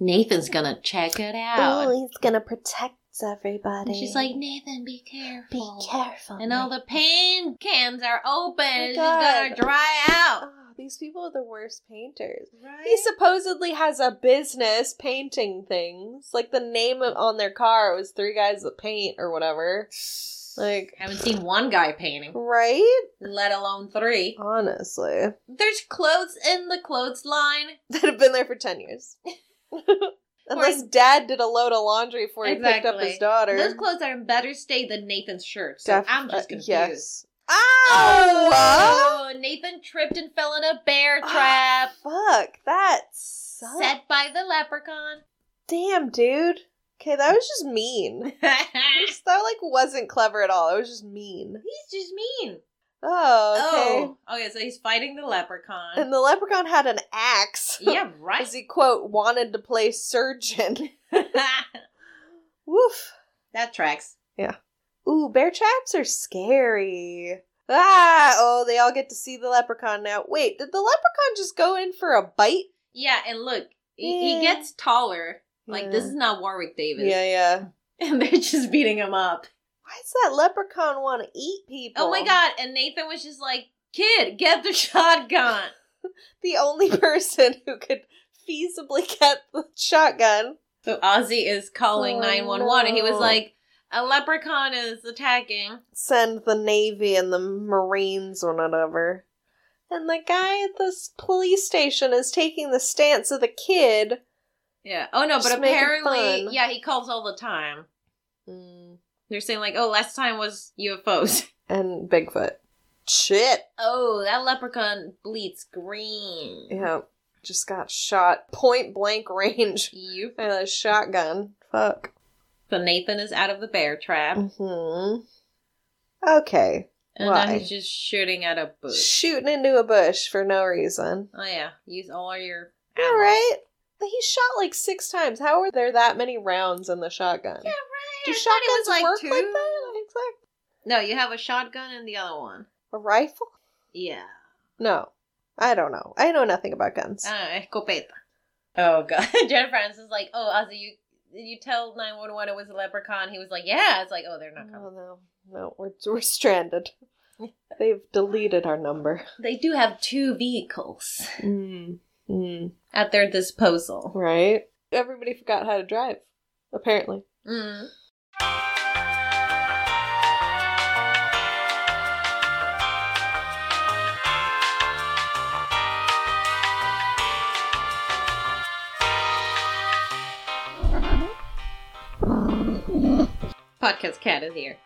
Speaker 2: Nathan's gonna check it out.
Speaker 1: Oh, he's gonna protect everybody.
Speaker 2: Oh, And she's like, Nathan, be careful.
Speaker 1: careful.
Speaker 2: And all the paint cans are open. It's
Speaker 1: God.
Speaker 2: gonna dry out.
Speaker 1: Oh, these people are the worst painters.
Speaker 4: Right?
Speaker 1: He supposedly has a business painting things. Like the name of, on their car was Three Guys That Paint or whatever. Like,
Speaker 2: haven't seen one guy painting,
Speaker 1: right?
Speaker 2: let alone three.
Speaker 1: Honestly, [LAUGHS]
Speaker 2: There's clothes in the clothesline.
Speaker 1: that have been there for ten years. [LAUGHS] Unless Dad did a load of laundry before he picked up his
Speaker 2: Exactly.
Speaker 1: daughter.
Speaker 2: Those clothes are in better state than Nathan's shirt. So
Speaker 1: Def-
Speaker 2: I'm
Speaker 1: uh,
Speaker 2: just confused.
Speaker 1: Yes. Ah! Ow!
Speaker 2: Oh, Nathan tripped and fell in a bear
Speaker 1: Ah,
Speaker 2: trap Oh!
Speaker 1: Fuck that. Sucks.
Speaker 2: set by the
Speaker 1: [LAUGHS]
Speaker 2: leprechaun.
Speaker 1: Damn, dude. Okay, that was just
Speaker 2: [LAUGHS]
Speaker 1: mean.
Speaker 2: He's
Speaker 1: that like wasn't clever at all. It was just mean.
Speaker 2: just mean.
Speaker 1: Oh, okay.
Speaker 2: Oh, okay. So he's fighting the leprechaun.
Speaker 1: And the leprechaun had an axe.
Speaker 2: [LAUGHS] yeah,
Speaker 1: [LAUGHS]
Speaker 2: right.
Speaker 1: As he quote wanted to play surgeon. [LAUGHS] Woof.
Speaker 2: [LAUGHS] that tracks.
Speaker 1: Ooh, bear traps are scary. Ah, oh, they all get to see the leprechaun now. Wait, did the leprechaun just go in for a bite?
Speaker 2: Yeah, and look, he,
Speaker 1: Yeah.
Speaker 2: he gets taller. Like
Speaker 1: Yeah.
Speaker 2: this is not Warwick Davis.
Speaker 1: Yeah, yeah.
Speaker 2: [LAUGHS] and they're just beating him up.
Speaker 1: Why does that leprechaun want to eat people?
Speaker 2: Oh my god! And Nathan was just like, "Kid, get the [LAUGHS] shotgun."
Speaker 1: The only [LAUGHS] person who could feasibly get the shotgun.
Speaker 2: So Ozzy is calling
Speaker 1: Oh,
Speaker 2: 911 and he
Speaker 1: no.
Speaker 2: was like, a leprechaun is attacking.
Speaker 1: Send the navy and the marines or whatever. And the guy at this police station is taking the stance of the kid.
Speaker 2: Yeah. Oh no,
Speaker 1: Just
Speaker 2: but
Speaker 1: make it
Speaker 2: apparently,
Speaker 1: fun.
Speaker 2: yeah, he calls all the time.
Speaker 1: Mm.
Speaker 2: They're saying like, oh, last time was [LAUGHS] UFOs.
Speaker 1: And Bigfoot. Shit.
Speaker 2: Oh, that leprechaun bleeds green.
Speaker 1: Yeah, just got shot point blank range [LAUGHS]
Speaker 2: You.
Speaker 1: by a shotgun. Fuck.
Speaker 2: So Nathan is out of the bear trap. And
Speaker 1: hmm Okay, Why?
Speaker 2: now he's just shooting at a bush.
Speaker 1: shooting into a bush for no reason.
Speaker 2: Oh yeah, use all your.
Speaker 1: All
Speaker 2: ammo.
Speaker 1: right. But He shot like six times. How are there that many rounds in the shotgun?
Speaker 2: Yeah, right.
Speaker 1: Do
Speaker 2: I thought it
Speaker 1: shotguns
Speaker 2: was, like,
Speaker 1: work
Speaker 2: two.
Speaker 1: like that? Exactly.
Speaker 2: No, you have a shotgun and the other one.
Speaker 1: A rifle?
Speaker 2: Yeah.
Speaker 1: No, I don't know. I know nothing about guns.
Speaker 2: Ah, escopeta. Oh god, [LAUGHS] Jennifer Aniston's like, oh Ozzy, you did you tell nine one one it was a leprechaun? He was like, yeah. It's like, oh, they're not coming.
Speaker 1: oh no, no, we're we're stranded.
Speaker 2: [LAUGHS]
Speaker 1: They've deleted our number.
Speaker 2: They do have two vehicles Hmm.
Speaker 1: Mm. Mm.
Speaker 2: at their disposal.
Speaker 1: Right? Everybody forgot how to drive, apparently.
Speaker 2: Mm. Podcast cat is here.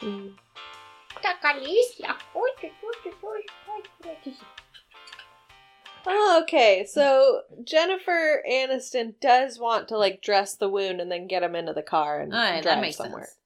Speaker 1: Oh, okay, so Jennifer Aniston does want to like dress the wound and then get him into the car and
Speaker 2: All right,
Speaker 1: drive
Speaker 2: that makes
Speaker 1: somewhere.
Speaker 2: sense.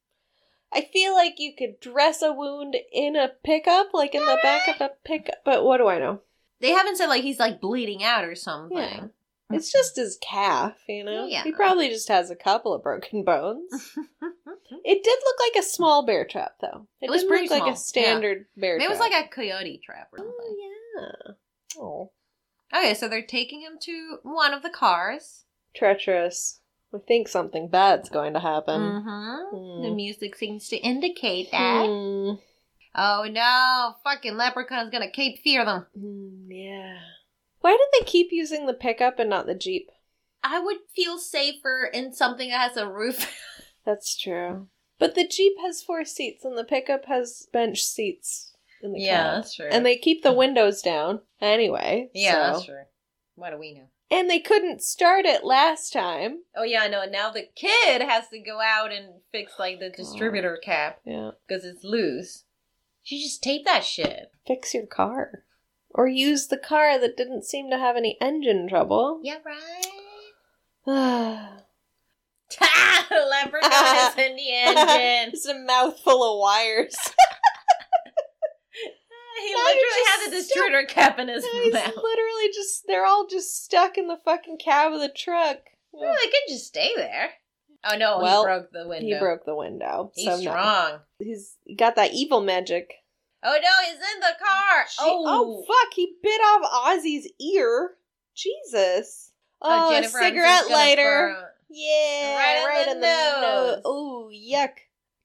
Speaker 1: I feel like you could dress a wound in a pickup, like in the back of a pickup. But what do I know?
Speaker 2: They haven't said like he's like bleeding out or something.
Speaker 1: Yeah. It's just his calf, you know.
Speaker 2: mm-hmm. Yeah.
Speaker 1: He probably just has a couple of broken
Speaker 2: [LAUGHS]
Speaker 1: bones.
Speaker 2: Mm-hmm.
Speaker 1: it did look like a small bear trap, though. It,
Speaker 2: It was
Speaker 1: didn't
Speaker 2: pretty
Speaker 1: look like
Speaker 2: small,
Speaker 1: a standard bear trap.
Speaker 2: It was like a coyote trap or something.
Speaker 1: Oh yeah. Oh,
Speaker 2: Okay, so they're taking him to one of the cars.
Speaker 1: treacherous. We think something bad's going to happen.
Speaker 2: mm-hmm.
Speaker 1: Hmm.
Speaker 2: The music seems to indicate that.
Speaker 1: Hmm.
Speaker 2: Oh no, fucking leprechaun's gonna cape fear them.
Speaker 1: Mm, yeah. Why did they keep using the pickup and not the Jeep?
Speaker 2: I would feel safer in something that has a roof. [LAUGHS]
Speaker 1: That's true. But the Jeep has four seats and the pickup has bench seats in the cab.
Speaker 2: that's true.
Speaker 1: And they keep the windows down anyway.
Speaker 2: yeah,
Speaker 1: so-
Speaker 2: that's true. What do we know?
Speaker 1: And they couldn't start it last time.
Speaker 2: Oh yeah, I know. And Now the kid has to go out and fix like the distributor cap
Speaker 1: Yeah.
Speaker 2: because it's loose. She just taped that shit.
Speaker 1: Fix your car. Or use the car that didn't seem to have any engine trouble.
Speaker 2: Yeah, right.
Speaker 1: [SIGHS] it's
Speaker 2: Ta! [LAUGHS] Leprechaun is in the
Speaker 1: [LAUGHS] a
Speaker 2: engine.
Speaker 1: mouthful of
Speaker 2: [LAUGHS]
Speaker 1: wires.
Speaker 2: He
Speaker 1: Now you're
Speaker 2: literally
Speaker 1: just
Speaker 2: had the distributor cap
Speaker 1: [LAUGHS]
Speaker 2: in his
Speaker 1: He's
Speaker 2: mouth.
Speaker 1: literally just, they're all just stuck in the fucking cab of the truck.
Speaker 2: Well, they could just stay there. Oh no,
Speaker 1: Well,
Speaker 2: he broke the window.
Speaker 1: He broke the window.
Speaker 2: He's
Speaker 1: so no.
Speaker 2: strong.
Speaker 1: He's got that evil magic.
Speaker 2: Oh no, he's in the car.
Speaker 1: She-
Speaker 2: oh,
Speaker 1: oh. fuck! He bit off Ozzy's ear. Jesus!
Speaker 2: Oh,
Speaker 1: Oh, a
Speaker 2: Jennifer Aniston's
Speaker 1: cigarette
Speaker 2: gonna
Speaker 1: lighter.
Speaker 2: burn.
Speaker 1: Yeah,
Speaker 2: Right on the nose.
Speaker 1: Oh, yuck!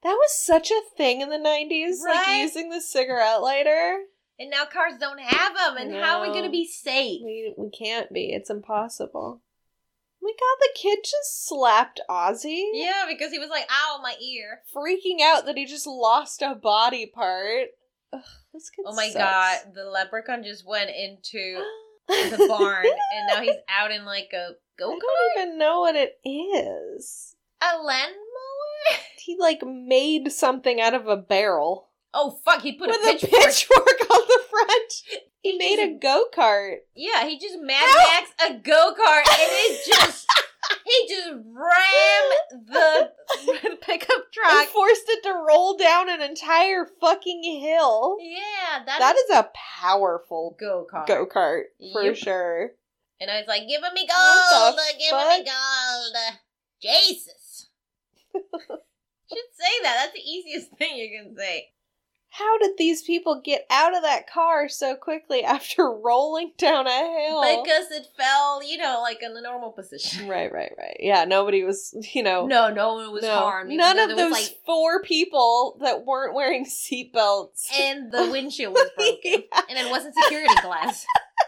Speaker 1: That was such a thing in the nineties,
Speaker 2: Right?
Speaker 1: like using the cigarette lighter.
Speaker 2: And now cars don't have them. And how are we
Speaker 1: No.
Speaker 2: gonna be safe?
Speaker 1: We we can't be. It's impossible. Oh my God, the kid just slapped Ozzy.
Speaker 2: Yeah, because he was like, "Ow, my ear."
Speaker 1: freaking out that he just lost a body part. Ugh, this kid
Speaker 2: Oh my
Speaker 1: sucks. [LAUGHS]
Speaker 2: god, the leprechaun just went into the barn, and now he's out in like a
Speaker 1: I
Speaker 2: go kart,
Speaker 1: don't even know what it is.
Speaker 2: a lawnmower.
Speaker 1: He like made something out of a barrel
Speaker 2: Oh fuck, he put
Speaker 1: with
Speaker 2: a
Speaker 1: a
Speaker 2: pitchfork.
Speaker 1: pitchfork [LAUGHS] on the front. He,
Speaker 2: [LAUGHS] He
Speaker 1: made
Speaker 2: just-
Speaker 1: a go kart.
Speaker 2: Yeah, he just Mad Max a go kart, and
Speaker 1: [LAUGHS]
Speaker 2: it just he just rammed
Speaker 1: [LAUGHS]
Speaker 2: the, the pickup
Speaker 1: and
Speaker 2: truck.
Speaker 1: forced it to roll down an entire fucking hill.
Speaker 2: Yeah, that's
Speaker 1: That is a powerful
Speaker 2: go kart.
Speaker 1: go kart for
Speaker 2: Yep.
Speaker 1: sure.
Speaker 2: And I was like, give me
Speaker 1: What
Speaker 2: gold, uh,
Speaker 1: the
Speaker 2: give me
Speaker 1: fuck?
Speaker 2: gold. uh,
Speaker 1: [LAUGHS]
Speaker 2: Jesus. Should say that. That's the easiest thing you can say.
Speaker 1: How did these people get out of that car so quickly [LAUGHS] after rolling down a hill?
Speaker 2: Because it fell, you know, like in the normal position.
Speaker 1: Right, right, right. Yeah, nobody was, you know.
Speaker 2: No, no one was
Speaker 1: no.
Speaker 2: harmed. even
Speaker 1: None
Speaker 2: though
Speaker 1: of
Speaker 2: there
Speaker 1: those
Speaker 2: was, like-
Speaker 1: four people that weren't wearing [LAUGHS] seatbelts. [LAUGHS]
Speaker 2: and the windshield
Speaker 1: Oh
Speaker 2: was broken. And it wasn't security glass.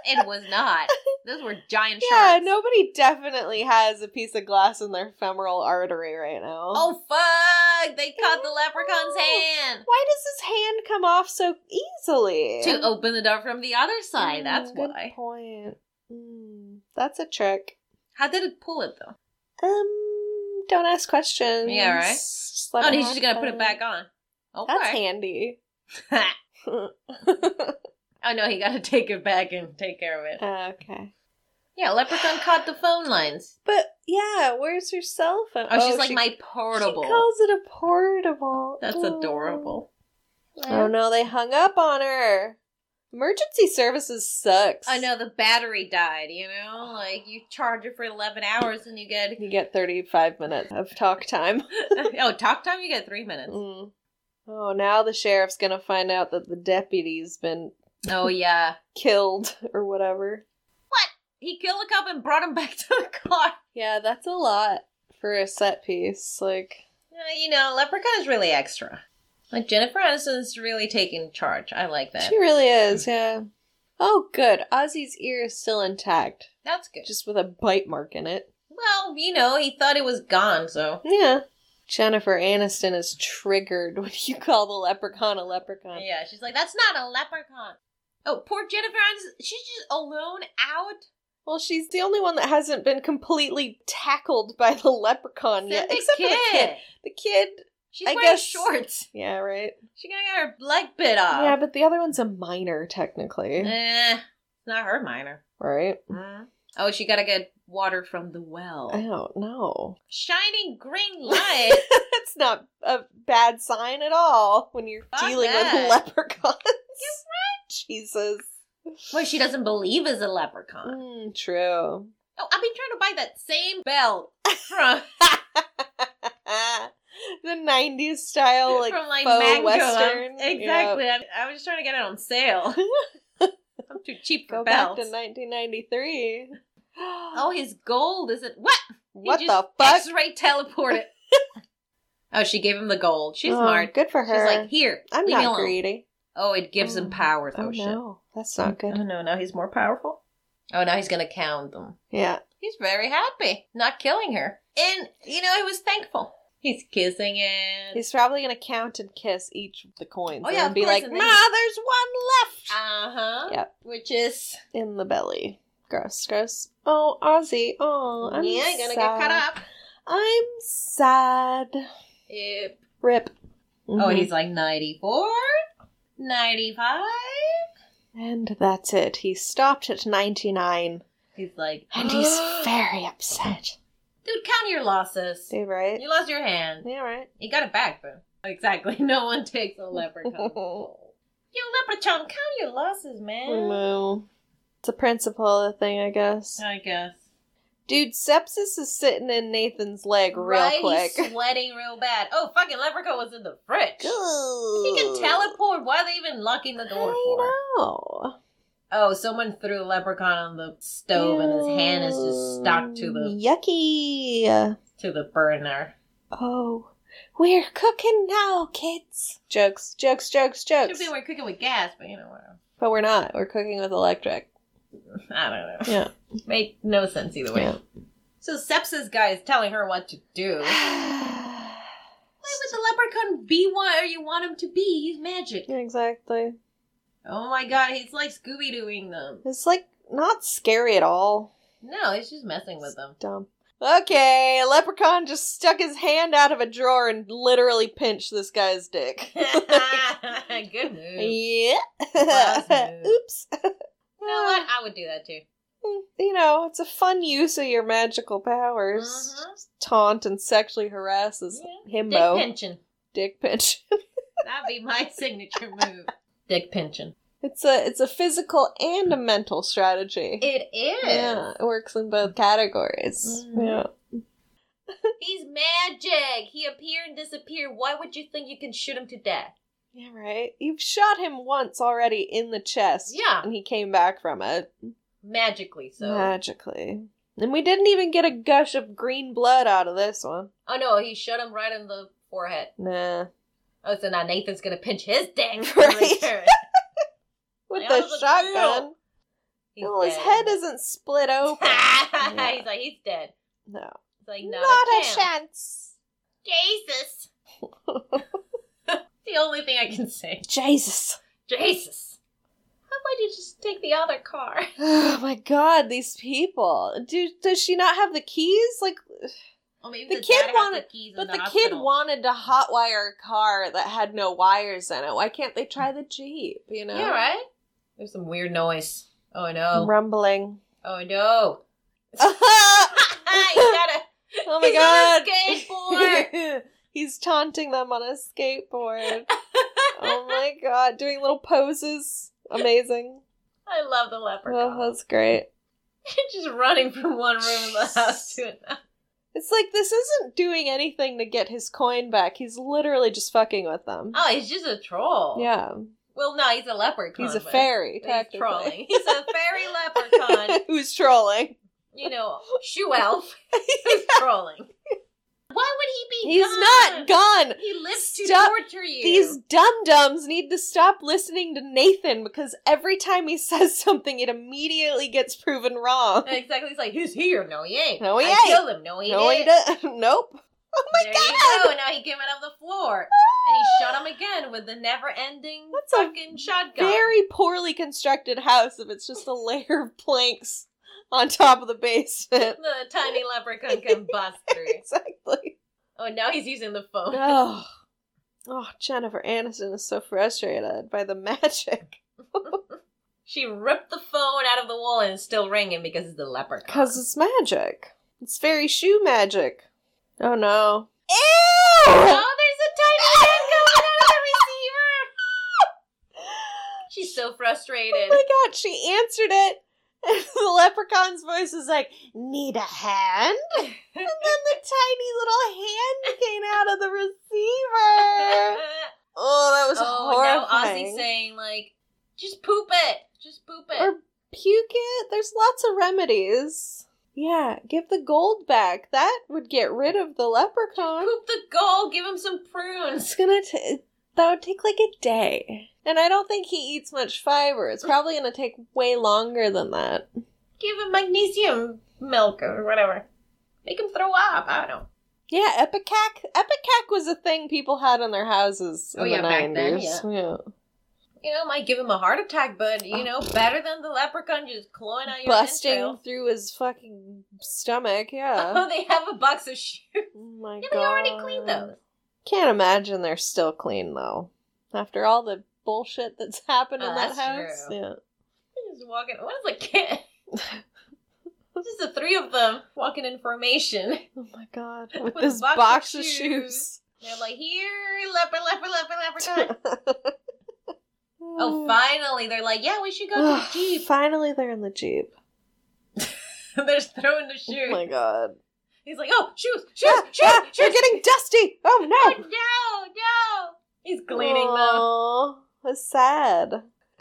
Speaker 2: It was not. Those were giant
Speaker 1: Yeah,
Speaker 2: shards.
Speaker 1: nobody definitely has a piece of glass in their femoral artery right now.
Speaker 2: Oh, fuck! They caught the leprechaun's hand!
Speaker 1: why does his hand come off so easily?
Speaker 2: To open the door from the other side,
Speaker 1: Mm,
Speaker 2: that's
Speaker 1: good
Speaker 2: why.
Speaker 1: point. Mm, that's a trick.
Speaker 2: How did it pull it, though?
Speaker 1: Um, don't ask questions.
Speaker 2: Yeah, right?
Speaker 1: Just let
Speaker 2: oh,
Speaker 1: it
Speaker 2: and he's just gonna put
Speaker 1: happen.
Speaker 2: it back on. Okay.
Speaker 1: That's handy.
Speaker 2: [LAUGHS] oh no, he gotta take it back and take care of
Speaker 1: Uh,
Speaker 2: it.
Speaker 1: okay.
Speaker 2: Yeah, Leprechaun caught the phone lines.
Speaker 1: But yeah, where's her cell phone?
Speaker 2: Oh, she's like
Speaker 1: she-
Speaker 2: my portable.
Speaker 1: She calls it a portable.
Speaker 2: That's
Speaker 1: Oh.
Speaker 2: adorable.
Speaker 1: Oh no, they hung up on her. Emergency services sucks.
Speaker 2: I know the battery died. You know, like you charge it for eleven hours and
Speaker 1: [LAUGHS]
Speaker 2: you get [LAUGHS]
Speaker 1: You get 35 minutes of talk [LAUGHS] time.
Speaker 2: oh talk time. You get three minutes.
Speaker 1: Mm. Oh, now the sheriff's gonna find out that the deputy's been
Speaker 2: Oh yeah,
Speaker 1: killed [LAUGHS] or whatever.
Speaker 2: he killed a cop and brought him [LAUGHS] back to the car.
Speaker 1: Yeah, that's a lot for a set piece. Like,
Speaker 2: Uh, you know, Leprechaun is really extra. Like Jennifer Aniston is really taking charge. I like that.
Speaker 1: she really is, yeah. Oh, good. Ozzy's ear is still intact,
Speaker 2: That's good.
Speaker 1: just with a bite mark in it.
Speaker 2: Well, you know, he thought it was gone, so
Speaker 1: Yeah. Jennifer Aniston is triggered [LAUGHS] when you call the leprechaun a leprechaun.
Speaker 2: Yeah, she's like, that's not a leprechaun. Oh, poor Jennifer Aniston. She's just alone out.
Speaker 1: Well, she's the only one that hasn't been completely tackled by the leprechaun
Speaker 2: Send
Speaker 1: yet,
Speaker 2: the
Speaker 1: except
Speaker 2: kid.
Speaker 1: for the kid. The kid.
Speaker 2: She's
Speaker 1: I
Speaker 2: wearing
Speaker 1: guess-
Speaker 2: shorts.
Speaker 1: Yeah, right.
Speaker 2: She gonna get her leg bit off.
Speaker 1: yeah, but the other one's a minor technically.
Speaker 2: Uh, Eh, not her minor.
Speaker 1: Right?
Speaker 2: Mm. Oh, she gotta get water from the well.
Speaker 1: I don't know. [LAUGHS]
Speaker 2: Shining green light.
Speaker 1: That's not a bad sign at all when you're
Speaker 2: Fuck
Speaker 1: dealing
Speaker 2: that.
Speaker 1: with leprechauns. [LAUGHS] Jesus.
Speaker 2: well, she doesn't believe is a leprechaun.
Speaker 1: Mm, true. [LAUGHS]
Speaker 2: Oh, I've been trying to buy that same belt from
Speaker 1: the 90s style, Oh, like,
Speaker 2: from like
Speaker 1: faux
Speaker 2: Mango.
Speaker 1: Western.
Speaker 2: Exactly. I, I was trying to get it
Speaker 1: [LAUGHS]
Speaker 2: on sale. I'm too cheap for
Speaker 1: Go
Speaker 2: belts.
Speaker 1: back to 1993.
Speaker 2: Oh, his gold isn't what?
Speaker 1: [GASPS] what
Speaker 2: he
Speaker 1: the
Speaker 2: just
Speaker 1: fuck?
Speaker 2: X-ray
Speaker 1: [LAUGHS]
Speaker 2: teleported. oh, she gave him the gold. She's
Speaker 1: Oh,
Speaker 2: smart.
Speaker 1: Good for her.
Speaker 2: She's like, here,
Speaker 1: I'm
Speaker 2: leave me
Speaker 1: not
Speaker 2: alone.
Speaker 1: greedy.
Speaker 2: Oh, it gives him
Speaker 1: Oh,
Speaker 2: powers. Oh,
Speaker 1: Oh,
Speaker 2: shit.
Speaker 1: no, that's not good.
Speaker 2: Oh no, now he's more powerful. Oh, now he's gonna count them.
Speaker 1: Yeah.
Speaker 2: He's very happy, not killing her, and you know he was thankful. He's kissing it.
Speaker 1: He's probably gonna count and kiss each of the coins
Speaker 2: Oh,
Speaker 1: and
Speaker 2: yeah,
Speaker 1: then
Speaker 2: of
Speaker 1: be
Speaker 2: course,
Speaker 1: like,
Speaker 2: and
Speaker 1: "Ma,
Speaker 2: then-
Speaker 1: there's one left
Speaker 2: uh huh.
Speaker 1: Yep.
Speaker 2: Which is
Speaker 1: in the belly." Gross, gross. Oh, Ozzy. Oh, I'm
Speaker 2: yeah,
Speaker 1: sad.
Speaker 2: gonna get cut up.
Speaker 1: I'm sad.
Speaker 2: Yep.
Speaker 1: Rip.
Speaker 2: Oh,
Speaker 1: Mhm.
Speaker 2: he's like 94, 95.
Speaker 1: and that's it. He stopped at
Speaker 2: [GASPS]
Speaker 1: 99,
Speaker 2: He's like,
Speaker 1: and
Speaker 2: [GASPS]
Speaker 1: he's very upset.
Speaker 2: dude, count your losses.
Speaker 1: Dude, right?
Speaker 2: You lost your hand.
Speaker 1: Yeah, right.
Speaker 2: You got it back, bro. Exactly. [LAUGHS] No one takes
Speaker 1: [LAUGHS]
Speaker 2: a leprechaun. you leprechaun, count your losses, man.
Speaker 1: No. Mm, It's a principle thing, I guess.
Speaker 2: I guess.
Speaker 1: Dude, sepsis is sitting in Nathan's leg real
Speaker 2: right?
Speaker 1: quick. [LAUGHS]
Speaker 2: He's sweating real bad. Oh, fucking leprechaun was in the fridge. He
Speaker 1: He
Speaker 2: can teleport. Why are they even locking the door for?
Speaker 1: I know.
Speaker 2: Oh, someone threw a leprechaun on the stove, and his hand is just stuck to
Speaker 1: Mm,
Speaker 2: the
Speaker 1: Yucky.
Speaker 2: to the burner.
Speaker 1: Oh, we're cooking now, kids. Jokes, jokes, jokes,
Speaker 2: Should
Speaker 1: jokes.
Speaker 2: be we're cooking with gas, but you know whatever.
Speaker 1: But we're not. We're cooking with electric.
Speaker 2: I don't know.
Speaker 1: Yeah.
Speaker 2: Make no sense either way.
Speaker 1: Yeah.
Speaker 2: So sepsis guy is telling her what to
Speaker 1: [LAUGHS]
Speaker 2: do. Why would the leprechaun be where you want him to be? He's magic.
Speaker 1: [SIGHS] exactly.
Speaker 2: Oh my god, he's like Scooby Dooing them.
Speaker 1: It's like not scary at all.
Speaker 2: No, he's just messing
Speaker 1: [LAUGHS]
Speaker 2: with them. [LAUGHS]
Speaker 1: Dumb. Okay, Leprechaun just stuck his hand out of a drawer and literally pinched this guy's
Speaker 2: [LAUGHS]
Speaker 1: dick.
Speaker 2: Good move. You
Speaker 1: yeah.
Speaker 2: Last
Speaker 1: [LAUGHS]
Speaker 2: move.
Speaker 1: Oops.
Speaker 2: know what? I would do that too.
Speaker 1: you know, it's a fun use of your magical powers.
Speaker 2: Mhm.
Speaker 1: Taunt and sexually harass this
Speaker 2: Dick
Speaker 1: himbo.
Speaker 2: pinching.
Speaker 1: Dick pinch. [LAUGHS]
Speaker 2: That'd be my [LAUGHS] signature move. Dick pinching.
Speaker 1: it's a it's a physical and a mental strategy.
Speaker 2: It is.
Speaker 1: yeah, it works in both categories.
Speaker 2: Mhm.
Speaker 1: Yeah.
Speaker 2: He's magic. He appear and disappear. Why would you think you can shoot him to death?
Speaker 1: Yeah, right. You've shot him once already in the chest.
Speaker 2: Yeah.
Speaker 1: And he came back from it
Speaker 2: Magically, so.
Speaker 1: magically. And we didn't even get a gush of green blood out of this one.
Speaker 2: Oh no, he shot him right in the forehead.
Speaker 1: Nah.
Speaker 2: Oh, so now Nathan's gonna pinch his dick. in
Speaker 1: [LAUGHS] Right.
Speaker 2: return.
Speaker 1: With
Speaker 2: That
Speaker 1: the
Speaker 2: was a
Speaker 1: shotgun.
Speaker 2: drill. [LAUGHS] He's
Speaker 1: well, his
Speaker 2: dead.
Speaker 1: head isn't split
Speaker 2: [LAUGHS]
Speaker 1: open. Yeah.
Speaker 2: He's like, he's dead.
Speaker 1: No.
Speaker 2: It's like,
Speaker 1: Not,
Speaker 2: not,
Speaker 1: a,
Speaker 2: chance.
Speaker 1: chance. [LAUGHS]
Speaker 2: Jesus. the only thing I can say.
Speaker 1: Jesus.
Speaker 2: Jesus. How about you just take the other car?
Speaker 1: Oh my god, these people. Do, does she not have the keys? Like,
Speaker 2: Well, maybe
Speaker 1: The
Speaker 2: the,
Speaker 1: kid
Speaker 2: dad has
Speaker 1: wanted-
Speaker 2: the keys
Speaker 1: but
Speaker 2: in
Speaker 1: the, kid
Speaker 2: hospital.
Speaker 1: wanted to hotwire a car that had no wires in it. Why can't they try the Jeep, you know?
Speaker 2: Yeah, right? There's some weird noise. Oh no. [LAUGHS]
Speaker 1: Rumbling. [LAUGHS]
Speaker 2: Oh no.
Speaker 1: oh
Speaker 2: you
Speaker 1: [LAUGHS]
Speaker 2: gotta.
Speaker 1: my
Speaker 2: He's
Speaker 1: god.
Speaker 2: On a
Speaker 1: [LAUGHS]
Speaker 2: skateboard.
Speaker 1: He's taunting them on a
Speaker 2: [LAUGHS]
Speaker 1: skateboard. oh my god, doing little poses. Amazing.
Speaker 2: I love the leprechaun.
Speaker 1: Oh,
Speaker 2: [LAUGHS]
Speaker 1: that's great.
Speaker 2: just running from one room in the
Speaker 1: [LAUGHS]
Speaker 2: house to another.
Speaker 1: It's like this isn't doing anything to get his coin back. He's literally just fucking with them.
Speaker 2: Oh, he's just a troll.
Speaker 1: Yeah.
Speaker 2: Well, no, he's a leprechaun.
Speaker 1: He's a
Speaker 2: but
Speaker 1: fairy,
Speaker 2: Oh, He's
Speaker 1: technically. [LAUGHS]
Speaker 2: trolling. He's a fairy leprechaun.
Speaker 1: Who's trolling?
Speaker 2: You know, shoe
Speaker 1: [LAUGHS]
Speaker 2: elf. He's trolling. Why would he be?
Speaker 1: He's
Speaker 2: gone?
Speaker 1: not gone.
Speaker 2: He lives to
Speaker 1: Stop
Speaker 2: torture you.
Speaker 1: These dum dums need to stop listening to Nathan because every time he [LAUGHS] says something, it immediately gets proven wrong.
Speaker 2: exactly. He's like, he's here. No, he ain't.
Speaker 1: No, he
Speaker 2: I
Speaker 1: ain't.
Speaker 2: killed him. No, he
Speaker 1: No, he
Speaker 2: didn't.
Speaker 1: doesn't. [LAUGHS] Nope.
Speaker 2: Oh my there god! You go. And now he came out of the floor, and he shot him again with the never-ending
Speaker 1: That's a
Speaker 2: fucking shotgun.
Speaker 1: Very poorly constructed house if it's just a layer of planks on top of the basement. [LAUGHS]
Speaker 2: the tiny leprechaun can bust through.
Speaker 1: exactly.
Speaker 2: Oh, now he's using the phone.
Speaker 1: Oh. [LAUGHS] oh, Jennifer Aniston is so frustrated by the magic.
Speaker 2: She ripped the phone out of the wall and it's still ringing because it's the leopard.
Speaker 1: Because it's magic. It's fairy shoe magic. Oh no. [LAUGHS]
Speaker 2: Oh, there's a tiny hand coming out of the receiver. She's so
Speaker 1: Oh
Speaker 2: frustrated.
Speaker 1: my god, she answered it. And [LAUGHS] the leprechaun's voice was like, Need a hand? And then the tiny little hand came out of the
Speaker 2: [LAUGHS]
Speaker 1: receiver. Oh, that was
Speaker 2: oh,
Speaker 1: horrifying.
Speaker 2: now Ozzy's saying like, just poop it, just poop it.
Speaker 1: Or puke it. There's lots of remedies. Yeah, give the gold back. That would get rid of the leprechaun.
Speaker 2: poop the goal. Give him some
Speaker 1: It's
Speaker 2: prunes.
Speaker 1: gonna t- that would take like a day, and I don't think he eats much fiber. It's probably gonna take way longer than that.
Speaker 2: Give him magnesium milk or whatever. Make him throw up. I don't know.
Speaker 1: Yeah, epicac. Epicac was a thing people had in their houses in
Speaker 2: Oh, yeah,
Speaker 1: the
Speaker 2: back then,
Speaker 1: nineties. Yeah.
Speaker 2: You know, might give him a heart attack, but you know, better than the leprechaun just clawing out your
Speaker 1: Oh. busting
Speaker 2: entrail.
Speaker 1: through his fucking stomach.
Speaker 2: [LAUGHS] Oh,
Speaker 1: Yeah.
Speaker 2: they have a box of shoes. [LAUGHS]
Speaker 1: oh my
Speaker 2: Yeah,
Speaker 1: god.
Speaker 2: they already cleaned those.
Speaker 1: Can't imagine they're still clean though, after all the bullshit that's happened in
Speaker 2: Oh,
Speaker 1: that
Speaker 2: that's
Speaker 1: house.
Speaker 2: true.
Speaker 1: Yeah.
Speaker 2: They're Just walking. What is
Speaker 1: [LAUGHS]
Speaker 2: a kid? just the three of them walking in formation.
Speaker 1: Oh my god. With,
Speaker 2: With
Speaker 1: this
Speaker 2: box
Speaker 1: box,
Speaker 2: of
Speaker 1: of
Speaker 2: shoes.
Speaker 1: shoes.
Speaker 2: They're like, here, leopard, leopard, leopard,
Speaker 1: [LAUGHS]
Speaker 2: leopard.
Speaker 1: [SIGHS]
Speaker 2: oh, finally, they're like, yeah, we should go to
Speaker 1: [SIGHS]
Speaker 2: the jeep. [LAUGHS]
Speaker 1: Finally, they're in the jeep.
Speaker 2: they're just throwing the
Speaker 1: Oh
Speaker 2: shoes.
Speaker 1: my god!
Speaker 2: He's like, oh,
Speaker 1: [LAUGHS]
Speaker 2: shoes, shoes,
Speaker 1: Ah,
Speaker 2: shoes,
Speaker 1: ah,
Speaker 2: shoes.
Speaker 1: They're getting dusty. Oh
Speaker 2: oh,
Speaker 1: no!
Speaker 2: [LAUGHS] no, no. He's cleaning them.
Speaker 1: Aw, That's sad.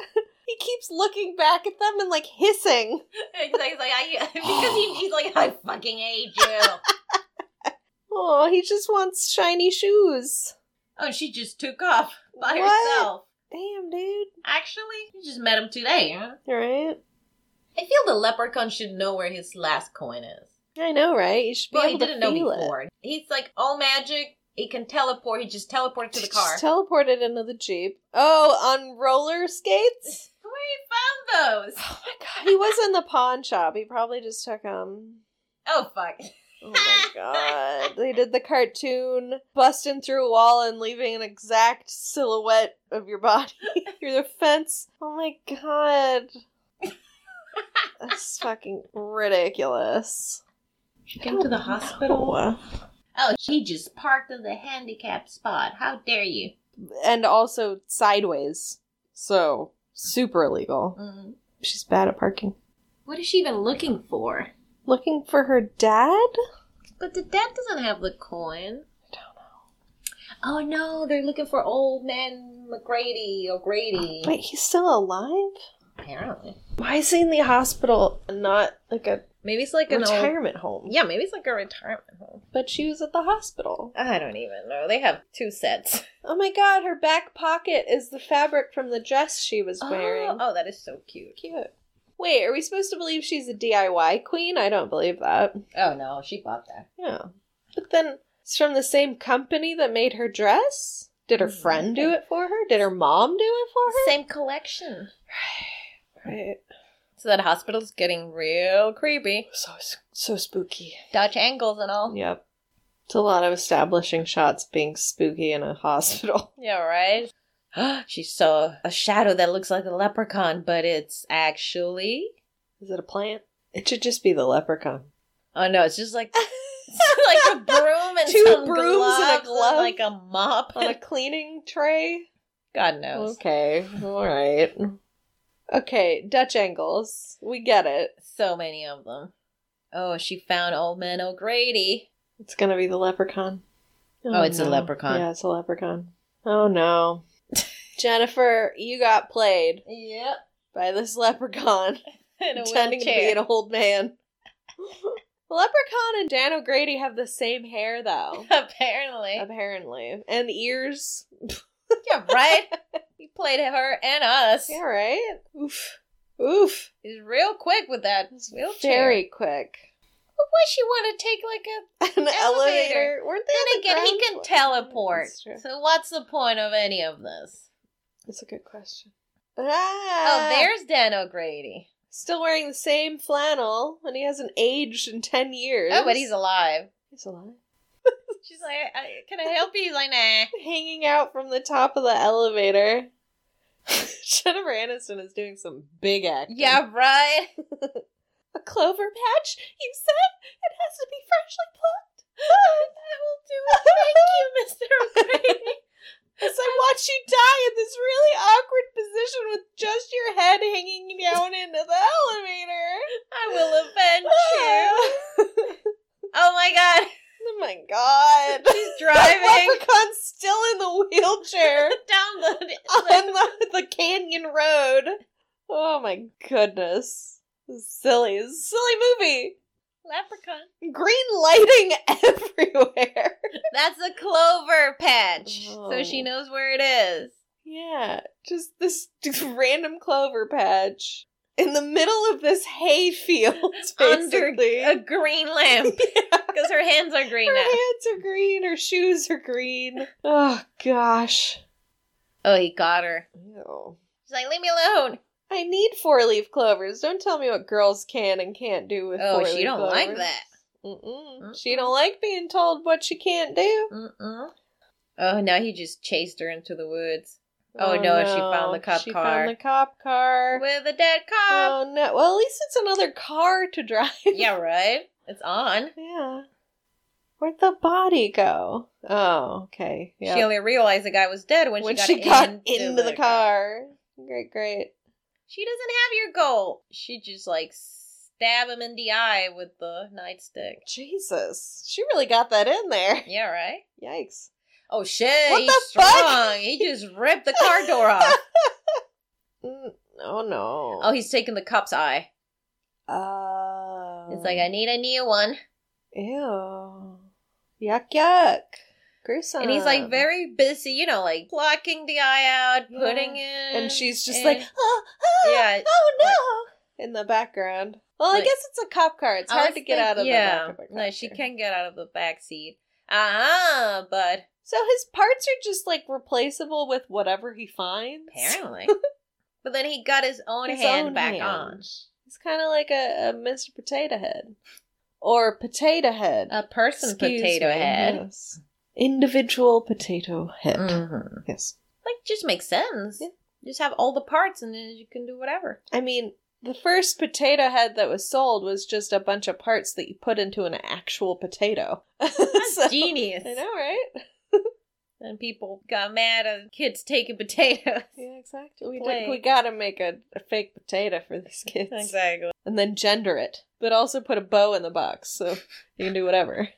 Speaker 1: [LAUGHS] he keeps looking back at them and like hissing.
Speaker 2: [LAUGHS] He's like, he's like, I, [LAUGHS] because he, he's like, I fucking hate
Speaker 1: [LAUGHS]
Speaker 2: you.
Speaker 1: Oh, he just wants shiny shoes.
Speaker 2: oh, she just took off by
Speaker 1: What?
Speaker 2: herself.
Speaker 1: Damn, dude.
Speaker 2: Actually, you just met him today. Huh?
Speaker 1: Right?
Speaker 2: I feel the leprechaun should know where his last coin is.
Speaker 1: I know, right? You should be
Speaker 2: Well, he
Speaker 1: able to
Speaker 2: didn't know
Speaker 1: feel
Speaker 2: before. He's like all magic. He can teleport. He just teleported
Speaker 1: it.
Speaker 2: to the
Speaker 1: Just
Speaker 2: car.
Speaker 1: teleported into the jeep. Oh, on roller skates.
Speaker 2: [LAUGHS] Where he found those?
Speaker 1: Oh my god! He was in the pawn shop. He probably just took them.
Speaker 2: Oh fuck!
Speaker 1: Oh
Speaker 2: [LAUGHS]
Speaker 1: my god. They did the cartoon busting through a wall and leaving an exact silhouette of your body [LAUGHS] through the fence. Oh my
Speaker 2: [LAUGHS]
Speaker 1: god. That's fucking ridiculous.
Speaker 2: She came to the hospital.
Speaker 1: Oh.
Speaker 2: Oh, she just parked in the handicapped spot. How dare you?
Speaker 1: And also sideways. So, super illegal.
Speaker 2: Mm.
Speaker 1: She's bad at parking.
Speaker 2: What is she even looking for?
Speaker 1: Looking for her dad?
Speaker 2: But the dad doesn't have the coin. I don't know. Oh no, they're looking for old man McGrady or Grady.
Speaker 1: Wait, he's still alive?
Speaker 2: Apparently,
Speaker 1: Why is he in the hospital and not like a
Speaker 2: maybe it's like an old.
Speaker 1: retirement home?
Speaker 2: Yeah, maybe it's like a retirement home.
Speaker 1: But she was at the hospital.
Speaker 2: I don't even know. They have two sets.
Speaker 1: Oh my god, her back pocket is the fabric from the dress she was wearing.
Speaker 2: Oh, oh, that is so cute.
Speaker 1: Cute. Wait, are we supposed to believe she's a DIY queen? I don't believe that.
Speaker 2: Oh no, she bought that.
Speaker 1: Yeah. But then it's from the same company that made her dress? Did her friend do it for her? Did her mom do it for
Speaker 2: Same collection.
Speaker 1: her? Right.
Speaker 2: So that hospital's getting real creepy.
Speaker 1: So so spooky.
Speaker 2: Dutch angles and all.
Speaker 1: Yep. It's a lot of establishing shots being spooky in a [LAUGHS] hospital.
Speaker 2: Yeah, right. [GASPS] she saw a shadow that looks like a leprechaun, but it's actually
Speaker 1: Is it a plant? It should just be the leprechaun.
Speaker 2: oh no, it's just like [LAUGHS] it's like a broom and
Speaker 1: Two
Speaker 2: some
Speaker 1: brooms and a
Speaker 2: gloves
Speaker 1: glove.
Speaker 2: like a mop.
Speaker 1: [LAUGHS] On a cleaning tray?
Speaker 2: [LAUGHS] God knows.
Speaker 1: Okay, all right. Okay, Dutch angles. We get it.
Speaker 2: So many of them. Oh, she found old man O'Grady.
Speaker 1: It's gonna be the leprechaun.
Speaker 2: Oh, it's a leprechaun.
Speaker 1: Yeah, it's a leprechaun. Oh
Speaker 2: [LAUGHS]
Speaker 1: no. Jennifer, you got played
Speaker 2: Yep. [LAUGHS]
Speaker 1: by this leprechaun
Speaker 2: In a
Speaker 1: pretending to be
Speaker 2: wheelchair.
Speaker 1: an old man. [LAUGHS] the leprechaun and Dan O'Grady have the same hair though.
Speaker 2: [LAUGHS] Apparently.
Speaker 1: apparently. And ears.
Speaker 2: Yeah, right?
Speaker 1: [LAUGHS]
Speaker 2: he played her and us.
Speaker 1: Yeah, right? Oof. Oof.
Speaker 2: He's real quick with that wheelchair.
Speaker 1: Very quick.
Speaker 2: But why she want to take like a.
Speaker 1: An elevator.
Speaker 2: Elevator.
Speaker 1: Weren't they on
Speaker 2: Then
Speaker 1: the
Speaker 2: again, he
Speaker 1: ground
Speaker 2: can
Speaker 1: floor?
Speaker 2: teleport.
Speaker 1: That's true.
Speaker 2: So what's the point of any of this?
Speaker 1: That's a good question.
Speaker 2: oh,
Speaker 1: Ah,
Speaker 2: there's Dan O'Grady.
Speaker 1: still wearing the same flannel, and he hasn't aged in ten years.
Speaker 2: Oh, but he's alive. [LAUGHS]
Speaker 1: he's alive.
Speaker 2: She's
Speaker 1: [LAUGHS]
Speaker 2: like, I, I- can I help you? He's like, nah.
Speaker 1: Hanging out from the top of the elevator. [LAUGHS] Jennifer Aniston is doing some big acting.
Speaker 5: Yeah,
Speaker 1: [LAUGHS]
Speaker 5: right.
Speaker 1: A clover patch? You said it has to be freshly plucked. I will do it. Thank you, Mr. Brady. As I watch you die in this really awkward position with just your head hanging down into the elevator.
Speaker 2: [LAUGHS] I will avenge
Speaker 1: [LAUGHS]
Speaker 2: you. Oh my god.
Speaker 1: oh my god.
Speaker 2: She's
Speaker 1: [LAUGHS] That
Speaker 2: [LAUGHS]
Speaker 1: [LAUGHS]
Speaker 2: driving
Speaker 1: leprechaun's still in the
Speaker 2: [LAUGHS]
Speaker 1: wheelchair
Speaker 2: down the
Speaker 1: on the, the canyon road. Oh my goodness. This is Silly. This is a silly movie.
Speaker 2: leprechaun.
Speaker 1: green lighting [LAUGHS] everywhere.
Speaker 2: That's a clover patch.
Speaker 1: Oh.
Speaker 2: So she knows where it is.
Speaker 1: Yeah, just this [LAUGHS] just random clover patch in the middle of this hay field,
Speaker 2: [LAUGHS] Under
Speaker 1: basically. [LAUGHS]
Speaker 2: A green lamp. Because her hands are green
Speaker 1: her
Speaker 2: now.
Speaker 1: hands are green, her shoes are green. Oh gosh.
Speaker 2: Oh, he got her.
Speaker 1: Ew.
Speaker 2: She's like, leave me alone.
Speaker 1: I need four leaf clovers. Don't tell me what girls can and can't do with
Speaker 5: Oh,
Speaker 1: four
Speaker 5: she
Speaker 1: leaf
Speaker 5: don't
Speaker 1: clovers.
Speaker 5: like that.
Speaker 1: Mm-mm.
Speaker 2: Mm-mm.
Speaker 1: She don't like being told what she can't do.
Speaker 2: Mm-mm. Oh, now he just chased her into the woods
Speaker 1: Oh,
Speaker 2: Oh, no, she found the cop
Speaker 1: she
Speaker 2: car.
Speaker 1: found the cop car.
Speaker 2: with a dead cop.
Speaker 1: Oh no! Well, at least it's another car to [LAUGHS] drive.
Speaker 2: yeah, right. It's on.
Speaker 1: Yeah. Where'd the body go? Oh, okay. Yeah.
Speaker 2: She only realized the guy was dead when,
Speaker 1: when
Speaker 2: she got,
Speaker 1: she got
Speaker 2: into,
Speaker 1: into the car. Great, great.
Speaker 2: She doesn't have your goal. She just like stab him in the eye with the nightstick.
Speaker 1: Jesus, she really got that in there. [LAUGHS]
Speaker 2: Yeah, right.
Speaker 1: Yikes.
Speaker 2: Oh shit!
Speaker 1: What
Speaker 2: he's
Speaker 1: the fuck?
Speaker 2: strong. He just ripped the car door off.
Speaker 1: [LAUGHS] Mm, oh no.
Speaker 2: Oh, he's taking the cop's eye.
Speaker 1: Uh,
Speaker 2: It's like I need a new one,
Speaker 1: ew. Yuck, yuck. Gruesome.
Speaker 2: and he's like very busy. You know, like plucking the eye out,
Speaker 1: Um, Yeah.
Speaker 2: putting it,
Speaker 1: And she's just
Speaker 2: in.
Speaker 1: like, "Ah, ah,
Speaker 2: [LAUGHS] yeah.
Speaker 1: oh no, in the background. Well, I
Speaker 2: Like-
Speaker 1: guess it's a cop car. It's
Speaker 2: I
Speaker 1: hard
Speaker 2: was
Speaker 1: to get
Speaker 2: think-
Speaker 1: out of.
Speaker 2: Yeah,
Speaker 1: the back of a
Speaker 2: no,
Speaker 1: cop
Speaker 2: she
Speaker 1: car.
Speaker 2: can get out of the back seat. Uh huh. But
Speaker 1: So his parts are just like replaceable with whatever he finds. [LAUGHS]
Speaker 2: apparently, but then he got his own
Speaker 1: His
Speaker 2: hand
Speaker 1: own
Speaker 2: back
Speaker 1: hand.
Speaker 2: on.
Speaker 1: He's kind of like a, a Mr. Potato Head or Potato Head.
Speaker 2: A person
Speaker 1: Excuse
Speaker 2: potato
Speaker 1: me,
Speaker 2: head.
Speaker 1: Yes. Individual potato head.
Speaker 2: Mhm.
Speaker 1: Yes.
Speaker 2: Like, just makes sense.
Speaker 1: Mm-hmm. Yeah.
Speaker 2: Just have all the parts, and then you can do whatever.
Speaker 1: I mean, the first potato head that was sold was just a bunch of parts that you put into an actual potato. [LAUGHS]
Speaker 2: That's
Speaker 1: So-
Speaker 2: genius.
Speaker 1: I know, right?
Speaker 2: And people got mad at kids taking potatoes.
Speaker 1: Yeah, exactly. We,
Speaker 2: Play.
Speaker 1: did, we gotta make a, a fake potato for these kids.
Speaker 2: [LAUGHS] Exactly.
Speaker 1: and then gender it, but also put a bow in the box
Speaker 2: [LAUGHS]
Speaker 1: so you can do whatever.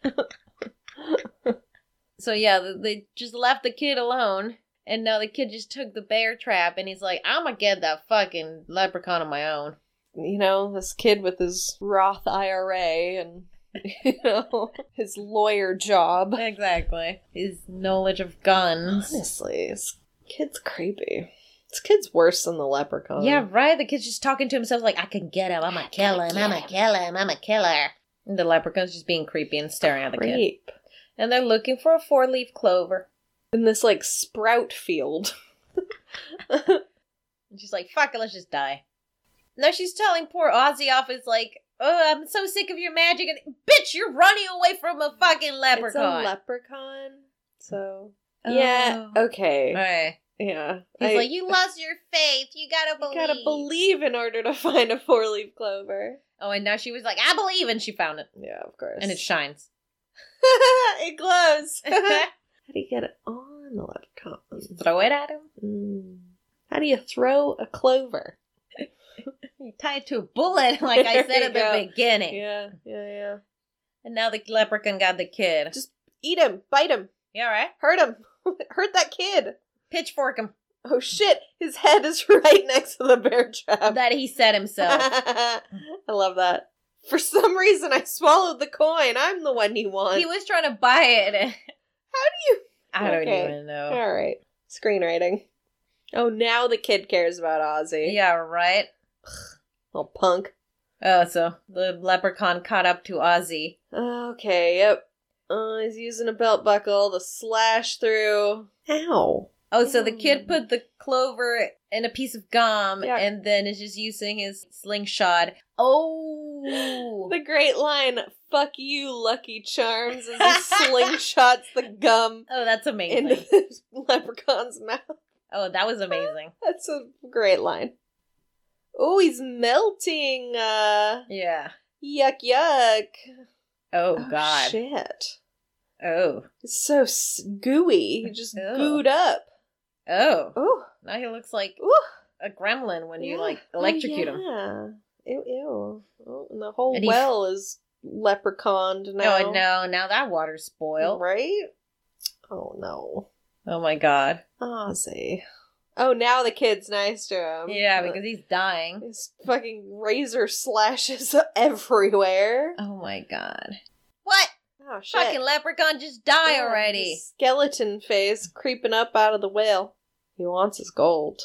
Speaker 2: So yeah, th- they just left the kid alone, and now the kid just took the bear trap, and he's like, "I'm gonna get that fucking leprechaun on my own." [LAUGHS]
Speaker 1: You know, this kid with his Roth IRA and [LAUGHS] you know his lawyer job.
Speaker 2: Exactly. His knowledge of guns.
Speaker 1: Honestly, this kid's creepy. This kid's worse than the leprechaun.
Speaker 2: yeah, right. The kid's just talking to himself like, "I can get him. I'm gonna kill him. I'm gonna kill him. I'm gonna kill her." And the leprechaun's just being creepy and staring at the kid.
Speaker 1: creep.
Speaker 2: and they're looking for a four leaf clover.
Speaker 1: In this like sprout field.
Speaker 2: And she's like, fuck it, let's just die. Now she's telling poor Ozzy off, it's like, oh, I'm so sick of your magic. And, Bitch, you're running away from a fucking
Speaker 1: It's a
Speaker 2: [LAUGHS] leprechaun. Oh.
Speaker 1: leprechaun. So yeah, okay,
Speaker 2: Right.
Speaker 1: yeah.
Speaker 2: He's
Speaker 1: I-
Speaker 2: like, you lost your faith. You gotta
Speaker 1: you
Speaker 2: believe.
Speaker 1: gotta believe in order to [LAUGHS] find a four leaf clover.
Speaker 2: Oh, and now she was like, I believe. And she found it.
Speaker 1: Yeah, of course.
Speaker 2: And it shines.
Speaker 1: [LAUGHS] it
Speaker 2: [LAUGHS]
Speaker 1: glows. [LAUGHS]
Speaker 2: Throw
Speaker 1: How do you get it on the leprechaun?
Speaker 2: it at him.
Speaker 1: Mm. How do you throw a clover?
Speaker 2: You tie it to a bullet, [LAUGHS] like I
Speaker 1: There
Speaker 2: said
Speaker 1: you
Speaker 2: at the
Speaker 1: go.
Speaker 2: beginning.
Speaker 1: Yeah, yeah, yeah.
Speaker 2: And now the leprechaun got the kid.
Speaker 1: Just- Eat him, bite him,
Speaker 2: yeah, right?
Speaker 1: hurt him, [LAUGHS] hurt that kid.
Speaker 2: Pitchfork him.
Speaker 1: Oh shit, his head is [LAUGHS] right next to the bear trap.
Speaker 2: That he said himself.
Speaker 1: [LAUGHS] I love that. For some reason, I swallowed the coin. I'm the one you want.
Speaker 2: he was trying to buy it. [LAUGHS]
Speaker 1: How do you?
Speaker 2: I don't
Speaker 1: Okay.
Speaker 2: even know.
Speaker 1: All right, screenwriting. Oh, now the kid cares about Ozzy.
Speaker 2: Yeah, right.
Speaker 1: little punk.
Speaker 2: Oh, so the leprechaun caught up to Ozzy.
Speaker 1: Okay, yep. Uh, he's using a belt buckle to slash through. Ow.
Speaker 2: Oh, so the
Speaker 1: Mm.
Speaker 2: kid put the clover in a piece of gum
Speaker 1: Yeah.
Speaker 2: and then is just using his slingshot. Oh.
Speaker 1: [LAUGHS] The great line, fuck you, Lucky Charms, as he slingshots the gum
Speaker 2: [LAUGHS] oh, that's amazing.
Speaker 1: into the [LAUGHS] leprechaun's mouth.
Speaker 2: Oh, that was amazing.
Speaker 1: That's a great line. Oh, he's melting. Uh,
Speaker 2: yeah.
Speaker 1: yuck, yuck.
Speaker 2: Oh, God.
Speaker 1: Shit.
Speaker 2: Oh.
Speaker 1: It's so s- gooey. He Just
Speaker 2: Ew.
Speaker 1: gooed up.
Speaker 2: Oh.
Speaker 1: Oh,
Speaker 2: Now he looks like
Speaker 1: ooh.
Speaker 2: a gremlin when you like electrocute him.
Speaker 1: him. Oh, Yeah. Ew, ew. Oh, and the whole
Speaker 2: And he-
Speaker 1: well is leprechauned now.
Speaker 2: Oh no! Now that water's spoiled.
Speaker 1: Right? Oh, no.
Speaker 2: Oh my god!
Speaker 1: Ozzy. Ah, Oh, now the kid's nice to him. Uh,
Speaker 2: Yeah, because he's dying.
Speaker 1: His fucking razor slashes [LAUGHS] everywhere.
Speaker 2: Oh my god! What
Speaker 1: Oh, shit.
Speaker 2: fucking leprechaun just die
Speaker 1: Yeah,
Speaker 2: already?
Speaker 1: his Skeleton face creeping up out of the well. He wants his gold.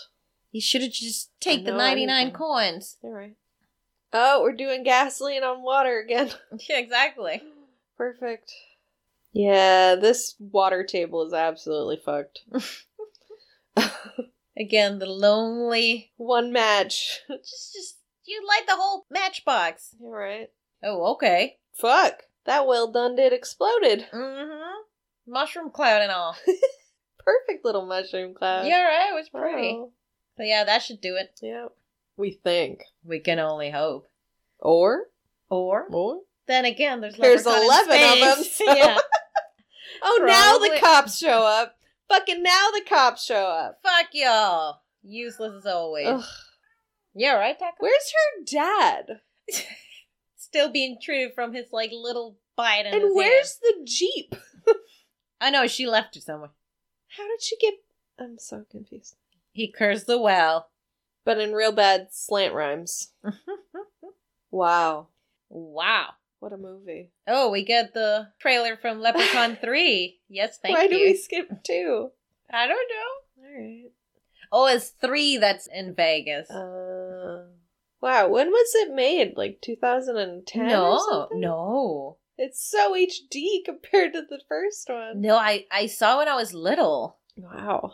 Speaker 2: He should have just take the
Speaker 1: know,
Speaker 2: ninety nine
Speaker 1: anything.
Speaker 2: coins. [LAUGHS]
Speaker 1: All right. Oh, we're doing gasoline on water again. [LAUGHS]
Speaker 2: Yeah, exactly.
Speaker 1: Perfect. Yeah, this water table is absolutely fucked.
Speaker 2: Again, the lonely. [LAUGHS]
Speaker 1: One match. [LAUGHS]
Speaker 2: Just, just you light the whole matchbox.
Speaker 1: All right.
Speaker 2: Oh, okay.
Speaker 1: Fuck. That well done did exploded.
Speaker 2: Mm-hmm. Mushroom cloud
Speaker 1: [LAUGHS]
Speaker 2: and all.
Speaker 1: Perfect little mushroom cloud.
Speaker 2: yeah, right. It was
Speaker 1: Wow.
Speaker 2: pretty. But yeah, that should do it.
Speaker 1: Yeah. We think.
Speaker 2: We can only hope.
Speaker 1: Or?
Speaker 2: Or
Speaker 1: Or?
Speaker 2: then again, there's
Speaker 1: There's
Speaker 2: leprechaun in
Speaker 1: 11 of
Speaker 2: space.
Speaker 1: them,
Speaker 2: [LAUGHS]
Speaker 1: so-
Speaker 2: yeah.
Speaker 1: Oh, now the
Speaker 2: Probably-
Speaker 1: cops show up. Fucking now the cops show up.
Speaker 2: Fuck y'all. Useless as always.
Speaker 1: Ugh.
Speaker 2: Yeah, right, Taco?
Speaker 1: Where's her dad?
Speaker 2: Still being treated from his like little bite in his
Speaker 1: And
Speaker 2: hand.
Speaker 1: where's the jeep?
Speaker 2: I know she left it somewhere.
Speaker 1: How did she get? I'm so confused.
Speaker 2: He cursed the
Speaker 1: [LAUGHS]
Speaker 2: well.
Speaker 1: But in real bad slant rhymes. Wow,
Speaker 2: wow.
Speaker 1: what a movie!
Speaker 2: Oh, we get the trailer from
Speaker 1: [LAUGHS]
Speaker 2: Leprechaun 3. Yes, thank
Speaker 1: Why
Speaker 2: you.
Speaker 1: do we skip two?
Speaker 2: I don't know.
Speaker 1: All right.
Speaker 2: Oh, it's 3 that's in Vegas.
Speaker 1: Uh, wow, when was it made? Like 2010? or
Speaker 2: no,
Speaker 1: something?
Speaker 2: no.
Speaker 1: It's so HD compared to the first one.
Speaker 2: No, I, I saw when I was little.
Speaker 1: Wow,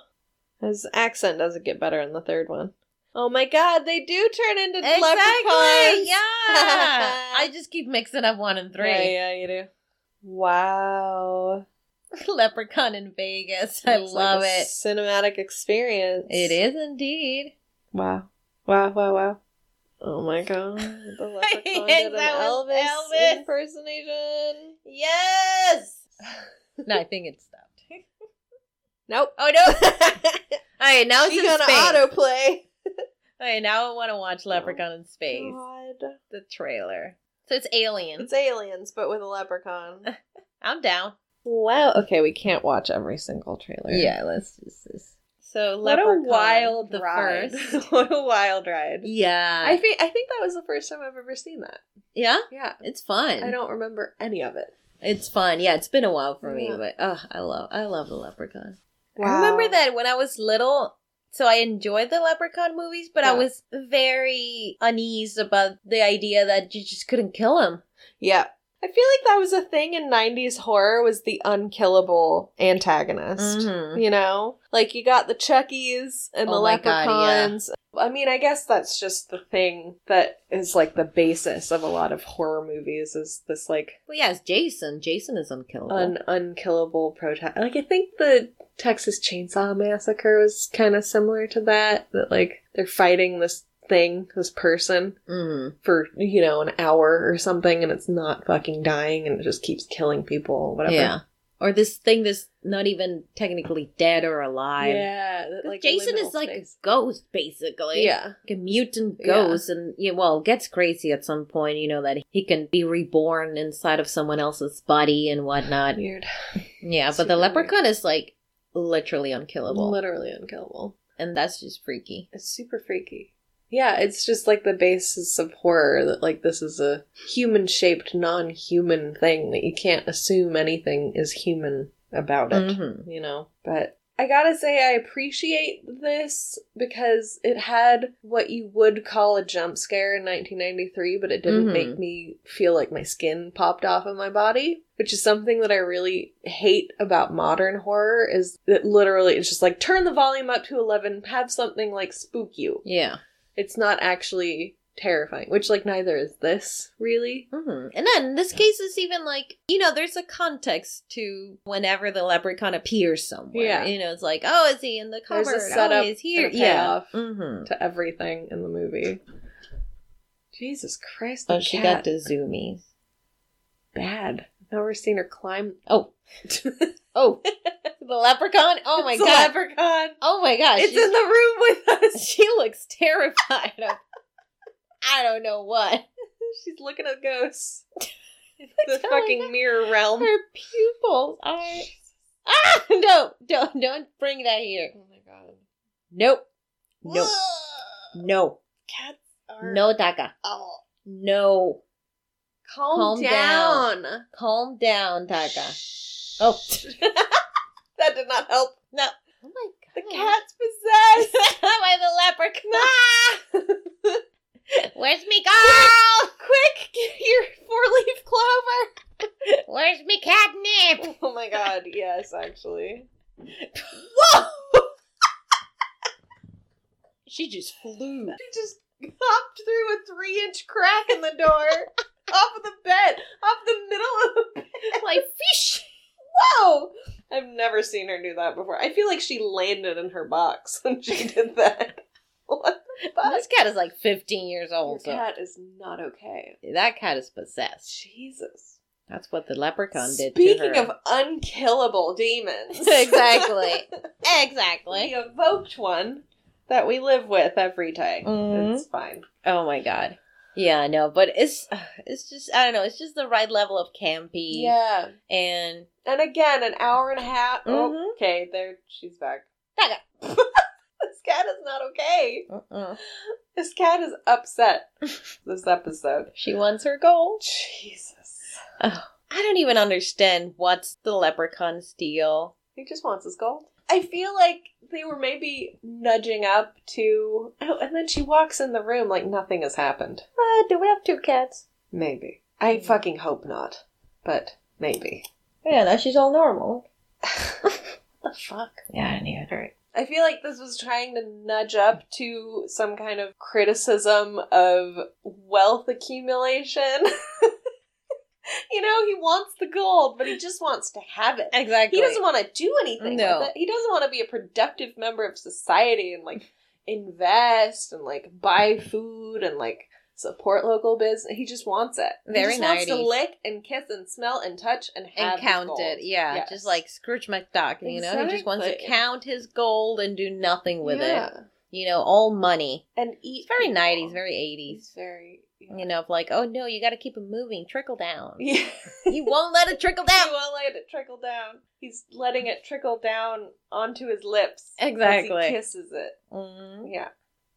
Speaker 1: his accent doesn't get better in the third one. Oh my God, they do turn into leprechauns. [LAUGHS]
Speaker 2: Yeah. I just keep mixing up 1 and 3.
Speaker 1: Yeah, yeah, you do. Wow.
Speaker 2: [LAUGHS] Leprechaun in Vegas. I
Speaker 1: It's like
Speaker 2: love
Speaker 1: a
Speaker 2: it.
Speaker 1: Cinematic experience.
Speaker 2: It is indeed.
Speaker 1: Wow. Wow, wow, wow. Oh my
Speaker 2: [LAUGHS]
Speaker 1: god. The leprechaun
Speaker 2: Yes,
Speaker 1: did an
Speaker 2: that was
Speaker 1: Elvis,
Speaker 2: Elvis.
Speaker 1: impersonation.
Speaker 2: Yes. [LAUGHS] no, I think it stopped.
Speaker 1: Nope.
Speaker 2: Oh no! [LAUGHS] All right, now it's
Speaker 1: She
Speaker 2: in
Speaker 1: gonna
Speaker 2: space.
Speaker 1: autoplay.
Speaker 2: All right, now I want to watch Leprechaun in Space,
Speaker 1: God.
Speaker 2: the trailer. So it's aliens.
Speaker 1: It's aliens, but with a leprechaun.
Speaker 2: [LAUGHS] I'm down.
Speaker 1: wow. Okay, we can't watch every single trailer.
Speaker 2: let's just. So
Speaker 1: What
Speaker 2: Leprechaun
Speaker 1: a wild
Speaker 2: the
Speaker 1: ride. [LAUGHS]
Speaker 2: [LAUGHS] first.
Speaker 1: what a wild ride.
Speaker 2: Yeah,
Speaker 1: I, fe- I think that was the first time I've ever seen that.
Speaker 2: yeah,
Speaker 1: Yeah.
Speaker 2: it's fun.
Speaker 1: I don't remember any of it.
Speaker 2: It's fun. Yeah, it's been a while for me,
Speaker 1: Yeah.
Speaker 2: but oh, I love, I love the Leprechaun. I remember that when I was little, so I enjoyed the Leprechaun movies, but I
Speaker 1: Yeah.
Speaker 2: was very uneased about the idea that you just couldn't kill him.
Speaker 1: Yeah. I feel like that was a thing in 90s horror was the unkillable antagonist.
Speaker 2: Mm-hmm.
Speaker 1: You know? Like you got the Chuckies and the
Speaker 6: Oh my God, yeah.
Speaker 1: leprechauns. I mean, I guess that's just the thing that is like the basis of a lot of horror movies is this like
Speaker 6: Well, yeah, it's Jason. Jason is unkillable.
Speaker 1: un- unkillable protest. Like I think the Texas Chainsaw Massacre was kind of similar to that that like they're fighting this thing, this person
Speaker 6: mm.
Speaker 1: for you know an hour or something and it's not fucking dying and it just keeps killing people whatever
Speaker 6: Yeah. Or this thing that's not even technically dead or alive.
Speaker 1: yeah that,
Speaker 6: 'Cause
Speaker 1: like,
Speaker 6: Jason
Speaker 1: liminal
Speaker 6: is like
Speaker 1: space.
Speaker 6: a ghost, basically.
Speaker 1: yeah
Speaker 6: Like a mutant
Speaker 1: Yeah.
Speaker 6: ghost. And, yeah, well, gets crazy at some point, you know, that he can be reborn inside of someone else's body and whatnot.
Speaker 1: weird
Speaker 6: Yeah, but
Speaker 1: Super
Speaker 6: the leprechaun is like literally unkillable.
Speaker 1: literally unkillable
Speaker 6: and that's just freaky.
Speaker 1: it's super freaky yeah it's just like the basis of horror that like this is a human shaped non-human thing that you can't assume anything is human about
Speaker 2: Mm-hmm.
Speaker 1: it
Speaker 6: Mhm.
Speaker 1: you know. But I gotta say, I appreciate this because it had what you would call a jump scare in 1993, but it
Speaker 6: Mhm.
Speaker 1: didn't
Speaker 2: Mm-hmm.
Speaker 1: make me feel like my skin popped off of my body, which is something that I really hate about modern horror. Is that literally it's just like turn the volume up to 11, have something like spook you.
Speaker 6: Yeah.
Speaker 1: It's not actually terrifying, which like neither is this really.
Speaker 2: Mhm. And then in this case, it's even like you know, there's a context to whenever the leprechaun appears somewhere.
Speaker 1: Yeah.
Speaker 2: you know, it's like, oh, is he in the
Speaker 1: There's a
Speaker 2: cupboard? oh,
Speaker 1: setup
Speaker 2: he's here.
Speaker 1: and a
Speaker 2: yeah.
Speaker 1: payoff.
Speaker 2: Mm-hmm.
Speaker 1: To everything in the movie. Jesus Christ, the
Speaker 2: Oh, she
Speaker 1: cat.
Speaker 2: got the zoomies.
Speaker 1: bad. I've never seen her climb. [LAUGHS]
Speaker 2: Oh, oh, [LAUGHS] the leprechaun. Oh my
Speaker 1: It's a
Speaker 2: god.
Speaker 1: leprechaun.
Speaker 2: oh my gosh.
Speaker 1: It's
Speaker 2: she's-
Speaker 1: in the room with us.
Speaker 2: [LAUGHS]
Speaker 1: [LAUGHS]
Speaker 2: she looks terrified of I don't
Speaker 1: [LAUGHS]
Speaker 2: know what.
Speaker 1: She's looking at
Speaker 2: [LAUGHS]
Speaker 1: ghosts.
Speaker 2: Oh
Speaker 1: the
Speaker 2: my
Speaker 1: fucking mirror realm.
Speaker 2: Her pupils are Ah [LAUGHS] no, don't don't bring that here.
Speaker 1: Oh my god.
Speaker 2: Nope. No.
Speaker 1: Ugh.
Speaker 2: No.
Speaker 1: Cats are
Speaker 2: No Taka.
Speaker 1: Oh.
Speaker 2: No.
Speaker 1: Calm,
Speaker 2: Calm
Speaker 1: down.
Speaker 2: down. Calm down, Taka. Oh.
Speaker 1: [LAUGHS] that did not help.
Speaker 2: No. Oh my god.
Speaker 1: The
Speaker 2: [LAUGHS]
Speaker 1: cat's possessed.
Speaker 2: By the leprechaun. [LAUGHS] Where's me girl?
Speaker 1: Quick, get your four-leaf clover.
Speaker 2: Where's
Speaker 1: [LAUGHS]
Speaker 2: me catnip?
Speaker 1: Oh my god. Yes, actually.
Speaker 2: She just flew.
Speaker 1: She just hopped through a three-inch crack in the
Speaker 2: [LAUGHS]
Speaker 1: door, off of the bed, off the middle of the [LAUGHS]
Speaker 2: Like fish.
Speaker 1: Whoa! I've never seen her do that before. I feel like she landed in her box [LAUGHS] when she did that. [LAUGHS] What the fuck?
Speaker 2: This cat is like 15 years
Speaker 1: Your
Speaker 2: old. So
Speaker 1: cat is not okay.
Speaker 2: that cat is possessed.
Speaker 1: Jesus.
Speaker 2: That's what the leprechaun did.
Speaker 1: Speaking
Speaker 2: to her.
Speaker 1: of unkillable demons.
Speaker 2: [LAUGHS] exactly,
Speaker 1: [LAUGHS] we
Speaker 2: exactly.
Speaker 1: evoked one that we live with every day.
Speaker 2: Mhm.
Speaker 1: It's fine.
Speaker 2: Oh my god. Yeah, no, but it's [SIGHS] it's just I don't know. It's just the right level of campy.
Speaker 1: Yeah.
Speaker 2: and
Speaker 1: And again, an hour and a half. Oh,
Speaker 2: Mhm.
Speaker 1: okay, there she's back.
Speaker 2: Taka.
Speaker 1: [LAUGHS] This cat is not okay.
Speaker 2: uh-uh.
Speaker 1: This cat is upset this episode.
Speaker 2: she wants her gold.
Speaker 1: Jesus.
Speaker 2: I don't even understand what's the leprechaun steal.
Speaker 1: He just wants his gold. I feel like they were maybe nudging up to. Oh, and then she walks in the room like nothing has happened.
Speaker 2: Uh, do we have two cats?
Speaker 1: Maybe. I fucking hope not. But maybe. [LAUGHS]
Speaker 2: Yeah, now she's all normal.
Speaker 1: What the fuck?
Speaker 2: Yeah, I don't even. Right.
Speaker 1: I feel like this was trying to nudge up to some kind of criticism of wealth accumulation. [LAUGHS] you know, he wants the gold, but he just wants to have it.
Speaker 2: Exactly.
Speaker 1: He doesn't want to do anything.
Speaker 2: No.
Speaker 1: With it. He doesn't want to be a productive member of society and like invest and like buy food and like support local business. He just wants it.
Speaker 2: Very
Speaker 1: he just wants to
Speaker 2: 90s.
Speaker 1: lick and kiss and smell and touch and have
Speaker 2: and
Speaker 1: his
Speaker 2: count
Speaker 1: gold.
Speaker 2: it. Yeah,
Speaker 1: Yes.
Speaker 2: just like Scrooge McDuck, you know, he just wants to
Speaker 1: Exactly.
Speaker 2: count his gold and do nothing with it.
Speaker 1: Yeah.
Speaker 2: You know, all money.
Speaker 1: and eat.
Speaker 2: It's very
Speaker 1: people.
Speaker 2: nineties, very eighties.
Speaker 1: He's very yeah.
Speaker 2: You know, of like, oh no, you got to keep it moving, trickle down.
Speaker 1: [LAUGHS] Yeah.
Speaker 2: he won't let it trickle
Speaker 1: He
Speaker 2: [LAUGHS] down.
Speaker 1: won't let it trickle down. He's letting it trickle down onto his lips. As
Speaker 2: Exactly.
Speaker 1: he kisses it.
Speaker 2: Mm.
Speaker 1: Yeah.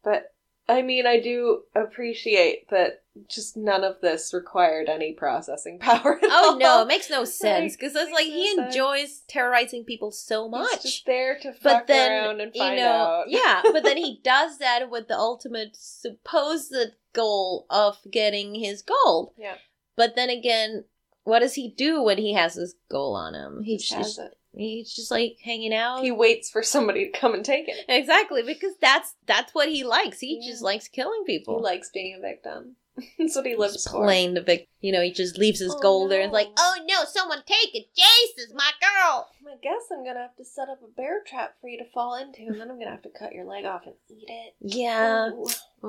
Speaker 1: But I mean, I do appreciate that just none of this required any processing [LAUGHS] power. at
Speaker 2: Oh
Speaker 1: all. [LAUGHS]
Speaker 2: no, it makes no sense because it's
Speaker 1: makes
Speaker 2: like
Speaker 1: no
Speaker 2: he
Speaker 1: sense.
Speaker 2: enjoys terrorizing people so
Speaker 1: He's
Speaker 2: much.
Speaker 1: just there to fuck
Speaker 2: but then
Speaker 1: around and
Speaker 2: you
Speaker 1: find
Speaker 2: know,
Speaker 1: out.
Speaker 2: yeah. But
Speaker 1: [LAUGHS]
Speaker 2: then he does that with the ultimate supposed goal of getting his gold.
Speaker 1: Yeah.
Speaker 2: But then again, what does he do when he has his goal on him? He's
Speaker 1: Just has
Speaker 2: just
Speaker 1: it.
Speaker 2: Oh. he's just like hanging out.
Speaker 1: He waits for somebody to come and take it.
Speaker 2: exactly because that's that's what he likes. He
Speaker 1: Yeah.
Speaker 2: just likes killing
Speaker 1: He
Speaker 2: people.
Speaker 1: likes being a victim. [LAUGHS] That's what he lives
Speaker 2: just
Speaker 1: for.
Speaker 2: playing the vic. You know, he just leaves his
Speaker 1: Oh,
Speaker 2: gold there and it's like,
Speaker 1: no.
Speaker 2: oh no, someone take it. Jace is my girl.
Speaker 1: I guess I'm gonna have to set up a bear trap for you to fall into, and then I'm gonna have to cut your leg off and eat it.
Speaker 2: Yeah,
Speaker 1: Ooh.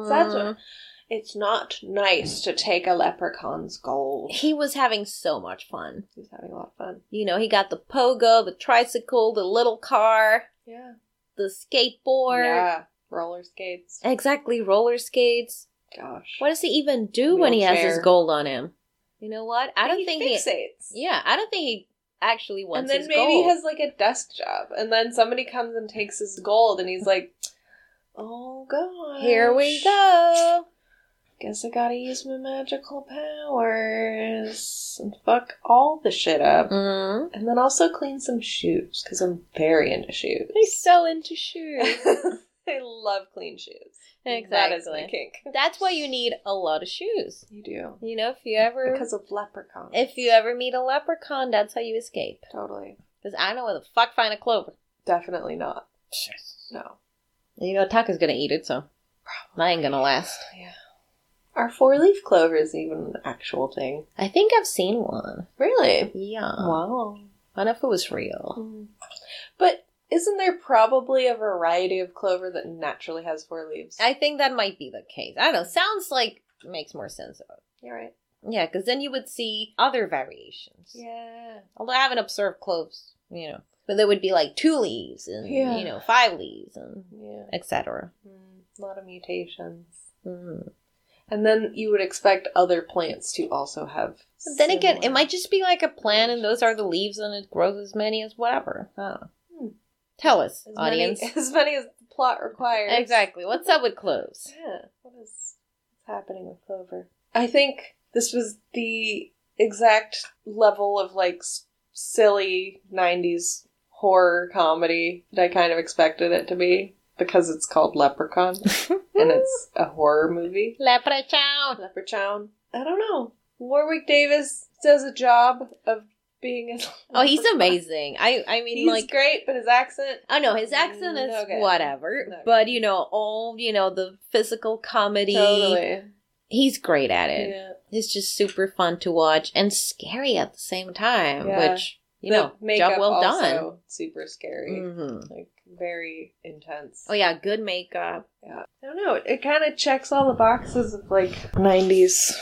Speaker 1: That's
Speaker 2: Mm.
Speaker 1: what- It's not nice to take a leprechaun's gold.
Speaker 2: he was having so much fun.
Speaker 1: He's having a lot of fun.
Speaker 2: You know, he got the pogo, the tricycle, the little car,
Speaker 1: Yeah.
Speaker 2: the skateboard.
Speaker 1: yeah. Roller skates.
Speaker 2: Exactly, roller skates.
Speaker 1: Gosh.
Speaker 2: What does he even do when he has his
Speaker 1: Wheelchair.
Speaker 2: gold on him? You know what? I don't
Speaker 1: he
Speaker 2: think he.
Speaker 1: fixates.
Speaker 2: Yeah, I don't think he actually wants
Speaker 1: and then
Speaker 2: his
Speaker 1: maybe he
Speaker 2: gold.
Speaker 1: has like a desk job, and then somebody comes and takes his gold, and he's like, "Oh god,
Speaker 2: Here we go.
Speaker 1: Guess I gotta use my magical powers and fuck all the shit up."
Speaker 2: Mm.
Speaker 1: And then also clean some shoes because I'm very into shoes.
Speaker 2: He's so into shoes.
Speaker 1: [LAUGHS] I love clean shoes. That is my
Speaker 2: Exactly.
Speaker 1: kink.
Speaker 2: [LAUGHS] That's why you need a lot of shoes.
Speaker 1: You do.
Speaker 2: You know, if you ever
Speaker 1: Because of leprechauns.
Speaker 2: if you ever meet a leprechaun, that's how you escape.
Speaker 1: Totally.
Speaker 2: Because I know where the fuck find a clover.
Speaker 1: Definitely not. No.
Speaker 2: You know, Taka's gonna eat it, so that ain't gonna last.
Speaker 1: Yeah. Are four leaf clovers even an actual thing? Uh-huh.
Speaker 7: I think I've seen one.
Speaker 1: Really?
Speaker 7: Yeah.
Speaker 1: Wow.
Speaker 7: I don't know if it was real.
Speaker 1: Mm-hmm. But isn't there probably a variety of clover that naturally has four leaves?
Speaker 2: I think that might be the case. I don't know. Sounds like makes more sense.
Speaker 1: You're right.
Speaker 2: Yeah, because then you would see other variations.
Speaker 1: Yeah.
Speaker 2: Although I haven't observed cloves, you know, but there would be like two leaves and
Speaker 1: Yeah.
Speaker 2: you know five leaves and
Speaker 1: Yeah.
Speaker 2: etc.
Speaker 1: Mm, a lot of mutations.
Speaker 2: Mm.
Speaker 1: And then you would expect other plants to also have.
Speaker 2: But then again, it
Speaker 1: similar-
Speaker 2: might just be like a plant, and those are the leaves, and it grows as many as whatever. I don't know.
Speaker 1: Hmm.
Speaker 2: Tell us,
Speaker 1: as [LAUGHS]
Speaker 2: audience.
Speaker 1: Many, as many as the plot requires.
Speaker 2: Exactly. What's up with cloves?
Speaker 1: Yeah. What is what's happening with Clover? I think this was the exact level of like s- silly '90s horror comedy that I kind of expected it to be because it's called [LAUGHS] Leprechaun and it's a horror movie.
Speaker 2: Leprechaun.
Speaker 1: Leprechaun. I don't know. Warwick Davis does a job of being a.
Speaker 2: Oh, he's
Speaker 1: leprechaun.
Speaker 2: amazing. I I mean,
Speaker 1: He's
Speaker 2: like
Speaker 1: great, but his accent.
Speaker 2: I know his accent is
Speaker 1: No good.
Speaker 2: whatever,
Speaker 1: No good.
Speaker 2: but you know, all you know, the physical comedy.
Speaker 1: Totally.
Speaker 2: He's great at it.
Speaker 1: Yeah.
Speaker 2: It's just super fun to watch and scary at the same time,
Speaker 1: Yeah.
Speaker 2: which you
Speaker 1: The
Speaker 2: know, job well done.
Speaker 1: Super scary.
Speaker 2: Mhm.
Speaker 1: like very intense.
Speaker 2: Oh yeah, good makeup.
Speaker 1: yeah. I don't know. It, it kind of checks all the boxes of like '90s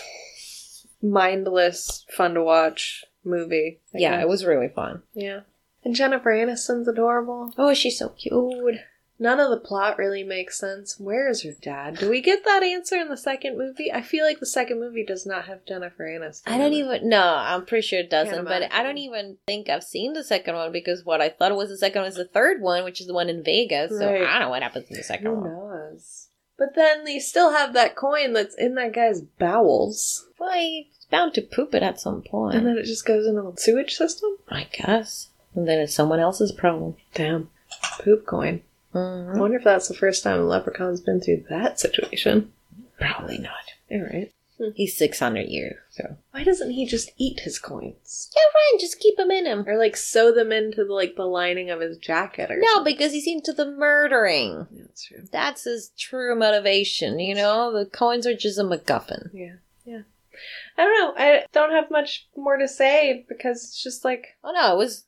Speaker 1: mindless, fun to watch movie. I guess.
Speaker 2: was really fun.
Speaker 1: Yeah. And Jennifer Aniston's adorable.
Speaker 2: Oh, she's so cute.
Speaker 1: None of the plot really makes sense. Where is her dad? Do we get that answer in the second movie? I feel like the second movie does not have Jennifer Aniston.
Speaker 2: I don't
Speaker 1: in it.
Speaker 2: even no, I'm pretty sure it doesn't,
Speaker 1: Can't
Speaker 2: but I don't
Speaker 1: imagine.
Speaker 2: even think I've seen the second one because what I thought was the second one is the third one, which is the one in Vegas. So I
Speaker 1: Right.
Speaker 2: don't know what happens in the second
Speaker 1: Who
Speaker 2: one.
Speaker 1: knows? But then they still have that coin that's in that guy's bowels,
Speaker 2: Well, he's bound to poop it at some point.
Speaker 1: and then it just goes into the sewage system.
Speaker 2: I guess. And then it's someone else's problem.
Speaker 1: Damn. Poop coin. I
Speaker 2: Mhm.
Speaker 1: wonder if that's the first time a leprechaun's been through that situation.
Speaker 2: Probably not.
Speaker 1: All right.
Speaker 2: He's 600 years, so.
Speaker 1: Why doesn't he just eat his coins?
Speaker 2: Yeah, Ryan, just keep him in him.
Speaker 1: Or like sew them into the, like the lining of his jacket or
Speaker 2: No, because he's into the murdering.
Speaker 1: something. That's true.
Speaker 2: That's his true motivation, you know? The coins are just a MacGuffin.
Speaker 1: Yeah. Yeah. I don't know. I don't have much more to say because it's just like
Speaker 2: Oh no, it was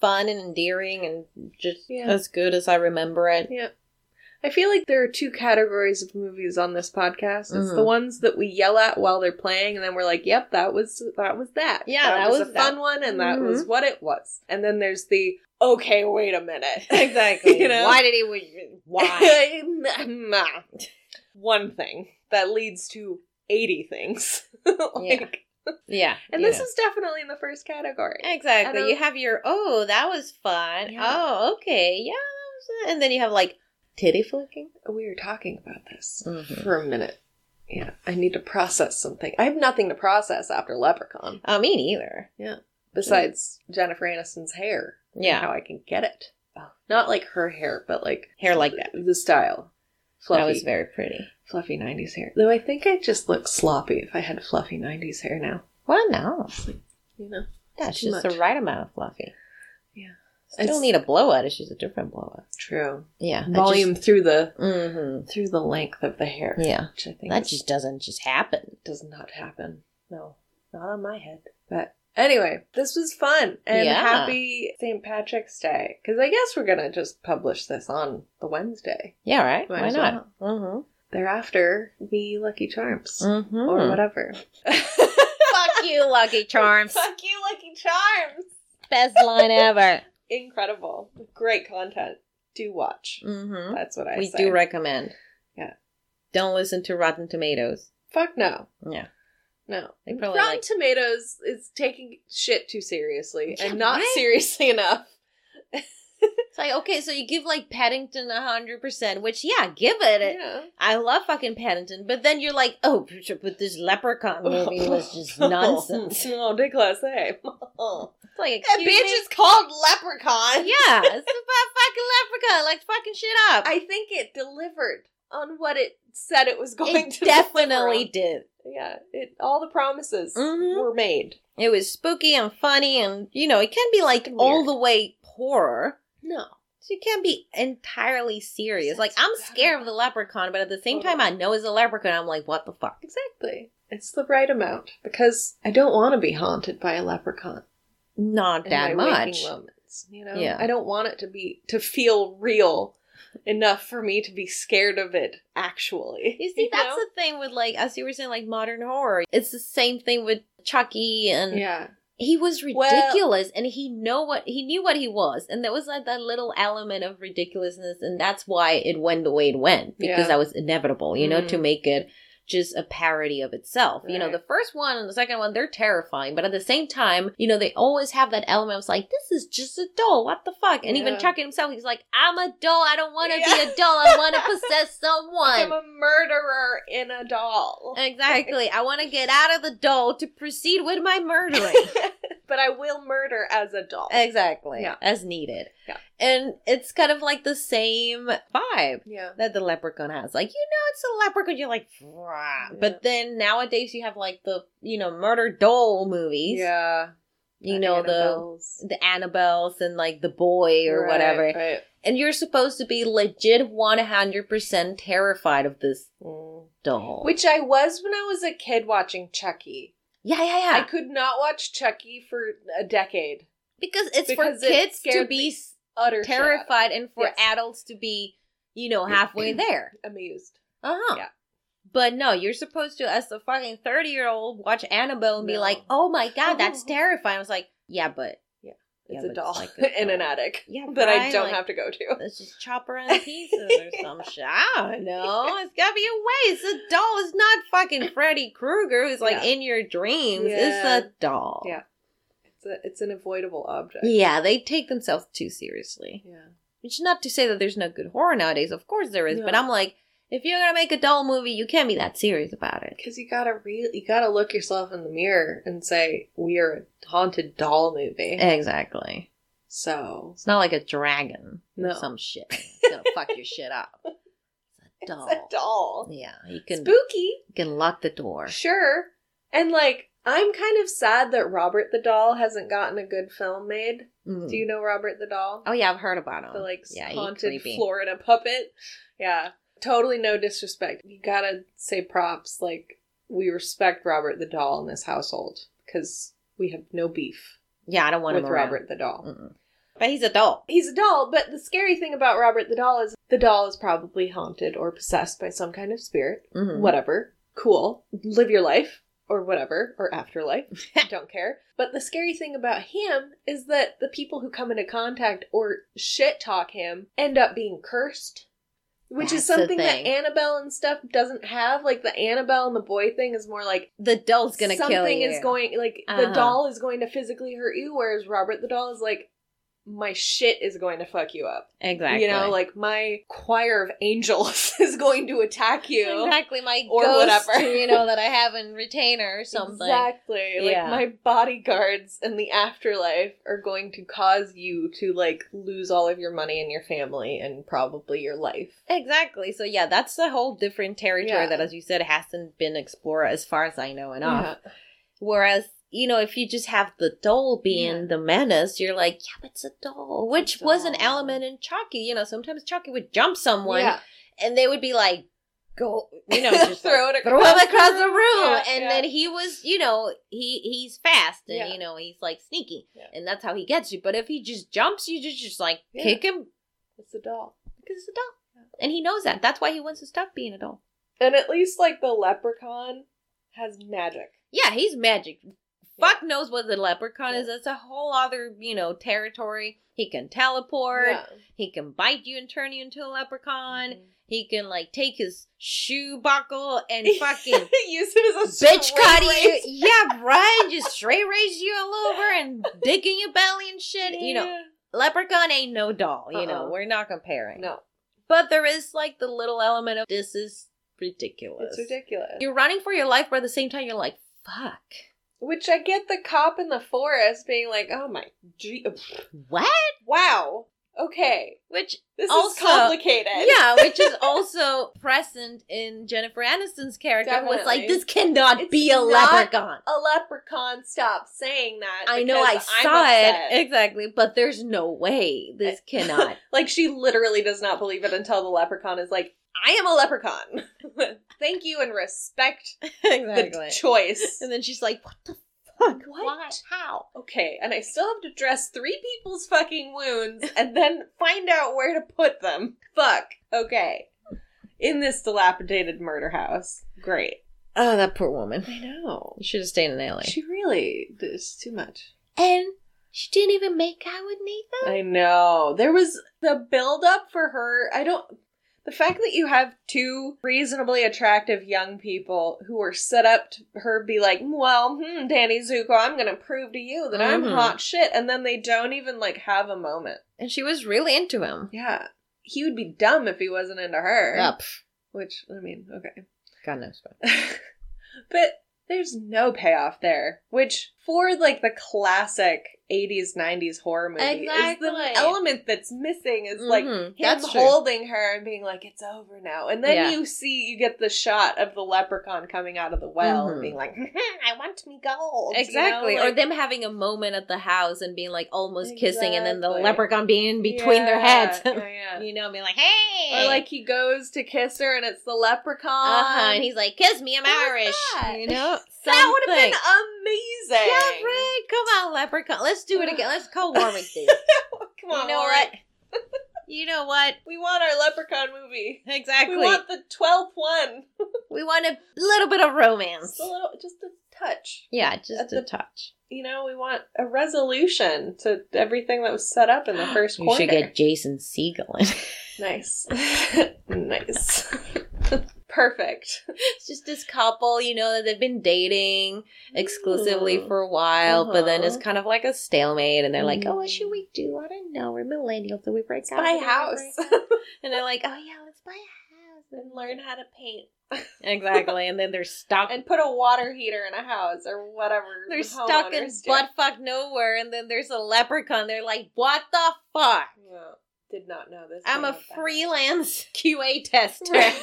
Speaker 2: fun and endearing and just
Speaker 1: Yeah.
Speaker 2: as good as I remember it. [LAUGHS]
Speaker 1: yeah. I feel like there are two categories of movies on this podcast. It's the
Speaker 2: Mhm.
Speaker 1: ones that we yell at while they're playing and then we're like, "Yep, that was that was that."
Speaker 2: Yeah, that
Speaker 1: was,
Speaker 2: was
Speaker 1: a
Speaker 2: that. Mm-hmm.
Speaker 1: fun one and that was what it was. And then there's the okay, wait a
Speaker 2: [LAUGHS]
Speaker 1: minute. [LAUGHS] you know?
Speaker 2: Why did he? Why?
Speaker 1: [LAUGHS] Why? One thing that leads to 80 things. [LAUGHS] Like-
Speaker 2: [LAUGHS] yeah. Eh.
Speaker 1: And
Speaker 2: you
Speaker 1: this
Speaker 2: know.
Speaker 1: is definitely in the first category. I
Speaker 2: Exactly.
Speaker 1: don't-
Speaker 2: You have your oh, that was fun.
Speaker 1: Yeah.
Speaker 2: Oh, okay, yeah. that was it." And then you have like titty flicking.
Speaker 1: We were talking about this
Speaker 2: Mhm.
Speaker 1: for a minute. Yeah, I need to process something. I have nothing to process after Leprechaun
Speaker 2: Oh, me neither.
Speaker 1: besides Jennifer Aniston's hair. and
Speaker 2: Yeah.
Speaker 1: How I can get it. Not like her hair, but like
Speaker 2: Hair like that.
Speaker 1: The style. Fluffy.
Speaker 2: That was very pretty.
Speaker 1: fluffy 90s hair. Though I think I'd just look sloppy if I had fluffy 90s hair now.
Speaker 2: Well, no,
Speaker 1: You know?
Speaker 2: that's
Speaker 1: Too
Speaker 2: just
Speaker 1: much.
Speaker 2: the right amount of fluffy.
Speaker 1: Yeah.
Speaker 2: Still
Speaker 1: It's-
Speaker 2: need a blowout. It's just a different blowout.
Speaker 1: True.
Speaker 2: Yeah.
Speaker 1: volume through the
Speaker 2: hmm
Speaker 1: through the length of the hair.
Speaker 2: Yeah.
Speaker 1: Which I think
Speaker 2: That
Speaker 1: is-
Speaker 2: just doesn't just happen.
Speaker 1: does not happen. No, not on my head. But anyway, this was fun and
Speaker 2: Yeah.
Speaker 1: happy St. Patrick's Day because I guess we're gonna just publish this on the Wednesday
Speaker 2: Yeah. Right.
Speaker 1: Might
Speaker 2: Why
Speaker 1: as
Speaker 2: not? Mm-hmm.
Speaker 1: thereafter. Be Lucky Charms
Speaker 2: Mm-hmm.
Speaker 1: or [LAUGHS] whatever.
Speaker 2: Fuck you, Lucky [LAUGHS] Charms.
Speaker 1: Fuck you, Lucky Charms!
Speaker 2: Best line ever.
Speaker 1: Incredible, great content. Do watch.
Speaker 2: Mm-hmm.
Speaker 1: That's what I
Speaker 2: We
Speaker 1: say.
Speaker 2: do recommend.
Speaker 1: Yeah.
Speaker 2: Don't listen to Rotten Tomatoes.
Speaker 1: Fuck no.
Speaker 2: Yeah.
Speaker 1: No,
Speaker 2: They probably
Speaker 1: Rotten
Speaker 2: like-
Speaker 1: Tomatoes is taking shit too seriously
Speaker 2: Yeah,
Speaker 1: and not
Speaker 2: right?
Speaker 1: seriously enough.
Speaker 2: It's like, okay, so you give like Paddington 100%, which, yeah, give it.
Speaker 1: Yeah.
Speaker 2: I love fucking Paddington, but then you're like, oh, but this
Speaker 1: [LAUGHS]
Speaker 2: leprechaun [LAUGHS] movie was just [LAUGHS] nonsense. It's
Speaker 1: oh, déclassé.
Speaker 2: like,
Speaker 1: [LAUGHS] That
Speaker 2: excuse
Speaker 1: bitch
Speaker 2: me?
Speaker 1: is called Leprechaun.
Speaker 2: [LAUGHS] Yeah, it's about fucking leprechaun. Like, fucking shit up.
Speaker 1: I think it delivered on what it said it was going
Speaker 2: it
Speaker 1: to.
Speaker 2: definitely did.
Speaker 1: deliver on. Yeah, it all the promises
Speaker 2: Mhm.
Speaker 1: were made.
Speaker 2: It was spooky and funny, and, you know, it can be like
Speaker 1: Fucking
Speaker 2: all
Speaker 1: weird.
Speaker 2: the way horror.
Speaker 1: No,
Speaker 2: She can't be entirely serious. Like I'm
Speaker 1: That's
Speaker 2: scared
Speaker 1: better.
Speaker 2: of the leprechaun, but at the same
Speaker 1: Totally.
Speaker 2: time, I know it's a leprechaun. I'm like, what the fuck?
Speaker 1: Exactly. It's the right amount because I don't want to be haunted by a leprechaun
Speaker 2: Not
Speaker 1: in
Speaker 2: that
Speaker 1: my
Speaker 2: much.
Speaker 1: waking moments. You know,
Speaker 2: Yeah.
Speaker 1: I don't want it to be to feel real enough for me to be scared of it. Actually,
Speaker 2: You see, that's
Speaker 1: know?
Speaker 2: the thing with like, as you were saying, like modern horror. It's the same thing with Chucky, and
Speaker 1: yeah.
Speaker 2: he was
Speaker 1: Well-
Speaker 2: ridiculous, and he know what he knew what he was, and there was like that little element of ridiculousness, and that's why it went the way it went because
Speaker 1: Yeah.
Speaker 2: that was inevitable, you know,
Speaker 1: Mm.
Speaker 2: to make it just a parody of itself. You know,
Speaker 1: Right.
Speaker 2: the first one and the second one, they're terrifying, but at the same time, you know, they always have that element of like, this is just a doll. What the fuck? And even
Speaker 1: Yeah.
Speaker 2: Chucky himself, he's like, I'm a doll. I don't want to
Speaker 1: Yeah.
Speaker 2: be a doll. I
Speaker 1: [LAUGHS]
Speaker 2: want to possess someone.
Speaker 1: I'm a murderer in a doll, [LAUGHS]
Speaker 2: Exactly. I want to get out of the doll to proceed with my murdering.
Speaker 1: [LAUGHS] but I will murder as a doll.
Speaker 2: exactly.
Speaker 1: Yeah.
Speaker 2: As needed.
Speaker 1: Yeah.
Speaker 2: And it's kind of like the same vibe
Speaker 1: yeah.
Speaker 2: that the leprechaun has. Like, you know, it's a leprechaun. You're like, "Rah."
Speaker 1: Yeah.
Speaker 2: but then nowadays you have like the, you know, murder doll movies.
Speaker 1: Yeah.
Speaker 2: You know,
Speaker 1: Annabelle's.
Speaker 2: the. The Annabelles and like the boy or
Speaker 1: Right,
Speaker 2: whatever.
Speaker 1: Right.
Speaker 2: And you're supposed to be legit 100% terrified of this
Speaker 1: Mm.
Speaker 2: doll.
Speaker 1: Which I was when I was a kid watching Chucky.
Speaker 2: yeah, yeah, yeah.
Speaker 1: I could not watch Chucky for a decade.
Speaker 2: because it's
Speaker 1: Because
Speaker 2: for
Speaker 1: it
Speaker 2: kids to
Speaker 1: scared
Speaker 2: be
Speaker 1: me.
Speaker 2: s-
Speaker 1: Utter shit out of it.
Speaker 2: terrified and for
Speaker 1: Yes.
Speaker 2: adults to be, you know, halfway there.
Speaker 1: amused.
Speaker 2: Uh huh.
Speaker 1: Yeah.
Speaker 2: But no, you're supposed to, as a fucking 30 year old, watch Annabelle and be
Speaker 1: No.
Speaker 2: like, oh my God,
Speaker 1: [LAUGHS]
Speaker 2: that's terrifying. I was like, yeah, but Yeah,
Speaker 1: It's
Speaker 2: but
Speaker 1: a
Speaker 2: it's
Speaker 1: doll [LAUGHS]
Speaker 2: like a
Speaker 1: in an
Speaker 2: doll.
Speaker 1: attic
Speaker 2: Yeah,
Speaker 1: [LAUGHS] that I
Speaker 2: right,
Speaker 1: don't
Speaker 2: like-
Speaker 1: have to go to.
Speaker 2: [LAUGHS] let's just chop her
Speaker 1: [LAUGHS]
Speaker 2: in pieces or some shit. I don't know. It's gotta be a way. It's a doll. It's not fucking Freddy Krueger who's like
Speaker 1: Yeah.
Speaker 2: in your dreams.
Speaker 1: Yeah.
Speaker 2: It's a doll.
Speaker 1: Yeah. It's a, it's an avoidable object.
Speaker 2: Yeah, they take themselves too seriously.
Speaker 1: Yeah.
Speaker 2: Which is not to say that there's no good horror nowadays. Of course there is, but
Speaker 1: No.
Speaker 2: I'm like, if you're gonna make a doll movie, you can't be that serious about it.
Speaker 1: Because you gotta re- you gotta look yourself in the mirror and say we are a haunted doll movie.
Speaker 2: Exactly.
Speaker 1: so
Speaker 2: It's not like a dragon. or
Speaker 1: No.
Speaker 2: Some shit. It's gonna fuck your shit up. It's a doll.
Speaker 1: [LAUGHS] it's a doll.
Speaker 2: Yeah, you can
Speaker 1: Spooky,
Speaker 2: you can lock the door.
Speaker 1: sure. And like I'm kind of sad that Robert the Doll hasn't gotten a good film made.
Speaker 2: Mm.
Speaker 1: Do you know Robert the Doll?
Speaker 2: oh yeah, I've heard about him.
Speaker 1: the like
Speaker 2: yeah, he
Speaker 1: haunted
Speaker 2: creepy.
Speaker 1: Florida puppet. Yeah, totally no disrespect. You gotta say props. Like we respect Robert the doll in this household because we have no beef
Speaker 2: Yeah, I don't want
Speaker 1: with
Speaker 2: him around.
Speaker 1: Robert the doll.
Speaker 2: Mm-mm. But he's a doll.
Speaker 1: He's a doll, but the scary thing about Robert the doll is the doll is probably haunted or possessed by some kind of spirit.
Speaker 2: Mhm.
Speaker 1: Whatever, cool. Live your life. Or whatever, or afterlife, [LAUGHS] don't care. But the scary thing about him is that the people who come into contact or shit talk him end up being cursed, which
Speaker 2: That's
Speaker 1: is
Speaker 2: the
Speaker 1: something that
Speaker 2: thing.
Speaker 1: Annabelle and stuff doesn't have. Like the Annabelle and the boy thing is more like
Speaker 2: The doll's gonna
Speaker 1: something
Speaker 2: kill you.
Speaker 1: is going like
Speaker 2: Uh-huh.
Speaker 1: the doll is going to physically hurt you, whereas Robert the doll is like my shit is going to fuck you up.
Speaker 2: exactly.
Speaker 1: You know, like my choir of angels [LAUGHS] is going to attack you.
Speaker 2: exactly my
Speaker 1: Or
Speaker 2: ghost,
Speaker 1: whatever.
Speaker 2: [LAUGHS] you know, that I have in retainer or something.
Speaker 1: Exactly.
Speaker 2: Yeah.
Speaker 1: Like my bodyguards in the afterlife are going to cause you to like lose all of your money and your family and probably your life.
Speaker 2: Exactly. So yeah, that's a whole different territory
Speaker 1: Yeah.
Speaker 2: that, as you said, hasn't been explored as far as I know enough.
Speaker 1: Yeah.
Speaker 2: Whereas you know, if you just have the doll being
Speaker 1: Yeah.
Speaker 2: the menace, you're like, yeah, but it's a doll, which
Speaker 1: It's a
Speaker 2: was an
Speaker 1: doll.
Speaker 2: element in Chucky. You know, sometimes Chucky would jump someone,
Speaker 1: Yeah.
Speaker 2: and they would be like, go,
Speaker 1: [LAUGHS]
Speaker 2: you know, just throw.
Speaker 1: throw it
Speaker 2: Throw him across the room,
Speaker 1: Yeah,
Speaker 2: and
Speaker 1: yeah.
Speaker 2: then he was, you know, he he's fast, and
Speaker 1: Yeah.
Speaker 2: you know he's like sneaky,
Speaker 1: Yeah.
Speaker 2: and that's how he gets you. But if he just jumps, you just just like
Speaker 1: Yeah.
Speaker 2: kick him
Speaker 1: It's a doll.
Speaker 2: because it's a doll, and he knows that. That's why he wants to stop being a doll.
Speaker 1: And at least like the leprechaun has magic.
Speaker 2: Yeah, he's magic. Fuck knows what the leprechaun is. That's a whole other, you know, territory. He can teleport.
Speaker 1: Yeah. Mm-hmm.
Speaker 2: He can bite you and turn you into a leprechaun. He can like take his shoe buckle
Speaker 1: [LAUGHS]
Speaker 2: and fucking
Speaker 1: Use it as a
Speaker 2: bitch
Speaker 1: straight
Speaker 2: cut you.
Speaker 1: [LAUGHS] razor.
Speaker 2: [LAUGHS] Yeah, right. Just straight raise you all over and dig in your belly and shit. You know,
Speaker 1: Yeah.
Speaker 2: leprechaun ain't no doll. You know,
Speaker 1: Uh-uh.
Speaker 2: we're not comparing.
Speaker 1: No.
Speaker 2: But there is like the little element of this is ridiculous.
Speaker 1: It's ridiculous.
Speaker 2: You're running for your life, but at the same time, you're like, fuck.
Speaker 1: Which I get the cop in the forest being like, "Oh my gee,
Speaker 2: What?
Speaker 1: wow." Okay,
Speaker 2: Which
Speaker 1: this is
Speaker 2: Also-
Speaker 1: complicated.
Speaker 2: yeah,
Speaker 1: [LAUGHS]
Speaker 2: which is also present in Jennifer Aniston's character. Was
Speaker 1: Definitely.
Speaker 2: like this cannot
Speaker 1: It's
Speaker 2: be a
Speaker 1: not-
Speaker 2: leprechaun.
Speaker 1: a leprechaun. Stop saying that.
Speaker 2: I know I
Speaker 1: because I'm
Speaker 2: saw
Speaker 1: upset.
Speaker 2: it exactly, but there's no way this
Speaker 1: [LAUGHS]
Speaker 2: cannot.
Speaker 1: Like she literally does not believe it until the leprechaun is like, "I am a leprechaun." [LAUGHS] Thank you and
Speaker 2: [LAUGHS]
Speaker 1: respect the choice.
Speaker 2: And then she's like, "What the
Speaker 1: Fuck,
Speaker 2: Why? How?"
Speaker 1: Okay, and I still have to dress three people's fucking wounds and then find out where to put them. Fuck. Okay. In this dilapidated murder house. Great.
Speaker 2: Oh, that poor woman.
Speaker 1: I know.
Speaker 2: Should have stayed in LA.
Speaker 1: She really is too much.
Speaker 2: and she didn't even make out with Nathan.
Speaker 1: I know. There was the build up for her. I don't the fact that you have two reasonably attractive young people who were set up to her be like, well, hmm, Danny Zuko, I'm gonna prove to you that I'm
Speaker 2: Mhm.
Speaker 1: hot shit, and then they don't even like have a moment.
Speaker 2: And she was really into him.
Speaker 1: Yeah. He would be dumb if he wasn't into her.
Speaker 2: Yeah, pff,
Speaker 1: Which, I mean, okay.
Speaker 2: God knows. What.
Speaker 1: [LAUGHS] but there's no payoff there, which for like the classic 80s, 90s horror movie is
Speaker 2: Exactly.
Speaker 1: the element that's missing is like him
Speaker 2: Mhm, that's true.
Speaker 1: holding her and being like, it's over now. And then
Speaker 2: Yeah.
Speaker 1: you see, you get the shot of the leprechaun coming out of the well and
Speaker 2: Mhm.
Speaker 1: being like, [LAUGHS] I want me gold. you know,
Speaker 2: Exactly.
Speaker 1: like-
Speaker 2: or them having a moment at the house and being like almost kissing and then the
Speaker 1: Exactly.
Speaker 2: leprechaun being in between their heads. [LAUGHS]
Speaker 1: Yeah, yeah.
Speaker 2: you know, being like, hey.
Speaker 1: Or like he goes to kiss her and it's the leprechaun.
Speaker 2: uh huh. And he's like, kiss me, I'm
Speaker 1: Um, What was
Speaker 2: Irish.
Speaker 1: that?
Speaker 2: You know? [LAUGHS]
Speaker 1: that would have been
Speaker 2: something.
Speaker 1: amazing.
Speaker 2: Yeah, right. Come on, leprechaun. Let's do it again. Let's co warming
Speaker 1: [LAUGHS]
Speaker 2: this.
Speaker 1: Come on,
Speaker 2: You know
Speaker 1: Laura.
Speaker 2: what? You know what?
Speaker 1: We want our leprechaun movie.
Speaker 2: Exactly.
Speaker 1: We want the twelfth one.
Speaker 2: a little bit of romance.
Speaker 1: Just a little, just a touch.
Speaker 2: Yeah,
Speaker 1: At
Speaker 2: just
Speaker 1: the-
Speaker 2: a touch.
Speaker 1: You know, we want a resolution to everything that was set up
Speaker 2: [GASPS]
Speaker 1: in the first
Speaker 2: You
Speaker 1: quarter.
Speaker 2: should get Jason Siegel in.
Speaker 1: nice, [LAUGHS] nice, [LAUGHS] perfect.
Speaker 2: It's just this couple, you know, that they've been dating exclusively
Speaker 1: Ooh.
Speaker 2: for a while, but then it's
Speaker 1: Mm-hmm. Uh-huh.
Speaker 2: kind of like a stalemate, and they're like,
Speaker 1: Mm.
Speaker 2: "Oh, what should we do? I don't know. We're millennials, so we break up.
Speaker 1: Buy
Speaker 2: we
Speaker 1: a
Speaker 2: don't
Speaker 1: house
Speaker 2: break up." and they're like, "Oh yeah, let's buy a house."
Speaker 1: and
Speaker 2: [LAUGHS]
Speaker 1: learn how to paint
Speaker 2: Exactly, and then they're stuck.
Speaker 1: and put a water heater in a house or whatever.
Speaker 2: they're stuck in
Speaker 1: homeowners do.
Speaker 2: butt fuck nowhere, and then there's a leprechaun. They're like, "What the fuck?
Speaker 1: Yeah, did not know this.
Speaker 2: I'm a
Speaker 1: about that.
Speaker 2: freelance [LAUGHS] QA tester.
Speaker 1: Right.
Speaker 2: [LAUGHS]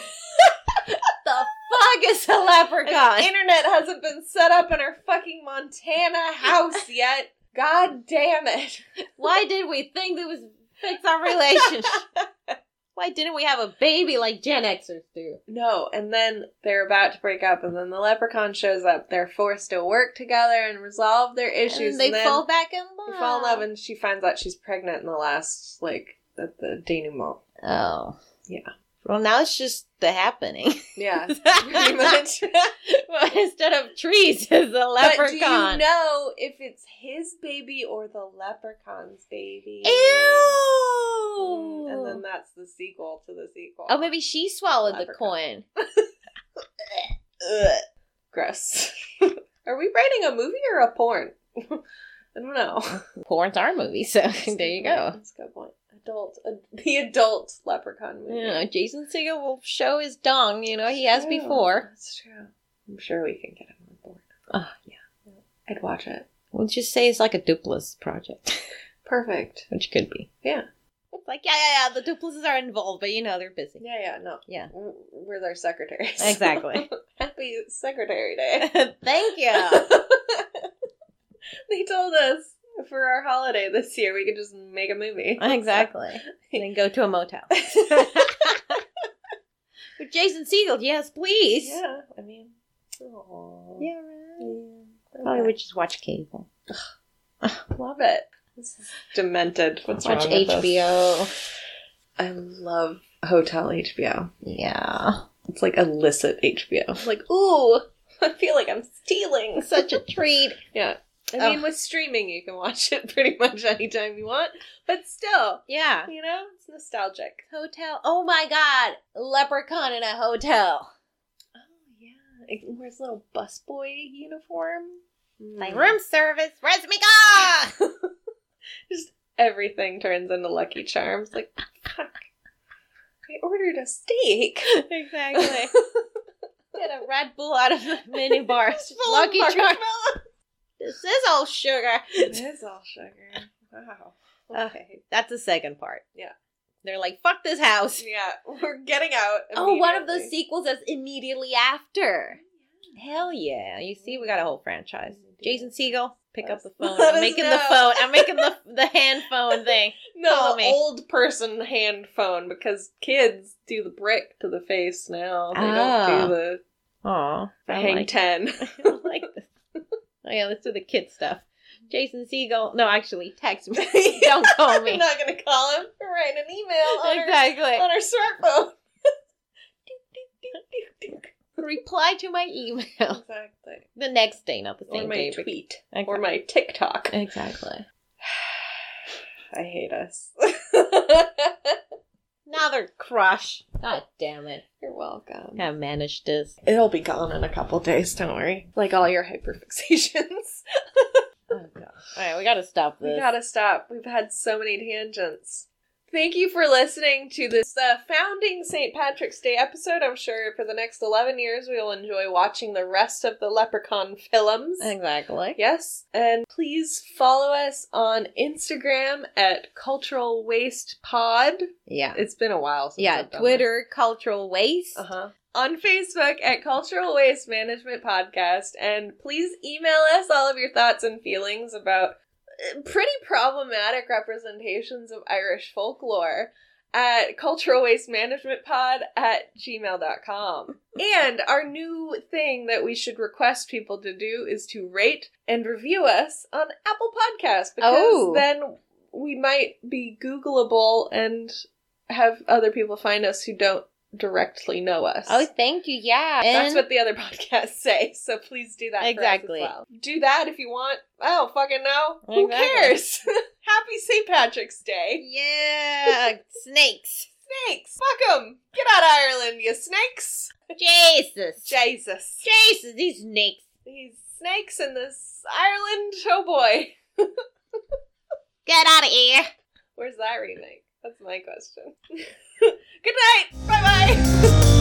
Speaker 2: the fuck is a
Speaker 1: [LAUGHS]
Speaker 2: leprechaun?"
Speaker 1: The internet hasn't been set up in our fucking Montana house
Speaker 2: [LAUGHS]
Speaker 1: yet. God damn it.
Speaker 2: Why did we think that was fix our relationship? [LAUGHS] Why didn't we have a baby like Gen Xers do?
Speaker 1: No, and then they're about to break up, and then the leprechaun shows up. They're forced to work together and resolve their issues.
Speaker 2: and they
Speaker 1: and then
Speaker 2: fall back in love.
Speaker 1: They fall in love, and she finds out she's pregnant in the last, like, at the denouement.
Speaker 2: oh,
Speaker 1: Yeah.
Speaker 2: Well, now it's just the [LAUGHS] happening.
Speaker 1: Yeah, pretty
Speaker 2: [LAUGHS] well,
Speaker 1: much.
Speaker 2: instead of trees, it's a
Speaker 1: But do you
Speaker 2: leprechaun.
Speaker 1: know if it's his baby or the leprechaun's baby?
Speaker 2: Ew.
Speaker 1: Mm, And then that's the sequel to the sequel.
Speaker 2: oh, maybe she swallowed the
Speaker 1: Leprechaun.
Speaker 2: coin. [LAUGHS]
Speaker 1: Ugh. Gross. [LAUGHS] Are we writing a movie or a porn? [LAUGHS] I don't know.
Speaker 2: Porn's our movie, so [LAUGHS] there you go.
Speaker 1: That's a good point. Adult, ad- [LAUGHS] the adult leprechaun movie.
Speaker 2: You know, Jason Segel will show his dong. You know, he has
Speaker 1: True.
Speaker 2: before.
Speaker 1: That's true. I'm sure we can get him on board.
Speaker 2: Oh, yeah.
Speaker 1: I'd watch it.
Speaker 2: We'll just say it's like a Duplass project, [LAUGHS]
Speaker 1: Perfect.
Speaker 2: which could be.
Speaker 1: Yeah.
Speaker 2: It's like, yeah, yeah, yeah, the duplices are involved, but you know they're busy.
Speaker 1: Yeah, yeah, no.
Speaker 2: Yeah.
Speaker 1: W- We're their secretaries.
Speaker 2: [LAUGHS]
Speaker 1: [LAUGHS]
Speaker 2: Exactly.
Speaker 1: Happy Secretary Day.
Speaker 2: [LAUGHS] Thank you.
Speaker 1: they told us for our holiday this year we could just make a movie.
Speaker 2: [LAUGHS] [LAUGHS] exactly. And then go to a motel. [LAUGHS] With Jason Siegel, yes, please.
Speaker 1: Yeah, I mean, aw.
Speaker 2: Yeah, right.
Speaker 1: Yeah.
Speaker 2: Probably
Speaker 1: Okay.
Speaker 2: would just watch cable.
Speaker 1: Love it. This is demented. What's
Speaker 2: watch
Speaker 1: wrong with us?
Speaker 2: [LAUGHS] HBO.
Speaker 1: I love hotel HBO.
Speaker 2: Yeah.
Speaker 1: It's like illicit HBO. [LAUGHS] Like, ooh, I feel like I'm stealing.
Speaker 2: Such a treat.
Speaker 1: Yeah. I
Speaker 2: Oh.
Speaker 1: mean, with streaming, you can watch it [LAUGHS] pretty much anytime you want, but still,
Speaker 2: Yeah.
Speaker 1: you know, it's nostalgic.
Speaker 2: Hotel. Oh my god. Leprechaun in a hotel.
Speaker 1: Oh, yeah. It wears a little busboy uniform.
Speaker 2: Like
Speaker 1: Mm.
Speaker 2: room service. Where's me go?
Speaker 1: Everything turns into Lucky Charms. Like, oh, fuck. I ordered a steak.
Speaker 2: Exactly. [LAUGHS] Get a Red Bull out of the
Speaker 1: [LAUGHS]
Speaker 2: mini bar. It's
Speaker 1: Full of
Speaker 2: Lucky Charms. [LAUGHS]
Speaker 1: marshmallow. [LAUGHS]
Speaker 2: This is all sugar.
Speaker 1: It is all sugar. Wow. Okay.
Speaker 2: That's the second part.
Speaker 1: Yeah.
Speaker 2: They're like, fuck this house.
Speaker 1: yeah, we're getting out.
Speaker 2: Oh, one of those
Speaker 1: immediately. Oh,
Speaker 2: sequels that's immediately after. Hell yeah. You see, we got a whole franchise. Jason Siegel,
Speaker 1: [LAUGHS]
Speaker 2: pick up the phone.
Speaker 1: Let
Speaker 2: I'm
Speaker 1: us
Speaker 2: making the
Speaker 1: know.
Speaker 2: phone. I'm making the,
Speaker 1: [LAUGHS]
Speaker 2: the hand phone thing.
Speaker 1: No,
Speaker 2: Follow
Speaker 1: the
Speaker 2: me.
Speaker 1: old person hand phone because kids do the brick to the face now. They
Speaker 2: Ah.
Speaker 1: don't do the,
Speaker 2: Aw.
Speaker 1: the
Speaker 2: I
Speaker 1: hang
Speaker 2: like-
Speaker 1: ten.
Speaker 2: [LAUGHS] I like this. Oh, yeah, let's do the kid stuff. Jason Siegel. No, actually, text me. [LAUGHS] Don't call me.
Speaker 1: [LAUGHS] I'm not gonna call him. Write an email on
Speaker 2: exactly.
Speaker 1: our on our
Speaker 2: [LAUGHS]
Speaker 1: smartphone.
Speaker 2: Reply to my email [LAUGHS]
Speaker 1: exactly.
Speaker 2: the next day, not the
Speaker 1: Or
Speaker 2: same
Speaker 1: my
Speaker 2: day. but-
Speaker 1: tweet.
Speaker 2: Okay.
Speaker 1: Or my TikTok.
Speaker 2: Exactly.
Speaker 1: I hate us. [LAUGHS]
Speaker 2: Another crush. God damn it.
Speaker 1: You're welcome.
Speaker 2: I managed this.
Speaker 1: It'll be gone in a couple days, don't worry. Like all your hyperfixations.
Speaker 2: Oh, God. All right, we gotta stop this.
Speaker 1: We gotta stop. We've had so many tangents. Thank you for listening to this uh, founding St. Patrick's Day episode. I'm sure for the next 11 years we will enjoy watching the rest of the Leprechaun films.
Speaker 2: Exactly.
Speaker 1: Yes. And please follow us on Instagram at Cultural Waste Pod.
Speaker 2: Yeah.
Speaker 1: It's been a while since
Speaker 2: Yeah.
Speaker 1: I've done
Speaker 2: Twitter, cultural waste.
Speaker 1: this. Uh-huh. On Facebook at Cultural Waste Management Podcast. And please email us all of your thoughts and feelings about uh, pretty problematic representations of Irish folklore at cultural waste management pod at gmail.com and our new thing that we should request people to do is to rate and review us on apple podcast because
Speaker 2: Oh.
Speaker 1: then we might be googleable and have other people find us who don't directly know us
Speaker 2: Oh, thank you. Yeah.
Speaker 1: that's
Speaker 2: And-
Speaker 1: what the other [LAUGHS] podcasts say, so please do that.
Speaker 2: Exactly.
Speaker 1: Exactly. Do that if you want. I don't fucking know. Who
Speaker 2: Exactly.
Speaker 1: cares? [LAUGHS] Happy St. Patrick's Day.
Speaker 2: [LAUGHS] Yeah. Snakes.
Speaker 1: Snakes. Fuck them. Get out of Ireland, you snakes.
Speaker 2: Jesus.
Speaker 1: Jesus.
Speaker 2: Jesus. These snakes.
Speaker 1: These snakes in this Ireland. Oh boy.
Speaker 2: Get out of here.
Speaker 1: [LAUGHS] Where's that remake? That's my question. Good night. Bye bye.